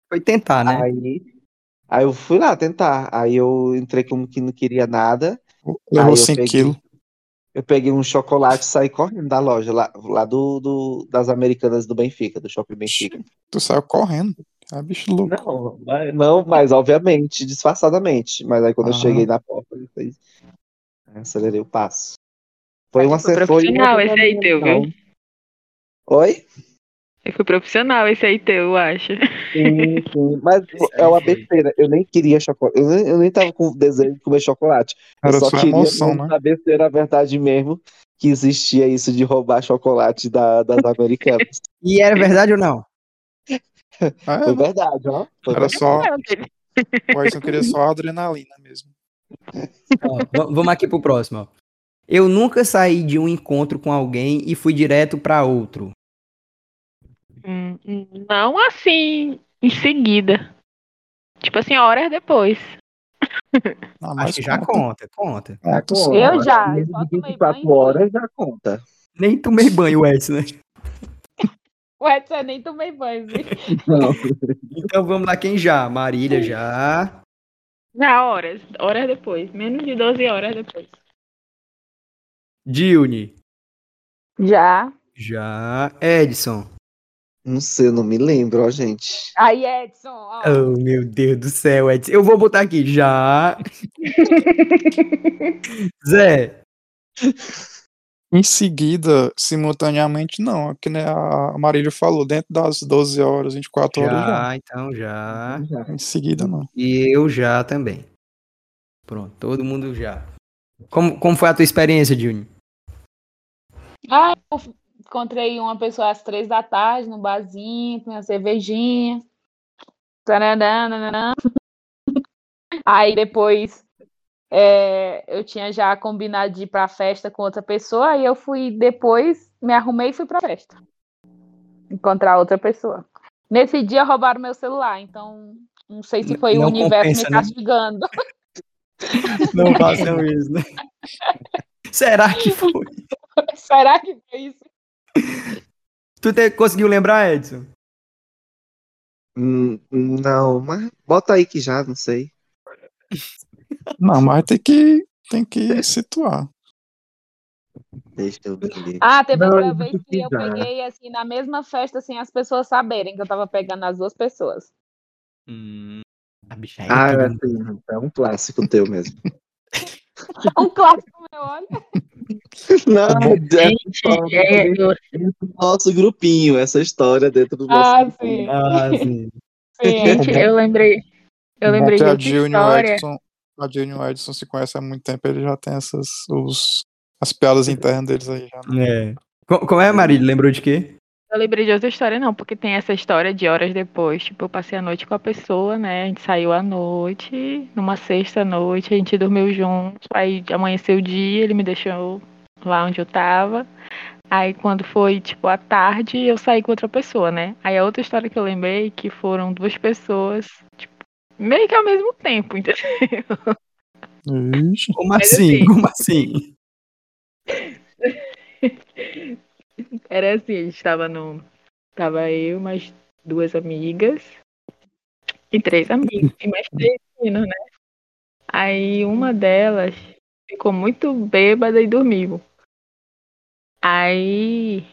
Foi tentar,
Ah,
né?
Aí, aí eu fui lá tentar, aí eu entrei como que não queria nada,
Levou
Aí eu
5
peguei.
quilos.
eu peguei um chocolate e saí correndo da loja, lá, lá do, do- das americanas do Benfica, do Shopping Benfica.
Tu saiu correndo. Ah, bicho louco.
Não, mas- não, mas obviamente, disfarçadamente. Mas aí quando eu
Ah.
cheguei na porta, eu fiz- acelerei o passo. Foi uma
Foi
ce- foi uma
profissional esse aí teu, viu?
tentativa. Oi?
Ele foi profissional esse aí teu, eu acho.
Sim, sim. Mas é uma besteira. Eu nem queria chocolate. Eu nem, eu nem tava com desejo de comer chocolate.
Era
eu só
só
queria
emoção,
mesmo
né?
saber se era verdade mesmo que existia isso de roubar chocolate da- das americanas.
E
é.
era verdade ou não?
Ah, é,
Foi
né?
verdade, ó. Foi
Era
verdade.
só. O Edson queria só a adrenalina mesmo.
Ó, va- vamos aqui pro próximo. ó. Eu nunca saí de um encontro com alguém e fui direto pra outro.
Hum, hum, Não assim, em seguida. Tipo assim, horas depois.
Ah,
Acho
mas
que já conta, conta.
Tá
conta sim.
Eu já, eu
Menos
só
de
tomei
24
banho.
horas já conta.
Nem tomei banho, Edson, né?
O Edson, eu é nem tomei banho, viu?
Não.
Então vamos lá, quem já? Marília já.
Já horas, horas depois. Menos de 12 horas depois.
Dilne
Já.
já. Edson.
Não sei, eu não me lembro, ó, gente.
Aí, Edson, ó.
Oh, meu Deus do céu, Edson. Eu vou botar aqui já. Zé.
Em seguida, simultaneamente, não. É que nem a Marília falou, dentro das 12 horas, 24 horas já.
Já, então já.
Ah,
Em seguida, não.
E eu já também. Pronto, todo mundo já. Como, como foi a tua experiência, Dilne?
Ah, eu f- encontrei uma pessoa às três da tarde no barzinho, com uma cervejinha. Tananã, nananã. Aí depois é, eu tinha já combinado de ir pra festa com outra pessoa, e eu fui depois, me arrumei e fui pra festa. Encontrar outra pessoa. Nesse dia roubaram meu celular, então não sei se foi
Não
o
compensa,
universo me
né?
castigando.
Não façam isso, né? Será que foi?
Será que foi isso?
Tu te- conseguiu lembrar, Edson?
Hum, Não, mas bota aí que já, não sei.
Não, mas tem que, tem que situar.
Deixa eu ver.
Ah, teve
Não,
outra
eu
vez
não
que eu
fiz nada.
peguei assim na mesma festa sem as pessoas saberem que eu tava pegando as duas pessoas.
a bicha
Ah, assim, é um clássico teu mesmo.
Um clássico meu, olha.
Não, é
Gente, é, eu-
do nosso grupinho, essa história dentro do nosso
Ah,
grupinho.
sim.
Ah, sim.
sim.
Gente, eu lembrei. Eu
Bom
lembrei
que
de
a
outra
Jill e o
história.
Edson, a Jill e o Edson se conhecem há muito tempo, ele já tem essas os, as piadas internas deles aí já. né?
É. Co- Como é, Marília? Lembrou de quê?
Eu lembrei de outra história, não, porque tem essa história de horas depois. Tipo, eu passei a noite com a pessoa, né? A gente saiu à noite, numa sexta-noite, a gente dormiu junto. Aí amanheceu o dia, ele me deixou lá onde eu tava. Aí quando foi, tipo, à tarde, eu saí com outra pessoa, né? Aí a outra história que eu lembrei que foram duas pessoas, tipo, meio que ao mesmo tempo, entendeu?
Ixi.
Como
Mas
assim?
assim-
Como assim?
Era assim, a gente tava no. Tava eu, mais duas amigas. E três amigos. E mais três meninos, né? Aí uma delas ficou muito bêbada e dormiu. Aí.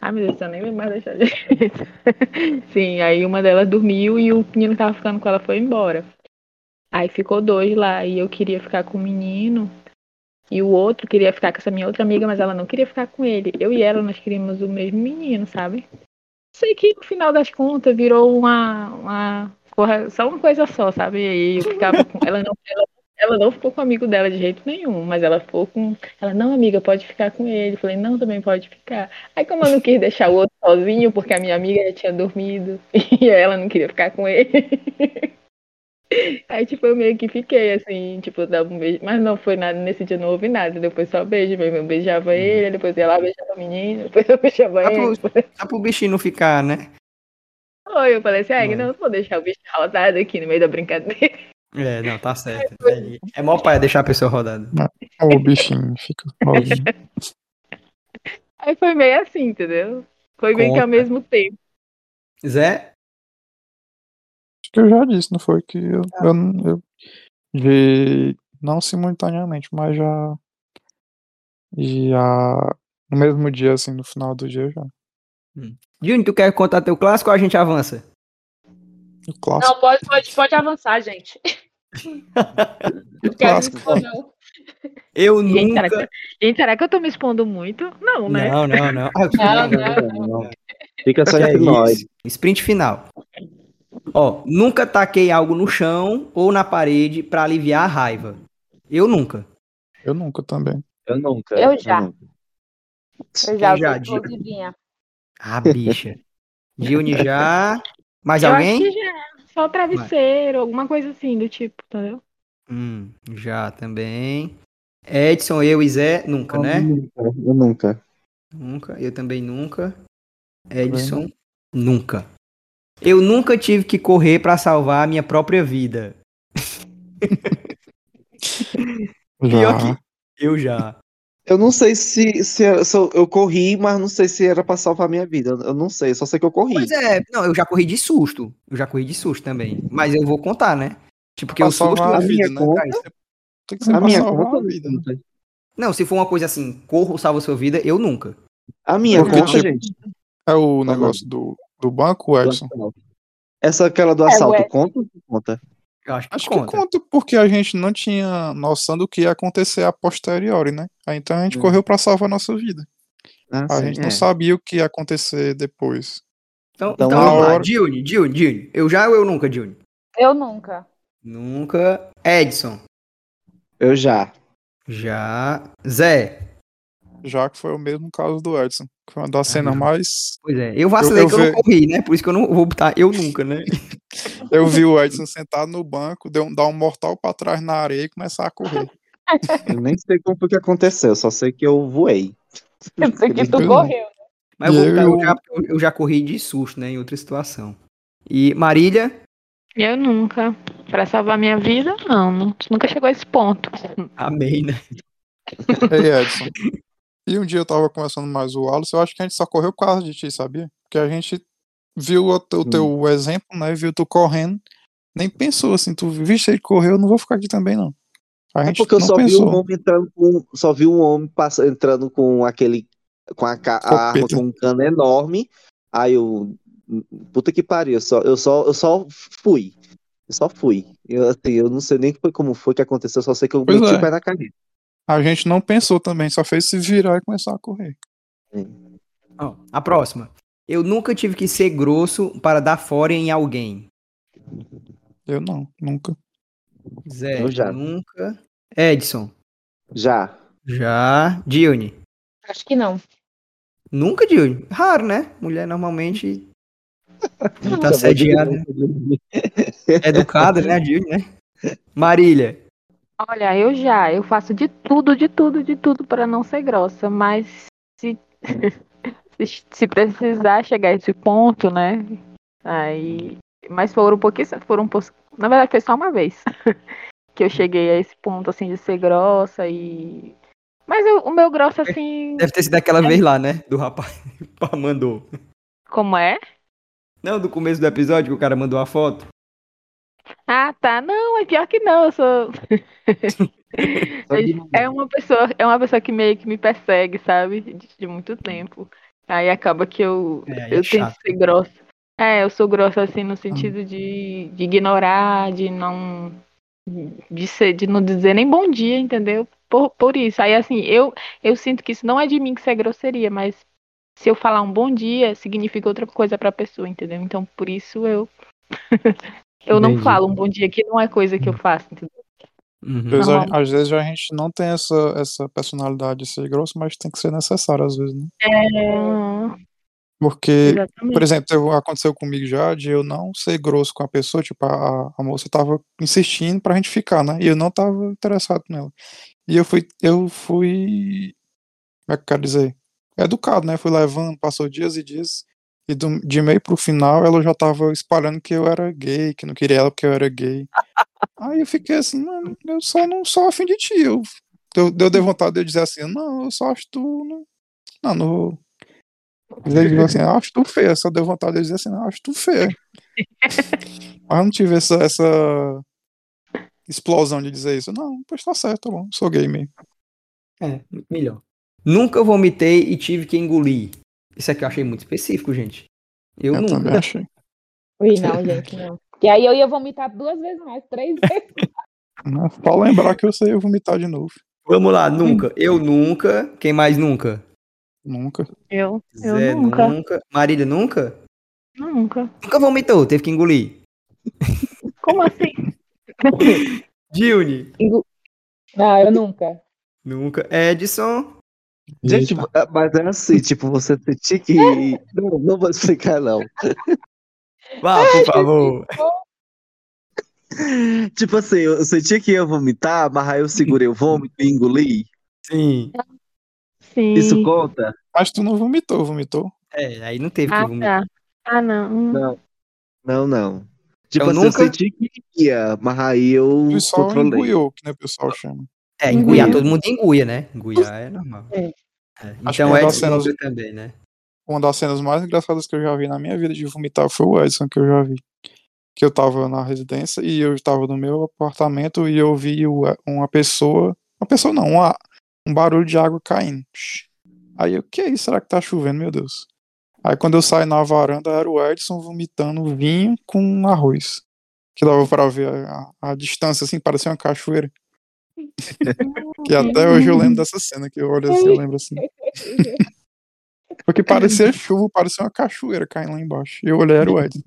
Ai, meu Deus, eu nem lembro mais da história. Sim, aí uma delas dormiu e o menino que tava ficando com ela foi embora. Aí ficou dois lá e eu queria ficar com o menino. E o outro queria ficar com essa minha outra amiga, mas ela não queria ficar com ele. Eu e ela, nós queríamos o mesmo menino, sabe? Sei que no final das contas virou uma, uma corra- só uma coisa só, sabe? E eu ficava com. Ela não, ela, ela não ficou com o amigo dela de jeito nenhum, mas ela ficou com. Ela, não, amiga, pode ficar com ele. Eu falei, não, também pode ficar. Aí, como eu não quis deixar o outro sozinho, porque a minha amiga já tinha dormido e ela não queria ficar com ele. Aí, tipo, eu meio que fiquei assim, tipo, eu dava um beijo. Mas não foi nada, nesse dia não houve nada. Depois só beijo mesmo. Eu beijava ele, depois ia lá, beijava a menina, depois eu beijava
Ah,
ele.
pô.
depois-
Dá pro bichinho não ficar, né?
Oi, eu falei assim, ai,
Não.
não, não vou deixar o bicho rodado aqui no meio da brincadeira.
É, não, tá certo. É, é mó pai deixar a pessoa rodada.
Ó, o bichinho fica. ó, o bichinho.
Aí foi meio assim, entendeu? Foi meio que ao
Conta.
mesmo tempo.
Zé?
Acho que eu já disse, não foi? Que eu, eu, não- eu- de, não simultaneamente, mas já. Já. No mesmo dia, assim, no final do dia já.
Júnior, tu quer contar teu clássico ou a gente avança?
O clássico.
Não, pode, pode, pode avançar, gente. Não quero me
clássico.
expor, não.
Eu
Gente,
nunca.
será, que, gente, será que eu tô me expondo muito? Não, né?
Não, não, não.
Não, não.
Não, não. Fica só
Que é
entre nós.
isso? Sprint final. Ó, nunca taquei algo no chão ou na parede pra aliviar a raiva. Eu nunca.
Eu nunca também.
Eu nunca.
Eu já.
nunca.
Eu já
já
sou
digo.
divinha.
Ah, bicha. Dione já. Mais
eu
alguém?
acho que já. é Só travesseiro, alguma coisa assim do tipo, entendeu?
Hum, já também. Edson, eu e Zé, nunca, né?
Eu nunca. Eu nunca.
Nunca. Eu também nunca. Edson, nunca. Eu nunca tive que correr pra salvar a minha própria vida. Pior
Já.
Eu já.
Eu não sei se, se, eu- se eu, eu corri, mas não sei se era pra salvar a minha vida. Eu eu não sei, eu só sei que eu corri.
Pois é, não, eu já corri de susto. Eu já corri de susto também. Mas eu vou contar, né? Tipo, porque
Pra
o susto.
salvar
a
a
minha
vida, né?
conta-
Aí você- Tem que ser
a
é pra
minha
salvar
conta.
a vida, né?
Não, se for uma coisa assim, corro, salva sua vida, eu nunca.
A minha
Porque,
conta,
tipo,
gente.
É o negócio do, do banco,
do
Edson.
assalto. Essa aquela do assalto
É, ué.
conta ou não conta?
Eu acho que
Acho
conta.
que conta porque a gente não tinha noção do que ia acontecer a posteriori, né? Aí, então a gente
Hum.
correu pra salvar a nossa vida.
Ah,
A
sim,
gente
é.
não sabia o que ia acontecer depois.
Então,
Então,
então,
na
vamos lá.
hora-
Dione, Dione, Dione. Eu já ou eu nunca, Dione?
Eu nunca.
Nunca. Edson.
Eu já.
Já. Zé.
Já que foi o mesmo caso do Edson. Que foi uma das cenas mais.
Pois é. Eu vacilei
Eu- eu
que eu não
ve-
corri, né? Por isso que eu não vou botar eu nunca, né?
Eu vi o Edson sentado no banco, deu um, dar um mortal pra trás na areia e começar a correr.
Eu nem sei como foi que aconteceu, eu só sei que eu voei.
Eu sei que tu
Tranquilo.
correu.
Mas
E
eu, vou-
eu-
eu já, eu já corri de susto, né? Em outra situação. E Marília,
Eu nunca. Pra salvar minha vida, não. Nunca chegou a esse ponto.
amei, né?
Ei, Edson. E um dia eu tava conversando mais o Wallace, eu acho que a gente só correu por causa de ti, sabia? Porque a gente viu o teu, o teu exemplo, né? Viu tu correndo, nem pensou assim, tu viste ele correr, eu não vou ficar aqui também, não. A
É
gente
porque eu
não
só vi
pensou.
um homem entrando com. Só vi um homem passa, entrando com aquele. Com a, ca- a arma
Escopeta.
com um cano enorme. Aí eu. Puta que pariu, eu só, eu só, eu só fui. Eu só fui. Eu, assim, eu não sei nem foi como foi que aconteceu, eu só sei que eu
Pois
meti
é.
o pé na caneta.
A gente não pensou também, só fez se virar e começar a correr.
Ó, a próxima. Eu nunca tive que ser grosso para dar fora em alguém.
Eu não, nunca.
Zé,
Eu já.
nunca. Edson,
Já.
já. Dione,
Acho que não.
nunca Dione. Raro, né? Mulher normalmente tá
Acabou de-
assediada, é educada, né, a Dione, né? Marília,
Olha, eu já, eu faço de tudo, de tudo, de tudo para não ser grossa, mas se, se, se precisar chegar a esse ponto, né? Aí. Mas foram pouquíssimas, foram poucos. Na verdade, foi só uma vez que eu cheguei a esse ponto, assim, de ser grossa e. Mas eu- o meu grosso, assim.
deve ter sido aquela vez lá, né? Do rapaz que o pá mandou.
Como é?
Não, do começo do episódio que o cara mandou a foto.
Ah, tá. Não, é pior que não. Eu sou. é uma pessoa, é uma pessoa que meio que me persegue, sabe? De, de muito tempo. Aí acaba que eu,
É, aí é
eu tento
chato. Hum.
ser grossa. É, eu sou grossa assim no sentido de, de ignorar, de não de ser, de não dizer nem bom dia, entendeu? Por, por isso. Aí assim, eu eu sinto que isso não é de mim que isso é grosseria, mas se eu falar um bom dia, significa outra coisa pra pessoa, entendeu? Então, por isso eu eu não
Entendi. Hum.
falo um bom dia, que não é coisa que eu faço, entendeu?
Uhum.
Às vezes, a,
Normal.
às vezes a gente não tem essa, essa personalidade de ser grosso, mas tem que ser necessário às vezes, né?
É,
Porque
exatamente.
Por exemplo, teve- aconteceu comigo já de eu não ser grosso com a pessoa, tipo, a, a- a moça tava insistindo pra gente ficar, né? E eu não tava interessado nela. E eu fui, eu fui, como é que eu quero dizer? Educado, né? Fui levando, passou dias e dias, e do, de meio pro final ela já tava espalhando que eu era gay, que não queria ela porque eu era gay. Aí eu fiquei assim, mano, eu só não sou afim de ti. Eu, eu, eu dei vontade de eu dizer assim, não, eu só acho tu, não, não, não vou- ele diz assim, "Ah, acho tu feia. Só deu vontade de dizer assim, "Ah, acho tu feia. Mas eu não tive essa, essa explosão de dizer isso. Não, pois tá certo, tá bom, sou gay mesmo.
É, muito melhor. Nunca vomitei e tive que engolir. Isso aqui eu achei muito específico, gente. Eu,
Eu,
nunca.
também achei.
Ui, não, gente, não. E aí eu ia vomitar duas vezes mais, três vezes.
Né? Só lembrar que eu sei eu vomitar de novo.
Vamos lá, nunca. Eu nunca. Quem mais nunca?
Nunca.
Eu, eu
Zé,
nunca,
Marília, nunca?
nunca.
Nunca vomitou, teve que engolir.
Como assim?
Dilne?
Não, Ah, eu nunca.
Nunca. Edson?
Gente,
Eita.
mas é assim, tipo, você sentir que. Não, não vou explicar, não.
Vá, por favor.
Tipo assim, eu sentia que ia vomitar, mas aí eu segurei o vômito e engoli.
Sim.
Sim.
Isso conta?
Mas tu não vomitou, vomitou.
É, aí não teve que
Ah,
vomitar.
tá. Ah, não. Hum.
Não. Não, não. Tipo
Eu
assim,
nunca-
eu senti que ia, mas aí eu
Tu só
controlei.
enguiou, que nem o pessoal chama.
É, enguiar,
Engolir.
todo mundo enguia, né? Enguiar é normal.
É.
É,
Acho que
Então
uma das
Edson
cenas-
nunca também, né?
Uma das cenas mais engraçadas que eu já vi na minha vida de vomitar foi o Edson que eu já vi. Que eu tava na residência e eu estava no meu apartamento e eu vi o- uma pessoa. Uma pessoa não, uma- um barulho de água caindo. Aí eu, que é isso? Será que tá chovendo, meu Deus? Aí quando eu saí na varanda, era o Edson vomitando vinho com arroz. Que dava pra ver a, a distância, assim, parecia uma cachoeira. Que até
Hum. Uhum.
hoje eu lembro dessa cena, que eu olho assim, eu lembro assim. Porque parecia chuva, parecia uma cachoeira caindo lá embaixo. E eu olhei, era o Edson.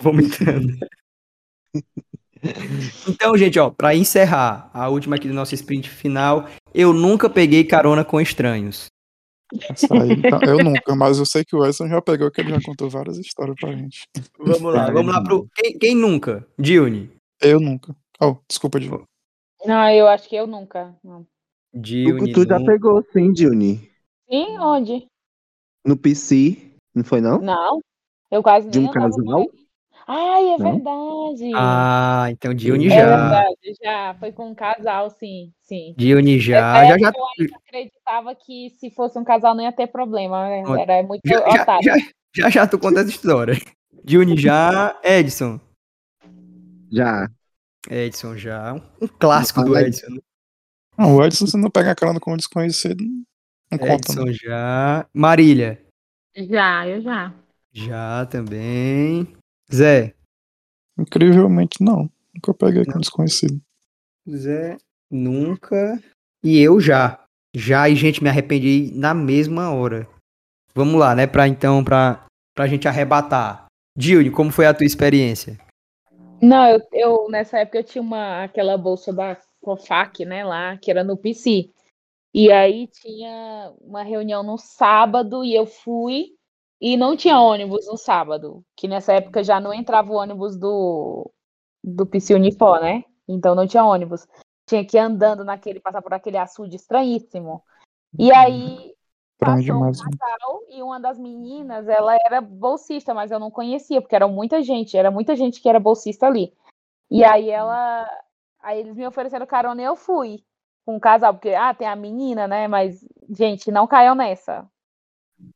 Vomitando. então, gente, ó, pra encerrar a última aqui do nosso sprint final, eu nunca peguei carona com estranhos.
Essa aí, então, eu nunca, mas eu sei que o Edson já pegou, que ele já contou várias histórias pra gente.
Vamos lá, vamos lá pro. Quem, quem nunca? Dione.
Eu nunca. Oh, desculpa, Diogo.
Não, eu acho que eu nunca. Não.
Dione.
tu já
nunca.
pegou, sim, Juni.
Sim, onde?
No PC, não foi não?
Não. Eu quase
De
nem
um
andava por
casal?
aí. Ai, é
Não?
verdade.
Ah, então Dione
é
já.
verdade, já. Foi com um casal, sim, sim.
Dione já.
É,
Já, já,
Eu ainda acreditava que se fosse um casal não ia ter problema, né?
Pronto.
Era muito
já, já,
otário.
já, já, já tu conta essa história. Dione já. Edson.
Já.
Edson já. Um clássico do
Fala aí.
Edson. né?
Não, o Edson, se não pega a cara com um desconhecido,
É,
não conta. Não.
Edson já. Marília.
Já, eu já.
Já também. Zé.
Incrivelmente, não. Nunca peguei com
Não.
um desconhecido.
Zé, nunca. E eu já. Já, e gente, me arrependi na mesma hora. Vamos lá, né? Pra então, pra, pra gente arrebatar. Dilne, como foi a tua experiência?
Não, eu, eu- nessa época eu tinha uma aquela bolsa da COFAC, né, lá, que era no PC. E aí tinha uma reunião no sábado e eu fui e não tinha ônibus no sábado, que nessa época já não entrava o ônibus do do PC Unipó, né? Então não tinha ônibus. Tinha que ir andando naquele, passar por aquele açude estranhíssimo. E aí
Estranho
passou um
demais, né?
casal e uma das meninas, ela era bolsista, mas eu não conhecia, porque era muita gente, era muita gente que era bolsista ali. E aí
Uhum.
ela, aí eles me ofereceram carona e eu fui com o casal, porque ah, tem a menina, né? Mas gente, não caiam nessa.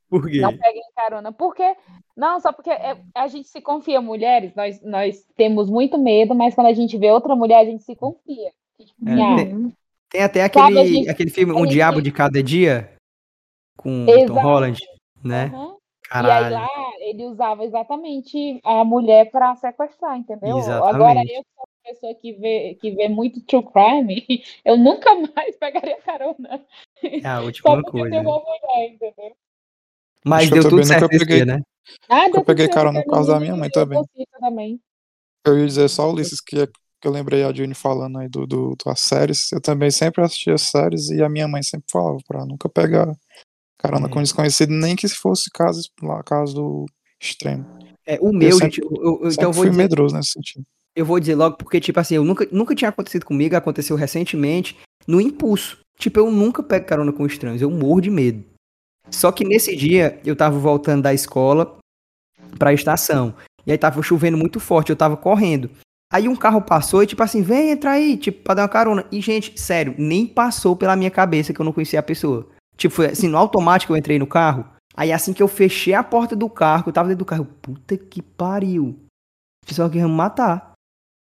Por quê?
Não peguem carona, porque não, só porque é- a gente se confia, mulheres, nós, nós temos muito medo, mas quando a gente vê outra mulher, a gente se confia. Tipo,
É,
ah,
tem- Tem até
Sabe,
aquele,
a gente-
aquele filme
a
Um
gente-
Diabo de Cada Dia com o Tom
né? Exato.
Holland, né?
aham. E aí
Caralho.
lá ele usava exatamente a mulher para sequestrar, entendeu? Agora
Exatamente.
eu que sou uma pessoa que vê, que vê muito true crime, eu nunca mais pegaria carona.
É a
Só
última
porque
coisa.
tem uma mulher, entendeu?
Mas
Acho que
deu
eu
tudo
também nunca
certo esse
peguei-
dia, né?
Ah,
Eu
deu
peguei
certeza
carona
que
por causa da
menina
minha mãe
virou
também.
bolsista também.
Eu ia dizer só Ulisses, que, é- que eu lembrei a Juni falando aí do, do, das séries. Eu também sempre assistia séries e a minha mãe sempre falava pra nunca pegar carona
É.
com desconhecido, nem que se fosse caso, lá, caso extremo.
É, o meu,
sempre-
gente, eu- eu- eu- então
Sempre
eu vou
fui
dizer,
medroso nesse sentido.
eu vou dizer logo, porque, tipo assim, eu nunca, nunca tinha acontecido comigo, aconteceu recentemente, no impulso. Tipo, eu nunca pego carona com estranhos, eu morro de medo. Só que nesse dia, eu tava voltando da escola pra estação. E aí tava chovendo muito forte, eu tava correndo. Aí um carro passou e, tipo assim, vem, entra aí, tipo, pra dar uma carona. E, gente, sério, nem passou pela minha cabeça que eu não conhecia a pessoa. Tipo, foi assim, no automático eu entrei no carro. Aí assim que eu fechei a porta do carro, que eu tava dentro do carro, eu, puta que pariu. O pessoal quer me matar.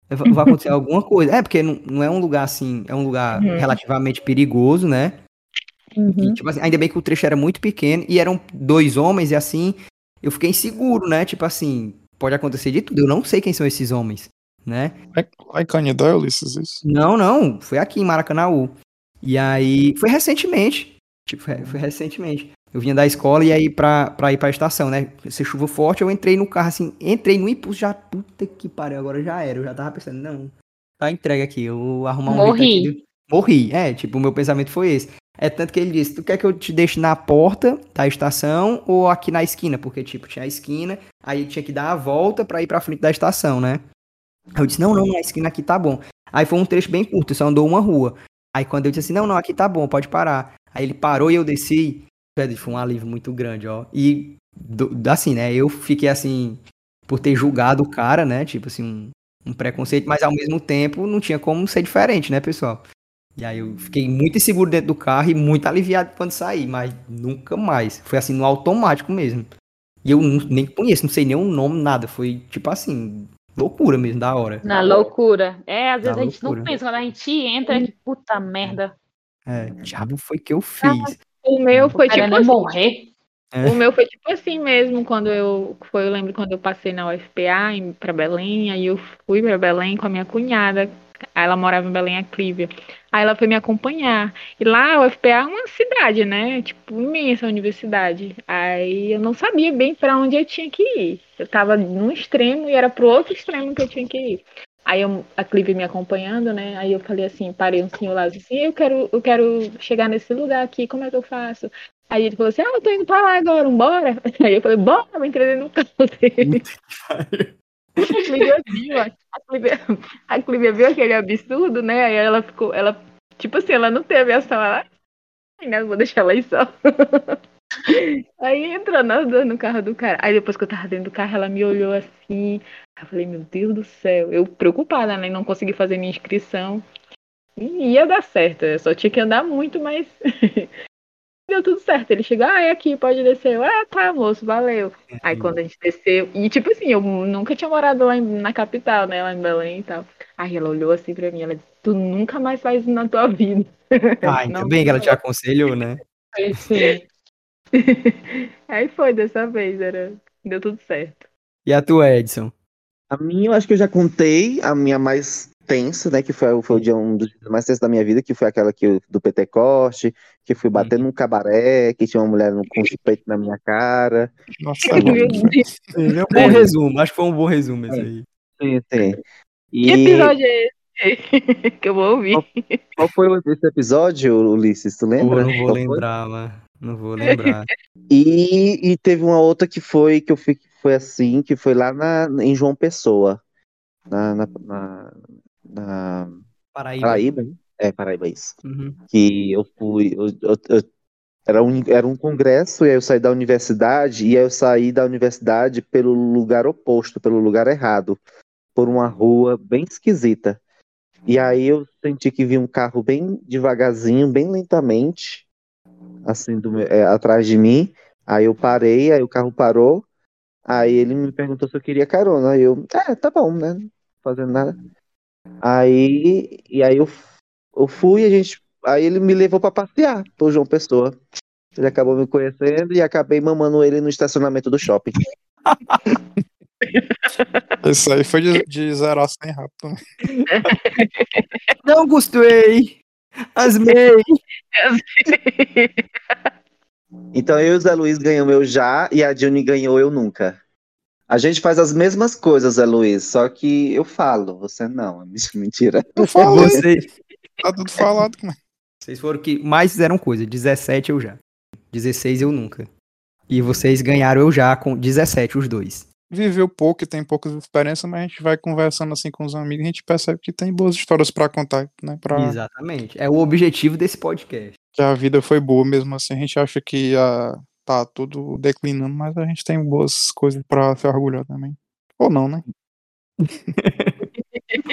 Vai vai acontecer alguma coisa. É, porque não, não é um lugar assim, é um lugar
Uhum.
relativamente perigoso, né?
Uhum.
E, tipo assim, ainda bem que o trecho era muito pequeno e eram dois homens e assim, eu fiquei inseguro, né? Tipo assim, pode acontecer de tudo. Eu não sei quem são esses homens, né?
Lá em- Lá em Canidé, Ulisses, isso.
Não, não, foi aqui em Maracanaú. E aí, foi recentemente. Tipo, foi, foi recentemente. Eu vinha da escola e aí pra, pra ir pra estação, né? Se chuva forte, eu entrei no carro assim, entrei no impulso, já, puta que pariu, agora já era. Eu já tava pensando, não, tá entregue aqui, eu vou arrumar um jeito aqui
Morri.
de- Morri, é, tipo, o meu pensamento foi esse. É tanto que ele disse, tu quer que eu te deixe na porta da estação ou aqui na esquina? Porque, tipo, tinha a esquina, aí tinha que dar a volta pra ir pra frente da estação, né? Aí eu disse, não, não, na esquina aqui tá bom. Aí foi um trecho bem curto, só andou uma rua. Aí quando eu disse assim, não, não, aqui tá bom, pode parar. Aí ele parou e eu desci. Velho, Foi um alívio muito grande, ó. E, do- assim, né, eu fiquei assim, por ter julgado o cara, né, tipo assim, um, um preconceito, mas ao mesmo tempo não tinha como ser diferente, né, pessoal? E aí eu fiquei muito inseguro dentro do carro e muito aliviado quando saí, mas nunca mais. Foi assim, no automático mesmo. E eu nu- nem conheço, não sei nem o nome, nada. Foi tipo assim, loucura mesmo, da hora.
Na loucura. É, às
Na
vezes a gente não
loucura.
pensa, quando a gente entra, que puta merda.
É, diabo foi que eu fiz.
O meu foi
Cara,
tipo
não é
assim.
morrer.
É.
O meu foi tipo assim mesmo, quando eu foi, eu lembro quando eu passei na UFPA em- pra Belém, aí eu fui pra Belém com a minha cunhada. Aí ela morava em Belém, a Clívia. Aí ela foi me acompanhar. E lá a UFPA é uma cidade, né? Tipo, imensa universidade. Aí eu não sabia bem pra onde eu tinha que ir. Eu tava num extremo e era pro outro extremo que eu tinha que ir. Aí eu- a Clívia me acompanhando, né? Aí eu falei assim, parei um senhor lá, disse assim, eu quero, eu quero chegar nesse lugar aqui, como é que eu faço? Aí ele falou assim: Ah, eu tô indo pra lá agora, bora. Aí eu falei: Bora, me entrei no carro dele. A Clívia viu, a a Clívia, a Clívia viu aquele absurdo, né? Aí ela ficou, ela, tipo assim, ela não teve essa. Ela, "Ai, né, vou deixar ela aí só. Aí entrou nós dois no carro do cara. Aí depois que eu tava dentro do carro, ela me olhou assim. Aí eu falei, meu Deus do céu. Eu preocupada, né? Não consegui fazer minha inscrição. E ia dar certo. Eu só tinha que andar muito, mas deu tudo certo. Ele chegou, ah, é aqui, pode descer. Eu, ah, tá, moço, valeu. Aí quando a gente desceu, e tipo assim, eu nunca tinha morado lá em- na capital, né? Lá em Belém e tal. Aí ela olhou assim pra mim, ela disse, tu nunca mais faz isso na tua vida.
Ah, ainda
Não.
bem que ela te aconselhou, né?
Sim.
Aí foi dessa vez, era... deu tudo certo.
E a tua, Edson?
A minha, eu acho que eu já contei, a minha mais tensa, né? Que foi, foi o dia um dos dias mais tensos da minha vida, que foi aquela que, eu- do Pentecoste, que fui bater num cabaré, que tinha uma mulher no- com suspeito na minha cara.
Nossa, é bom.
Meu Deus.
Ele é
Bom
bom.
resumo, acho que foi um bom resumo esse aí.
Sim, sim.
Que
E
episódio é esse? que eu vou ouvir.
qual foi o- esse episódio, Ulisses? Tu
Pô,
lembra?
não vou
Qual foi?
lembrar, mano. Não vou lembrar.
E, e teve uma outra que foi que eu fui que foi assim, que foi lá na, em João Pessoa, na, na, na, na
Paraíba.
Paraíba. né? É, Paraíba, isso.
Uhum.
Que eu fui. eu- eu- eu- era, um, era um congresso, e aí eu saí da universidade, e aí eu saí da universidade pelo lugar oposto, pelo lugar errado, por uma rua bem esquisita. E aí eu senti que vinha um carro bem devagarzinho, bem lentamente, assim, do meu- é, atrás de mim. Aí eu parei, aí o carro parou. Aí ele me perguntou se eu queria carona. Aí eu, é, tá bom, né? Não fazendo nada. Aí, e aí eu, eu fui, a gente, aí ele me levou pra passear por João Pessoa. Ele acabou me conhecendo e acabei mamando ele no estacionamento do shopping.
Isso aí foi de, de zerar sem rápido.
Não gostei! Asmei!
Então eu e o Zé Luiz ganhamos eu já e a Dione ganhou eu nunca. A gente faz as mesmas coisas, Zé Luiz, só que eu falo, você não, é mentira.
Não fala, hein?
Vocês,
tá tudo falado. como é?
vocês foram que mais fizeram coisa. 17 eu já. 16 eu nunca. E vocês ganharam eu já com 17, os dois.
Viveu pouco e tem poucas experiências, mas a gente vai conversando assim com os amigos e a gente percebe que tem boas histórias pra contar, né? Pra...
Exatamente. É o objetivo desse podcast.
que a vida foi boa mesmo assim. A gente acha que ah, tá tudo declinando, mas a gente tem boas coisas pra se orgulhar também. Ou não, né?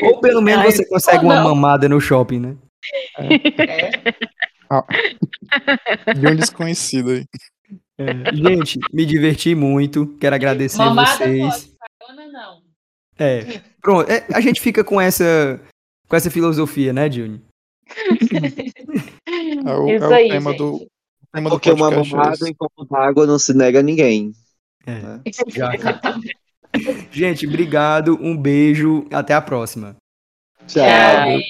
Ou pelo menos
Ai,
você consegue
ou
uma
não.
mamada no shopping, né?
É.
De um desconhecido aí.
Gente, me diverti muito. Quero agradecer
Mamada
vocês.
pode, carona não.
É. Pronto, é, a gente fica com essa com essa filosofia, né, Juni?
É o,
Isso
é o
aí,
tema
gente.
do. o tema do
Porque uma
podcast é
mamada
esse.
em copo d'água não se nega a ninguém.
É.
né?
Já. gente, obrigado, um beijo, até a próxima.
Tchau.